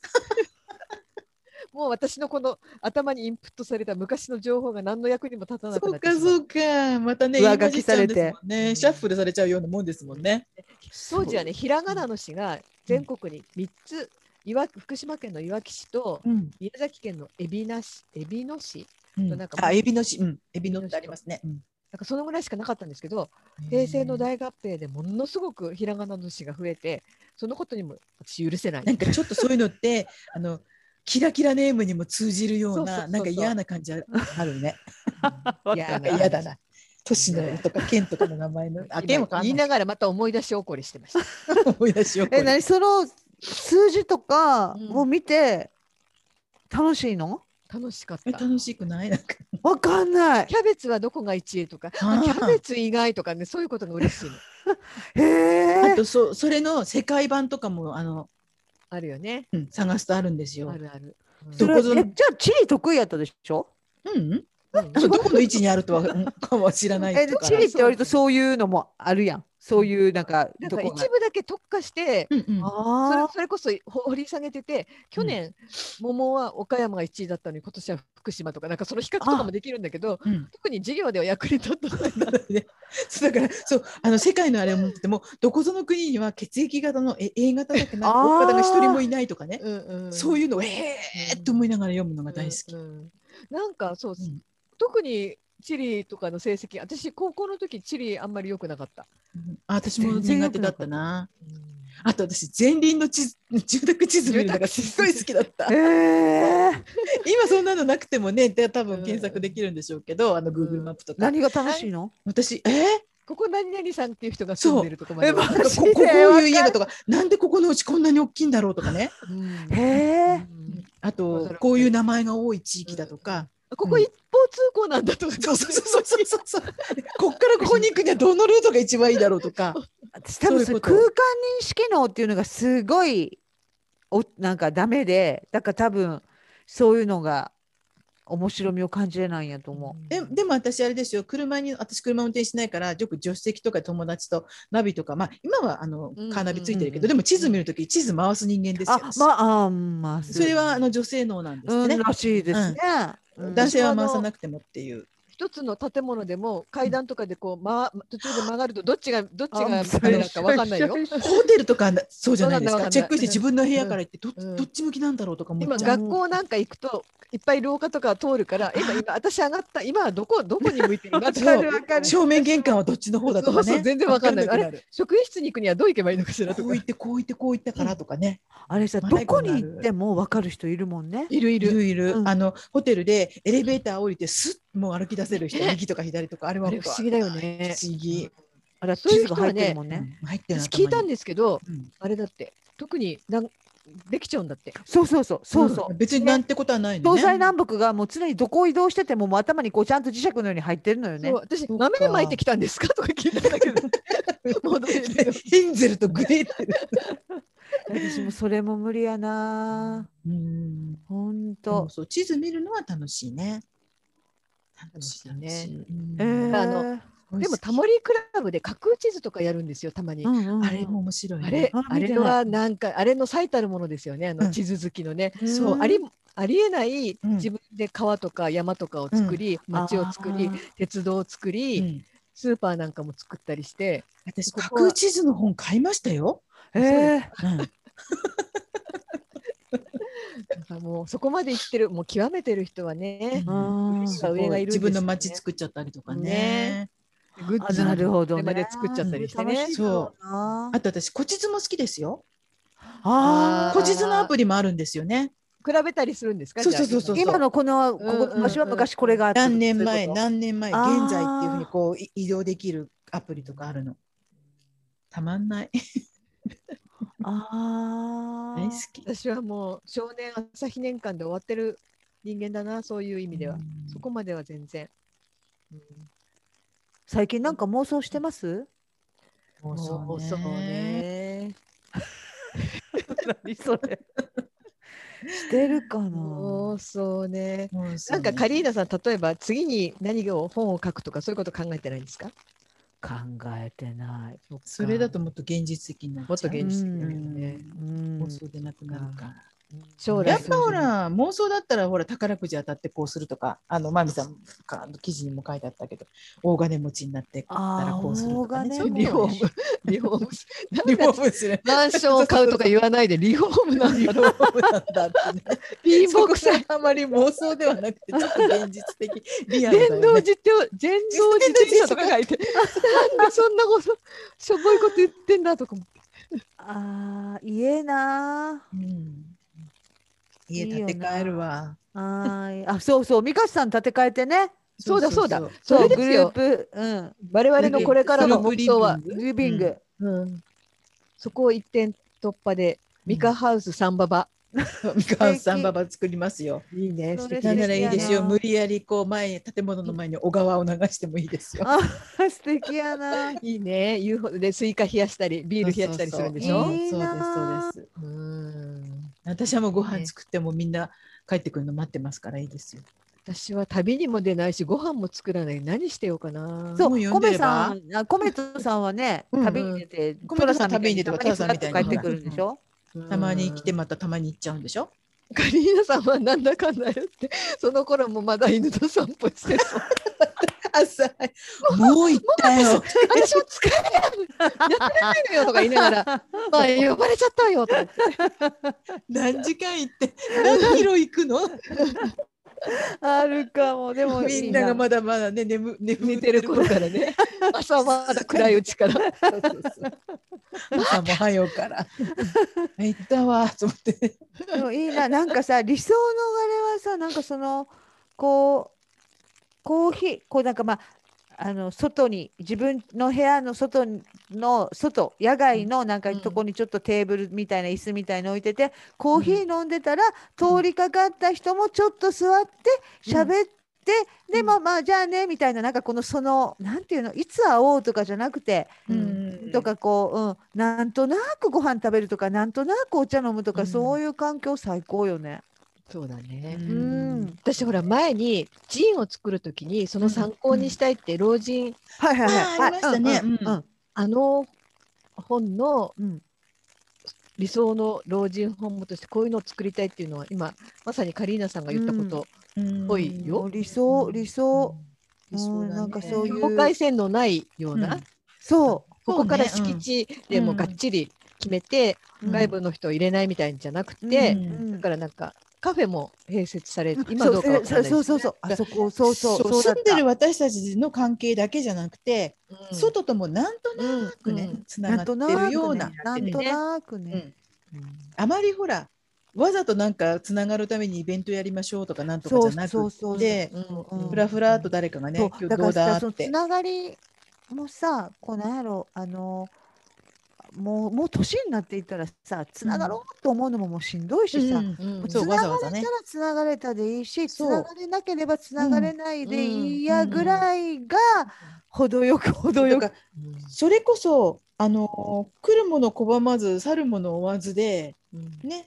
[SPEAKER 2] もう私のこの頭にインプットされた昔の情報が何の役にも立たな
[SPEAKER 1] そ
[SPEAKER 2] くな
[SPEAKER 1] う
[SPEAKER 2] って
[SPEAKER 1] か
[SPEAKER 2] しま
[SPEAKER 1] そ
[SPEAKER 2] う
[SPEAKER 1] うかまたね
[SPEAKER 3] 上書きされて
[SPEAKER 1] 言い混じっちゃうんですもんね、
[SPEAKER 2] うん
[SPEAKER 1] シャッフルされちゃうようなもんですもんね。
[SPEAKER 2] 当時はねひらがなの市が全国に3ついわ福島県のいわき市と
[SPEAKER 1] うん
[SPEAKER 2] 宮崎県の海老名市海老野市
[SPEAKER 1] うん
[SPEAKER 2] なんか
[SPEAKER 1] あエビのし、うん、エビのってありますね。うん
[SPEAKER 2] なんかそのぐらいしかなかったんですけど平成の大合併でものすごくひらがなの市が増えてそのことにも私許せない
[SPEAKER 1] なんかちょっとそういうのってあのキラキラネームにも通じるよう
[SPEAKER 2] そうそうそう
[SPEAKER 1] な
[SPEAKER 2] そう
[SPEAKER 1] なんか嫌な感じあるあるね。
[SPEAKER 2] いや
[SPEAKER 1] なんか嫌だな。都市のとか県とかの名前のあ県
[SPEAKER 2] 今
[SPEAKER 1] は
[SPEAKER 2] 言
[SPEAKER 1] み
[SPEAKER 2] い
[SPEAKER 1] んな
[SPEAKER 2] ながらまた思い出し怒りしてました
[SPEAKER 1] 思い出しよう。
[SPEAKER 3] え何その数字とか
[SPEAKER 2] うん
[SPEAKER 3] を見て楽しいの
[SPEAKER 2] 楽しかっ
[SPEAKER 1] え
[SPEAKER 2] た
[SPEAKER 1] 楽しくないなんか。
[SPEAKER 3] わかんない
[SPEAKER 2] キャベツはどこが1位と か
[SPEAKER 1] あー
[SPEAKER 2] キャベツ以外とかねそういうことが嬉しいの
[SPEAKER 3] へ
[SPEAKER 1] あ
[SPEAKER 3] え
[SPEAKER 1] とそそれの世界版とかもあの、
[SPEAKER 2] あるよね
[SPEAKER 1] うん、探すとあるんですよ
[SPEAKER 2] あ。るある、うん
[SPEAKER 1] そ
[SPEAKER 3] そ
[SPEAKER 1] れ
[SPEAKER 3] れ
[SPEAKER 1] こそ
[SPEAKER 3] えじゃあ地理得意やったでしょ
[SPEAKER 1] うん、
[SPEAKER 2] うん
[SPEAKER 1] あどこの位置にあるとはうんかは知らない
[SPEAKER 3] え
[SPEAKER 1] とか
[SPEAKER 3] 地理って割とそういうのもあるやんそういうなんか
[SPEAKER 2] なん
[SPEAKER 3] ど
[SPEAKER 2] か
[SPEAKER 3] こが
[SPEAKER 2] 一部だけ特化して
[SPEAKER 1] うんうん
[SPEAKER 2] それ
[SPEAKER 3] あ
[SPEAKER 2] それこそ掘り下げてて去年、桃は岡山が1位だったのに今年は福島とかなんかその比較とかもできるんだけど
[SPEAKER 1] うん
[SPEAKER 2] 特に授業では役に立ったないな
[SPEAKER 1] ねそうだからそうあの世界のあれを持っててもどこぞの国には血液型のえ A 型だっけな
[SPEAKER 3] あー
[SPEAKER 1] O 型が一人もいないとかね、
[SPEAKER 2] うんうん
[SPEAKER 1] そう
[SPEAKER 2] う
[SPEAKER 1] いうのをえーって思いながら読むのが大好き。
[SPEAKER 2] んうんなんかそう、
[SPEAKER 1] うん
[SPEAKER 2] 特に地理とかの成績私高校の時地理あんまり良くなかった。
[SPEAKER 1] あ私も
[SPEAKER 2] 全然
[SPEAKER 1] 苦手だったな。あと私前輪の地図住宅地図見るのがすっごい好きだった
[SPEAKER 3] ー。へえ
[SPEAKER 1] 今そんなのなくてもねで多分検索できるんでしょうけどあの Google マップとか。
[SPEAKER 3] 何が楽しいの
[SPEAKER 1] 私えー
[SPEAKER 2] ここ何々さんっていう人が住んでるとこま
[SPEAKER 3] え
[SPEAKER 2] で
[SPEAKER 3] ま
[SPEAKER 2] は。
[SPEAKER 1] なんかこここういう家だとかなんでここのうちこんなに大きいんだろうとかね。
[SPEAKER 2] うん
[SPEAKER 3] へえ
[SPEAKER 2] うん
[SPEAKER 1] あ
[SPEAKER 2] わか
[SPEAKER 1] と
[SPEAKER 2] る
[SPEAKER 1] こういう名前が多い地域だとか。
[SPEAKER 2] ここ一方通行なんだとか。
[SPEAKER 1] そうそうそうそうそうそう。こっからここに行くにはどのルートが一番いいだろうとか。
[SPEAKER 3] 私多分
[SPEAKER 1] そ
[SPEAKER 3] そう
[SPEAKER 1] いう
[SPEAKER 3] れ
[SPEAKER 1] こと
[SPEAKER 3] 空間認識能っていうのがすごいおなんかダメでだから多分そういうのが面白みを感じれないんやと思
[SPEAKER 1] ででも私あれですよ。車に私車運転しないからよく助手席とか友達とナビとかまあ今はあの
[SPEAKER 2] うん
[SPEAKER 1] カーナビついてるけ
[SPEAKER 3] うん
[SPEAKER 1] ど
[SPEAKER 3] う
[SPEAKER 1] でも地図見るとき地図回す人間で
[SPEAKER 3] う。
[SPEAKER 1] すよ
[SPEAKER 3] あ。まああーまあ
[SPEAKER 1] それはあの女性能なんです
[SPEAKER 3] う
[SPEAKER 1] って
[SPEAKER 3] ん
[SPEAKER 1] ね。
[SPEAKER 3] らしいですね。うん
[SPEAKER 1] 男性は回さなくてもっていう。
[SPEAKER 2] 一つの建物でも階段とかでこう、ま、途中で曲がるとどっちがどっちが
[SPEAKER 3] あ
[SPEAKER 2] あれだかわかんない よ。
[SPEAKER 1] ホテルとかなそうじゃないです
[SPEAKER 2] わかんないわかんな
[SPEAKER 1] か。
[SPEAKER 2] い
[SPEAKER 1] チェックして自分の部屋から行ってど,、
[SPEAKER 2] うん
[SPEAKER 1] どっち向きなんだろうとか思
[SPEAKER 2] 今
[SPEAKER 1] っちゃう。
[SPEAKER 2] 学校なんか行くといっぱい廊下とか通るから今今私上がった今はどこどこに向いてる の
[SPEAKER 1] そう
[SPEAKER 2] わかる
[SPEAKER 1] 正面玄関はどっちの方だとかね。
[SPEAKER 2] そうそう全然わかんない
[SPEAKER 1] わくる
[SPEAKER 2] 職員室に行くにはどう行けばいいのかしらと
[SPEAKER 1] こ
[SPEAKER 2] か
[SPEAKER 1] う行ってこう行ってこう行ったからとかね。
[SPEAKER 3] あれさ
[SPEAKER 1] ま
[SPEAKER 3] ど
[SPEAKER 1] あ
[SPEAKER 3] こに行っても分かる人いるもんね。
[SPEAKER 2] いるい
[SPEAKER 1] い
[SPEAKER 2] る。
[SPEAKER 1] るいる、
[SPEAKER 3] うん
[SPEAKER 1] あのホテルでエレベーター降りてスッもう歩き出せる人
[SPEAKER 2] ね
[SPEAKER 1] 右とか左とかあれは
[SPEAKER 2] あれ不思議だよね。
[SPEAKER 1] 不思議、
[SPEAKER 3] あれ
[SPEAKER 2] そうい
[SPEAKER 3] 地
[SPEAKER 2] う
[SPEAKER 3] 図
[SPEAKER 2] 人
[SPEAKER 3] が
[SPEAKER 2] はね
[SPEAKER 3] 入ってるもんね。
[SPEAKER 1] うん入ってる
[SPEAKER 2] 私聞いたん
[SPEAKER 1] で、
[SPEAKER 2] ですけど
[SPEAKER 1] うん
[SPEAKER 2] あれだって特になんできちゃうんだって。
[SPEAKER 3] そうそうそうそうそう。
[SPEAKER 1] ん別になんてことはないの
[SPEAKER 3] 東
[SPEAKER 1] ね
[SPEAKER 3] 西南北がもう常にどこ移動しててももう頭にこうちゃんと磁石のように入ってるのよね
[SPEAKER 2] そう。私
[SPEAKER 1] そっか
[SPEAKER 2] 豆まいてきたんですかとか聞いたんだけ ど。もうどうしても
[SPEAKER 1] ヘンゼルとグレーテル
[SPEAKER 3] 私もそれも無理やな。
[SPEAKER 1] うん
[SPEAKER 3] 本
[SPEAKER 1] そ
[SPEAKER 3] 当
[SPEAKER 1] う。そう地図見るのは楽しいね楽しい
[SPEAKER 2] 楽しいね
[SPEAKER 1] うん
[SPEAKER 3] えー
[SPEAKER 2] あので もタモリクラブで架空地図とかやるんですよたまに。
[SPEAKER 3] うんうんうん
[SPEAKER 1] あれも面白いね、
[SPEAKER 2] あれ
[SPEAKER 3] あ
[SPEAKER 2] あ
[SPEAKER 3] 見て
[SPEAKER 2] れ
[SPEAKER 3] ない
[SPEAKER 2] はなんかあれの最たるものですよねあ
[SPEAKER 1] うん
[SPEAKER 2] の地図好きのね、
[SPEAKER 3] うん
[SPEAKER 2] そうありありえない
[SPEAKER 1] うん
[SPEAKER 2] 自分で川とか山とかを作り、街を作り
[SPEAKER 3] あー
[SPEAKER 2] 鉄道を作り、
[SPEAKER 1] うん
[SPEAKER 2] スーパーなんかも作ったりして
[SPEAKER 1] 私
[SPEAKER 2] こ
[SPEAKER 1] 架
[SPEAKER 2] こは
[SPEAKER 1] 空地図の本買いましたよ、
[SPEAKER 3] えー
[SPEAKER 1] うん
[SPEAKER 2] なんかもうそこまで行ってるもう極めてる人はね、
[SPEAKER 3] うん
[SPEAKER 2] 嬉しい上がいるんで
[SPEAKER 1] 自
[SPEAKER 2] すよね
[SPEAKER 1] 分の街作っちゃったりとかね
[SPEAKER 2] ねグッ
[SPEAKER 3] あ
[SPEAKER 2] ズ
[SPEAKER 3] なるほどね。
[SPEAKER 2] これまで作っちゃったりしてね
[SPEAKER 3] 楽いだろうな
[SPEAKER 1] あと私古地図も好きですよ
[SPEAKER 3] あ
[SPEAKER 2] ー
[SPEAKER 1] 古地図のアプリもあるんですよね
[SPEAKER 2] 比べたりするんですか
[SPEAKER 1] そう
[SPEAKER 2] じゃあ
[SPEAKER 1] そうそうそう
[SPEAKER 3] 今のこのこ
[SPEAKER 2] うんうん
[SPEAKER 3] こ場所は昔これがあった
[SPEAKER 1] 何年
[SPEAKER 3] そういう
[SPEAKER 1] 前
[SPEAKER 3] こと
[SPEAKER 1] 何年前
[SPEAKER 3] あー
[SPEAKER 1] 現在っていうふうにこうい移動できるアプリとかあるのたまんない
[SPEAKER 3] あ
[SPEAKER 1] 大好き
[SPEAKER 2] 私はもう少年朝日年間で終わってる人間だなそういう意味では、
[SPEAKER 1] うん
[SPEAKER 2] そこまでは全然、うん
[SPEAKER 3] 最近なんか妄想してます？
[SPEAKER 1] も
[SPEAKER 2] もうそうね
[SPEAKER 3] 何それ？してるかな
[SPEAKER 2] 妄。想ね。
[SPEAKER 1] もうそ
[SPEAKER 2] な
[SPEAKER 1] うんね
[SPEAKER 2] かカリーナさん、例えば次に何を本を書くとか、そういうこと考えてないんですか
[SPEAKER 3] 考えてない。
[SPEAKER 1] それだともっと現実的になっちゃう
[SPEAKER 2] もっと現実的
[SPEAKER 3] だ
[SPEAKER 2] よね
[SPEAKER 3] うん
[SPEAKER 1] 妄想でなくなるから
[SPEAKER 2] 将来
[SPEAKER 1] やっぱほら妄想だったらほら宝くじ当たってこうするとかあのマミさんかの記事にも書いてあったけど大金持ちになってこう
[SPEAKER 3] あー
[SPEAKER 1] たらこうするとかね
[SPEAKER 3] 大
[SPEAKER 1] そう
[SPEAKER 3] 金
[SPEAKER 1] いう
[SPEAKER 2] リフォ
[SPEAKER 1] の
[SPEAKER 2] ームリフォームし
[SPEAKER 1] リフォ
[SPEAKER 2] なんか
[SPEAKER 1] ームする
[SPEAKER 2] マンションを買うとか言わないでリフォームなん
[SPEAKER 1] リ
[SPEAKER 2] だ
[SPEAKER 1] フォームなんだってね
[SPEAKER 2] 貧
[SPEAKER 1] そ
[SPEAKER 2] 乏
[SPEAKER 1] こ
[SPEAKER 2] くさい
[SPEAKER 1] があまり妄想ではなくてちょっと現実的リアルだよ
[SPEAKER 2] 電動
[SPEAKER 1] ね
[SPEAKER 2] 自転電動自転車とか書いてなんでそんなことしょぼいこと言ってんだとかも
[SPEAKER 3] ああ、言えな
[SPEAKER 1] うん家建て替えるわ
[SPEAKER 3] ー。あーあ、そうそう、ミカさん建て替えてね。
[SPEAKER 2] そうだそうだそ
[SPEAKER 3] そ
[SPEAKER 2] れ
[SPEAKER 3] う、
[SPEAKER 2] で
[SPEAKER 3] グ
[SPEAKER 2] す
[SPEAKER 3] ルー
[SPEAKER 2] よ
[SPEAKER 3] プ、うん、
[SPEAKER 2] 我々のこれからの目標は
[SPEAKER 1] そのグリーンピング
[SPEAKER 3] グリービング。
[SPEAKER 2] うんそこを一点突破で、ミカハウス三ババ。
[SPEAKER 1] みかんさんばば作りますよ
[SPEAKER 2] いいね、
[SPEAKER 3] そ
[SPEAKER 2] 素
[SPEAKER 3] れ
[SPEAKER 2] 敵
[SPEAKER 1] な
[SPEAKER 3] で
[SPEAKER 1] ん
[SPEAKER 3] す
[SPEAKER 1] なら
[SPEAKER 2] です
[SPEAKER 1] いいです
[SPEAKER 3] いいです
[SPEAKER 1] よ
[SPEAKER 3] ね
[SPEAKER 1] 無理やりこう前建物の前に小川を流してもいいですよ
[SPEAKER 3] あ 素敵やな。
[SPEAKER 2] いいね、UFO でスイカ冷やしたり、ビール冷やしたりするんでしょ
[SPEAKER 1] そうそうそう
[SPEAKER 3] いいな
[SPEAKER 1] そうですそうです
[SPEAKER 2] うん
[SPEAKER 1] 私はもうご飯
[SPEAKER 2] ね
[SPEAKER 1] 作ってもみんな帰ってくるの待ってますからいいですよ。
[SPEAKER 2] 私は旅にも出ないし、ご飯も作らない、何してようかな。
[SPEAKER 3] そ
[SPEAKER 1] もう
[SPEAKER 3] う、
[SPEAKER 1] 呼
[SPEAKER 3] コ
[SPEAKER 1] んで
[SPEAKER 3] メ
[SPEAKER 1] れば
[SPEAKER 3] さん、あコメトさんはね、
[SPEAKER 1] うんうん
[SPEAKER 3] 旅に出て、
[SPEAKER 1] コメトさん旅に出てとか
[SPEAKER 3] トラさんみたいに
[SPEAKER 1] タ
[SPEAKER 3] 帰
[SPEAKER 1] ラ
[SPEAKER 3] っ
[SPEAKER 1] さんみた
[SPEAKER 3] て
[SPEAKER 1] い
[SPEAKER 3] く
[SPEAKER 1] に
[SPEAKER 3] るんでしょ。
[SPEAKER 2] うん
[SPEAKER 1] たまに来てまたたまに行っちゃうんでしょ
[SPEAKER 2] カリーナさんはなんだかんだ言って、その頃もまだ犬と散歩してそう。
[SPEAKER 1] 朝もう行ったよ
[SPEAKER 2] 私も疲れやってないのよとか言いながら、 まあ呼ばれちゃったよとか言って。
[SPEAKER 1] 何時間行 って何キロ行くの
[SPEAKER 3] あるかも、でもいい、
[SPEAKER 1] みんなが まだまだね眠眠
[SPEAKER 2] 寝
[SPEAKER 1] ってて
[SPEAKER 2] る
[SPEAKER 1] る
[SPEAKER 2] 頃
[SPEAKER 1] 頃
[SPEAKER 2] からね朝はまだ暗いうちから
[SPEAKER 1] そうそうそう朝も早うからあ行ったわと思って
[SPEAKER 3] でもいいな、なんかさ、理想のあれはさ、なんかその、こう、コーヒー、こうなんかまあ、あの外に自分の部屋の外の外野外のなんか
[SPEAKER 2] うん
[SPEAKER 3] とこにちょっとテーブルみたいな椅子みたいの置いてて、コーヒー飲んでたら通りかかった人もちょっと座って
[SPEAKER 1] うん
[SPEAKER 3] 喋って、で
[SPEAKER 1] うん
[SPEAKER 3] まあまあじゃあねみたいななんかこのそのなんていうのいつ会おうとかじゃなくて、
[SPEAKER 1] うん
[SPEAKER 3] とかこう、うん、なんとなくご飯食べるとかなんとなくお茶飲むとか、
[SPEAKER 2] うん
[SPEAKER 3] そういう環境最高よね。
[SPEAKER 2] そうだね
[SPEAKER 1] う
[SPEAKER 3] うんん、
[SPEAKER 2] 私ほら前にジンを作るときにその参考にしたいって老人、
[SPEAKER 3] はいはい
[SPEAKER 1] あ
[SPEAKER 3] は
[SPEAKER 1] あ
[SPEAKER 3] い。
[SPEAKER 1] りましたね
[SPEAKER 3] はいうんうん
[SPEAKER 1] うん
[SPEAKER 2] あの本の
[SPEAKER 3] うんうん
[SPEAKER 2] 理想の老人ホームとしてこういうのを作りたいっていうのは今まさにカリーナさんが言ったこと、ぽいよ
[SPEAKER 3] もう理想理想、
[SPEAKER 1] 理想だね
[SPEAKER 3] なんかそういう
[SPEAKER 2] 境界線のないような、
[SPEAKER 1] うん
[SPEAKER 3] そ
[SPEAKER 2] ここから
[SPEAKER 1] そうねう
[SPEAKER 2] 敷
[SPEAKER 1] ん
[SPEAKER 2] 地でもがっちり決めて、
[SPEAKER 3] うん
[SPEAKER 2] 外部の人を入れないみたいんじゃなく
[SPEAKER 3] う。
[SPEAKER 2] て、
[SPEAKER 1] うん
[SPEAKER 2] だからなんかカフェも併設されて今
[SPEAKER 3] そう
[SPEAKER 2] どうかわからない
[SPEAKER 3] そうそう
[SPEAKER 2] う、
[SPEAKER 3] そうあそこそうそう
[SPEAKER 1] そう
[SPEAKER 3] そうだっ
[SPEAKER 1] 住ん
[SPEAKER 3] た
[SPEAKER 1] でる私たちの関係だけじゃなくて、
[SPEAKER 2] うん
[SPEAKER 1] 外ともなんとな
[SPEAKER 2] うん
[SPEAKER 1] くね、つながっ
[SPEAKER 3] なん
[SPEAKER 1] て
[SPEAKER 3] とな
[SPEAKER 1] る
[SPEAKER 3] く
[SPEAKER 1] ような
[SPEAKER 3] ねなんとなくね。
[SPEAKER 1] あまりほらわざとなんかつながるためにイベントやりましょうとかなんとか
[SPEAKER 3] そう
[SPEAKER 1] じゃな
[SPEAKER 3] そ
[SPEAKER 1] く
[SPEAKER 3] うそう
[SPEAKER 1] て
[SPEAKER 2] うん
[SPEAKER 3] うん
[SPEAKER 1] ふらふらっと誰かがね
[SPEAKER 3] そう
[SPEAKER 1] 今日
[SPEAKER 3] だ
[SPEAKER 1] ど
[SPEAKER 3] か
[SPEAKER 1] うだ
[SPEAKER 3] ら
[SPEAKER 1] ー
[SPEAKER 3] さ
[SPEAKER 1] っ
[SPEAKER 3] つ
[SPEAKER 1] て
[SPEAKER 3] ながりもさこうなんやろあのもうもう年になっていったらさつながろうと思うのももうしんどいしさ、
[SPEAKER 1] うん
[SPEAKER 2] うん
[SPEAKER 1] そう
[SPEAKER 3] つ
[SPEAKER 1] わ
[SPEAKER 3] な
[SPEAKER 1] ざわざ
[SPEAKER 3] がれ
[SPEAKER 1] ね
[SPEAKER 3] たらつながれたでいいしつ
[SPEAKER 1] そう
[SPEAKER 3] ながれなければつながれないでいいや
[SPEAKER 1] うん
[SPEAKER 3] ぐらいが程よく程
[SPEAKER 1] と
[SPEAKER 3] よく。
[SPEAKER 1] かそれこそあの来るもの拒まず去るもの追わずで
[SPEAKER 2] うん
[SPEAKER 1] ね、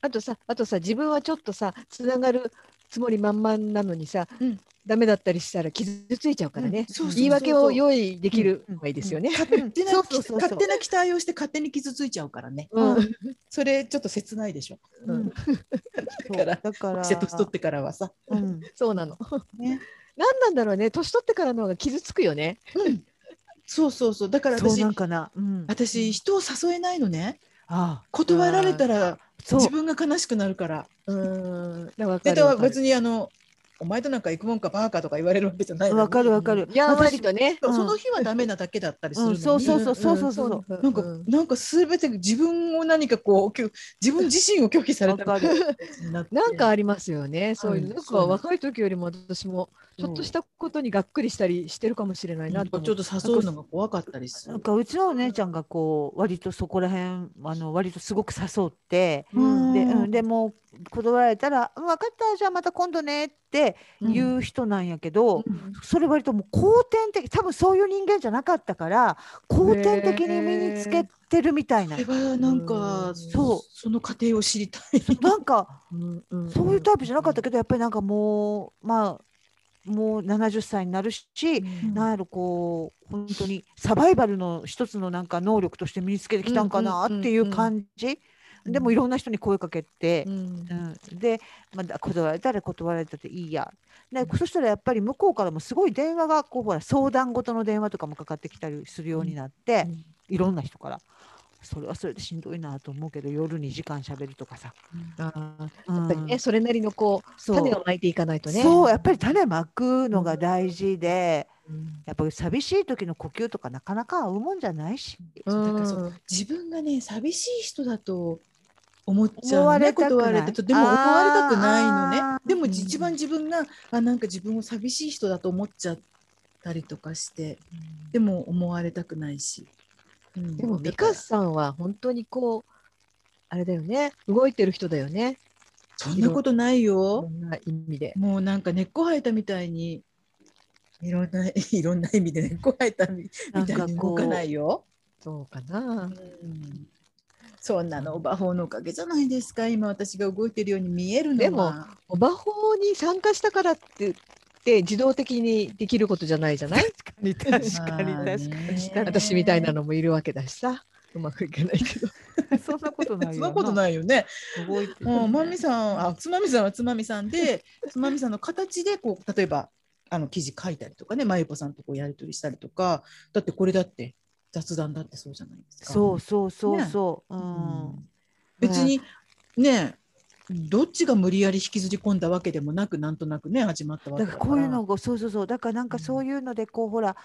[SPEAKER 2] あとさあとさ自分はちょっとさつながるつもり満々なのにさ、
[SPEAKER 1] うん
[SPEAKER 2] ダメだったりしたら傷ついちゃうからね、
[SPEAKER 1] そうそうそうそう
[SPEAKER 2] 言い訳を用意できるのがいいですよね。
[SPEAKER 3] 勝
[SPEAKER 1] 勝手な勝手な期待をして勝手に傷ついちゃうからね
[SPEAKER 2] うん
[SPEAKER 3] う
[SPEAKER 1] それちょっと切ないでしょ
[SPEAKER 3] う ん
[SPEAKER 1] だから
[SPEAKER 3] だから
[SPEAKER 1] 年取ってからはさ、
[SPEAKER 3] うん
[SPEAKER 2] そうなの。
[SPEAKER 1] ね
[SPEAKER 2] 何なんだろうね年取ってからの方が傷つくよね。
[SPEAKER 1] うん、そうそうそうだから
[SPEAKER 3] そう
[SPEAKER 1] 私
[SPEAKER 3] なんかな、うん、
[SPEAKER 1] 私人を誘えないのね
[SPEAKER 3] あ
[SPEAKER 1] 断られたら
[SPEAKER 3] そう
[SPEAKER 1] 自分が悲しくなるから
[SPEAKER 2] うん。だからわか
[SPEAKER 1] で
[SPEAKER 2] るわかる
[SPEAKER 1] 別にあのお前となんか行くもんかバーカとか言われるわけじゃないのに
[SPEAKER 3] わかるわかる
[SPEAKER 2] やんわりとね。
[SPEAKER 1] そうその日はダメなだけだったりするのに、
[SPEAKER 3] うんそうそうそう
[SPEAKER 2] う
[SPEAKER 1] なんか、なんか全て自分を何かこうきゅ自分自身を拒否されたみたいな感じになって
[SPEAKER 2] なんかありますよね、そういうの。なん
[SPEAKER 1] そうな
[SPEAKER 2] か
[SPEAKER 1] の
[SPEAKER 2] 若い時よりも私もちょっとしたことにがっくりしたりしてるかもしれない
[SPEAKER 1] な
[SPEAKER 2] なんと
[SPEAKER 1] か
[SPEAKER 2] 思
[SPEAKER 1] ちょ
[SPEAKER 2] う
[SPEAKER 1] っ。と誘うのが怖かったりす
[SPEAKER 3] なん
[SPEAKER 1] る。
[SPEAKER 3] かうちのお姉ちゃんがこう割とそこら辺あの割とすごく誘って、
[SPEAKER 1] うん
[SPEAKER 3] でうん、でもう断られたら「うん分かったじゃあまた今度ね」って言う人なんやけど、それ割ともう後天的多分そういう人間じゃなかったから後天的に身につけてるみたいな
[SPEAKER 1] それはなんか、
[SPEAKER 2] うん
[SPEAKER 1] そうその過程を知りたい。
[SPEAKER 3] なんか
[SPEAKER 2] うんうん
[SPEAKER 3] そういうタイプじゃなかったけどやっぱりなんかもうまあもう70歳になるし、
[SPEAKER 2] うん
[SPEAKER 3] なんやろこう本当にサバイバルの一つのなんか能力として身につけてきたんかな
[SPEAKER 2] うんうんうんうん
[SPEAKER 3] っていう感じ、
[SPEAKER 2] うん
[SPEAKER 3] でもいろんな人に声かけて、
[SPEAKER 2] うん
[SPEAKER 3] うん、で、まあだ、断られたら断られたっていいや、ね
[SPEAKER 2] うん
[SPEAKER 3] そしたらやっぱり向こうからもすごい電話がこうほら相談事の電話とかもかかってきたりするようになって、いろんな人からそれはそれでしんどいなと思うけど夜2時間しゃべるとかさ、
[SPEAKER 2] あ
[SPEAKER 3] うん
[SPEAKER 2] ーやっぱりねそれなりのこう
[SPEAKER 3] そう
[SPEAKER 2] 種をまいていかないとね。
[SPEAKER 3] そうやっぱり種まくのが大事で、
[SPEAKER 2] うん
[SPEAKER 3] やっぱり寂しい時の呼吸とかなかなか合うもんじゃないし、
[SPEAKER 1] そうだからそう自分がね寂しい人だと思っちゃうのね
[SPEAKER 3] 思われたくない
[SPEAKER 1] 断られたとでも思われたくないの
[SPEAKER 3] あーあ
[SPEAKER 1] ね
[SPEAKER 3] ー
[SPEAKER 1] でも
[SPEAKER 2] うん
[SPEAKER 1] 一番自分があなんか自分を寂しい人だと思っちゃったりとかしてでも思われたくないし、うん
[SPEAKER 2] でも美
[SPEAKER 1] だから
[SPEAKER 2] 香さんは本当にこうあれだよね動いてる人だよね。
[SPEAKER 1] そんなことない
[SPEAKER 2] そ
[SPEAKER 1] よ
[SPEAKER 2] んな意味で。
[SPEAKER 1] もうなんか根っこ生えたみたいにいろんな いろんな意味で根っこ生えたみ
[SPEAKER 3] なん
[SPEAKER 1] たい
[SPEAKER 3] か
[SPEAKER 1] に動
[SPEAKER 3] こ
[SPEAKER 1] かな
[SPEAKER 3] う
[SPEAKER 1] いよ、
[SPEAKER 2] そうかな。
[SPEAKER 1] うんそんなのオバホーのおかげじゃないですか今私が動いてるように見えるのは
[SPEAKER 2] でもオバホに参加したからって言って自動的にできることじゃないじゃない確かに
[SPEAKER 3] 確かに
[SPEAKER 1] まあ
[SPEAKER 3] 確かに
[SPEAKER 1] ね
[SPEAKER 2] 私みたいなのもいるわけだしさうまくいかないけど。
[SPEAKER 3] そんなことないよ
[SPEAKER 1] そんなことないよね。
[SPEAKER 3] 動いてる
[SPEAKER 1] もうまみさん、あ、つまみさんはつまみさんで、つまみさんの形でこう例えばあの記事書いたりとかね、まゆぽさんとこうやり取りしたりとか、だってこれだって雑談だってそうじゃないですか。
[SPEAKER 3] そうそうそう
[SPEAKER 1] ね
[SPEAKER 3] そう、う
[SPEAKER 1] うんん。別にね、どっちが無理やり引きずり込んだわけでもなく、なんとなくね始まったわけ
[SPEAKER 3] だ
[SPEAKER 1] だ
[SPEAKER 3] か
[SPEAKER 1] からら。
[SPEAKER 3] こういうのがそうそうそうだからなんか
[SPEAKER 1] うん
[SPEAKER 3] そういうのでこう、ほら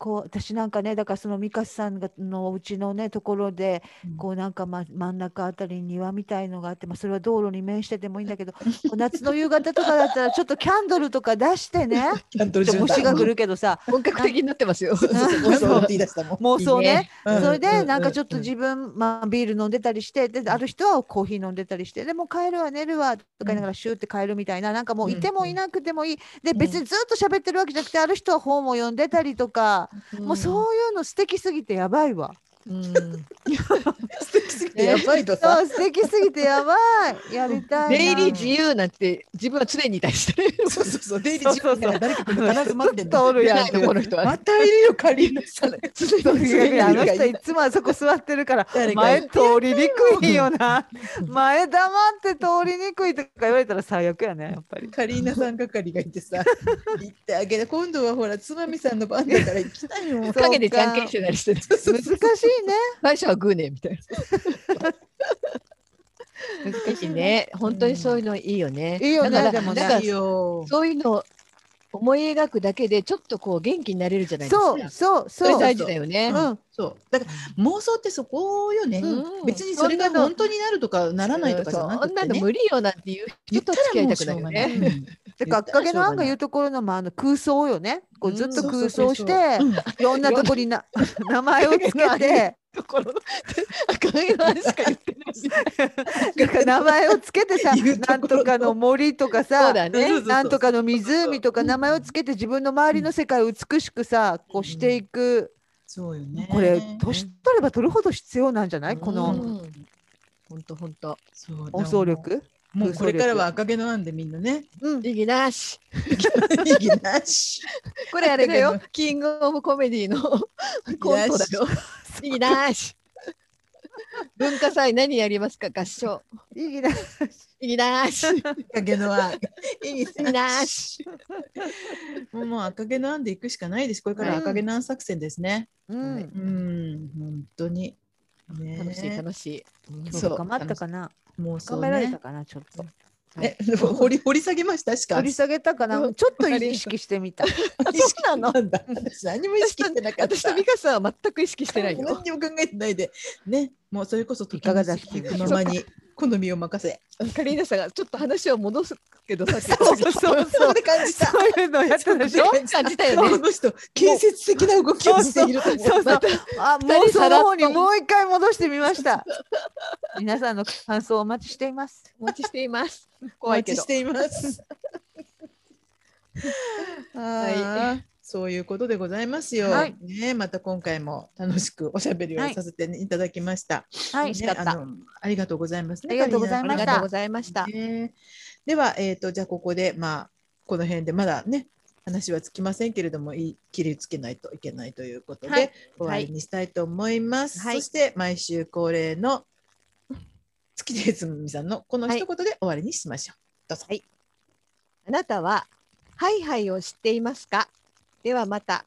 [SPEAKER 3] こう私なんかねだからそのミカさんがのお家のねところで
[SPEAKER 1] うん
[SPEAKER 3] こうなんか、ま、真ん中あたりに庭みたいのがあって、まあ、それは道路に面しててもいいんだけど こう夏の夕方とかだったらちょっとキャンドルとか出して ね
[SPEAKER 1] キャンドル
[SPEAKER 3] ちょっと
[SPEAKER 1] 絨毯
[SPEAKER 3] 虫が来るけどさ
[SPEAKER 2] 本格的になってます よ。
[SPEAKER 1] そうそうって言い出したもん。
[SPEAKER 3] 妄想ね
[SPEAKER 2] いい
[SPEAKER 1] うん
[SPEAKER 3] それでなんかちょっと
[SPEAKER 1] うん
[SPEAKER 3] 自分、まあ、ビール飲んでたりしてである人はコーヒー飲んでたりしてでもう帰るわ寝るわとか言いながらシューって帰るみたいななんかもういてもいなくてもいいで
[SPEAKER 1] ん
[SPEAKER 3] 別にずっと喋ってるわけじゃなくてある人は本を読んでたりとかもうそういうの素敵すぎてやばいわ。
[SPEAKER 2] うん。うん
[SPEAKER 1] 素敵すぎてやばいとさ
[SPEAKER 3] そ。う素敵すぎてやばいやりたいな。
[SPEAKER 2] 出入り自由なんて自分は常に対してる。
[SPEAKER 1] そうそうそう、出入り自分から誰か来る の必ず待ってん
[SPEAKER 3] ずっと
[SPEAKER 1] の。
[SPEAKER 3] おるやん
[SPEAKER 2] 出ないのこの人は
[SPEAKER 1] ま。たいるよ、カリーナさん。
[SPEAKER 3] とにかくあの人
[SPEAKER 1] 誰
[SPEAKER 3] いつもあそこ座ってるから
[SPEAKER 1] 誰か
[SPEAKER 3] 前通りにくいよな前黙って通りにくいとか言われたら最悪やねやっぱり。
[SPEAKER 1] カリーナさん係がいて さ、行ってあげて、今度はほら、つまみさんの番だから行き たいよ。
[SPEAKER 2] 陰でじゃんけんしてたりしてる。
[SPEAKER 3] 難しいね。
[SPEAKER 2] 最初はグーねみたいな。難しいね。 本当にそういうのいいよね。
[SPEAKER 3] いいよね
[SPEAKER 2] だから
[SPEAKER 3] でもね
[SPEAKER 2] だから
[SPEAKER 1] いいよ。
[SPEAKER 2] そういうのを思い描くだけでちょっとこう元気になれるじゃないですか。
[SPEAKER 3] そうそう
[SPEAKER 2] それ
[SPEAKER 3] そう。
[SPEAKER 2] 大事だよね。
[SPEAKER 3] うん、
[SPEAKER 1] そう。だから妄想ってそこよね
[SPEAKER 2] う。ん
[SPEAKER 1] 別にそれが
[SPEAKER 2] そんなの
[SPEAKER 1] 本当になるとかならないとかじゃなく
[SPEAKER 2] そんな
[SPEAKER 1] て
[SPEAKER 2] の
[SPEAKER 1] ね。
[SPEAKER 2] 無理よなんていう
[SPEAKER 1] 言
[SPEAKER 2] 人
[SPEAKER 1] っ
[SPEAKER 2] と
[SPEAKER 1] た
[SPEAKER 2] 付
[SPEAKER 1] ら
[SPEAKER 2] き合い
[SPEAKER 1] もう
[SPEAKER 2] たく
[SPEAKER 1] し
[SPEAKER 2] な
[SPEAKER 1] ょ
[SPEAKER 2] いうよ
[SPEAKER 1] がない。
[SPEAKER 2] ね。
[SPEAKER 1] うん
[SPEAKER 3] て
[SPEAKER 1] 言
[SPEAKER 3] か、
[SPEAKER 1] ったら
[SPEAKER 3] 影のア
[SPEAKER 1] しょうが
[SPEAKER 3] ンが
[SPEAKER 1] ない
[SPEAKER 3] 言うところの、まあ、あの空想よね。こうずっと空想して、
[SPEAKER 1] うん
[SPEAKER 3] いろんなとこ にな名前をつけて、
[SPEAKER 2] とこ ろの影の話しか言ってないし。
[SPEAKER 3] なんか名前をつけてさ、
[SPEAKER 1] 言うとこ
[SPEAKER 3] な
[SPEAKER 1] ろ
[SPEAKER 3] んとかの森とか
[SPEAKER 2] そう
[SPEAKER 3] さ、
[SPEAKER 2] だ
[SPEAKER 1] そうそう
[SPEAKER 2] ね
[SPEAKER 1] そう。
[SPEAKER 3] なんとかの湖とか名前をつけて自分の周りの世界を美しくさ、こうしていく。
[SPEAKER 1] そうよね。
[SPEAKER 3] これ、年取れば取るほど必要なんじゃない
[SPEAKER 1] う
[SPEAKER 3] この
[SPEAKER 1] ん
[SPEAKER 2] 本当本当。
[SPEAKER 1] そうだ
[SPEAKER 3] 妄想。力。
[SPEAKER 1] もうこれからは赤毛のアンでみんなね。
[SPEAKER 3] うん。
[SPEAKER 2] 意義なし。
[SPEAKER 1] いいなし。
[SPEAKER 2] これあれ だよ。キングオブコメディのコントだよ。意義なし。文化祭何やりますか合唱。
[SPEAKER 3] いいな。
[SPEAKER 2] 意義なし。
[SPEAKER 1] 赤毛のアン。いい
[SPEAKER 2] 意義なし。
[SPEAKER 1] もうもう赤毛のアンで行くしかないです。これから赤毛のアン作戦ですね。
[SPEAKER 3] うん。
[SPEAKER 1] うん、本当に。ね
[SPEAKER 2] 楽しい楽しい。うん
[SPEAKER 1] そう
[SPEAKER 3] 捕まったかな。
[SPEAKER 1] もうそ
[SPEAKER 3] 捕
[SPEAKER 1] う
[SPEAKER 3] まえられ
[SPEAKER 1] ね
[SPEAKER 3] た。かな、ちょっと。
[SPEAKER 1] え、掘り掘り下げましたしか。
[SPEAKER 3] 取り下げたかな。
[SPEAKER 2] うん
[SPEAKER 3] ちょっと意識して みた。
[SPEAKER 1] 意識なの。私何も意識してなかった。
[SPEAKER 2] 私と美香さんは全く意識してないよ。
[SPEAKER 1] 何にも考えてないで、ね、もうそれこそ時
[SPEAKER 3] いかが
[SPEAKER 1] が
[SPEAKER 3] だ
[SPEAKER 1] 出
[SPEAKER 3] っ
[SPEAKER 1] してて
[SPEAKER 3] い
[SPEAKER 1] いうくままに好みを任せ。
[SPEAKER 2] カリーナさんがちょっと話を戻すけどさ、
[SPEAKER 3] そうそうそう
[SPEAKER 1] そんな感じた。
[SPEAKER 3] そういうのをやってたでしょ。
[SPEAKER 2] 感じたよ
[SPEAKER 1] こ
[SPEAKER 2] ね。
[SPEAKER 1] の人、建設的な動きをしていると思う。
[SPEAKER 3] そうそう。あ、もうそ
[SPEAKER 2] さらっと
[SPEAKER 3] の方にもう一回戻してみました。皆さんの感想をお待ちしています。
[SPEAKER 2] お待ちしています。
[SPEAKER 1] お
[SPEAKER 2] 怖い
[SPEAKER 1] 待ち
[SPEAKER 2] けど
[SPEAKER 1] し。ています。は。
[SPEAKER 2] はい
[SPEAKER 1] そういうことでございますよ。
[SPEAKER 3] はい
[SPEAKER 1] ね、また今回も楽しくおしゃべりをさせていただきました。
[SPEAKER 3] はい
[SPEAKER 1] ね
[SPEAKER 2] しかった
[SPEAKER 1] あのありがとうございますね。
[SPEAKER 3] ありがとうござい
[SPEAKER 2] あ
[SPEAKER 3] ま
[SPEAKER 2] り
[SPEAKER 3] した
[SPEAKER 2] がとうございました
[SPEAKER 1] カ。リーナさんねでは、えっ、と、じゃあ、ここで、まあ、この辺で、まだね。話はつきませんけれども、い切りつけないといけないということで、
[SPEAKER 3] はい
[SPEAKER 1] 終わりにしたいと思います。
[SPEAKER 2] は
[SPEAKER 1] そ
[SPEAKER 2] い
[SPEAKER 1] して、毎週恒例の。月出つみさんのこの一言で終わりにしましょう。どうぞ。
[SPEAKER 2] はいあなたはハイハイを知っていますかではまた。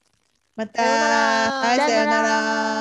[SPEAKER 1] また、
[SPEAKER 2] さようなら
[SPEAKER 1] はい、さようなら。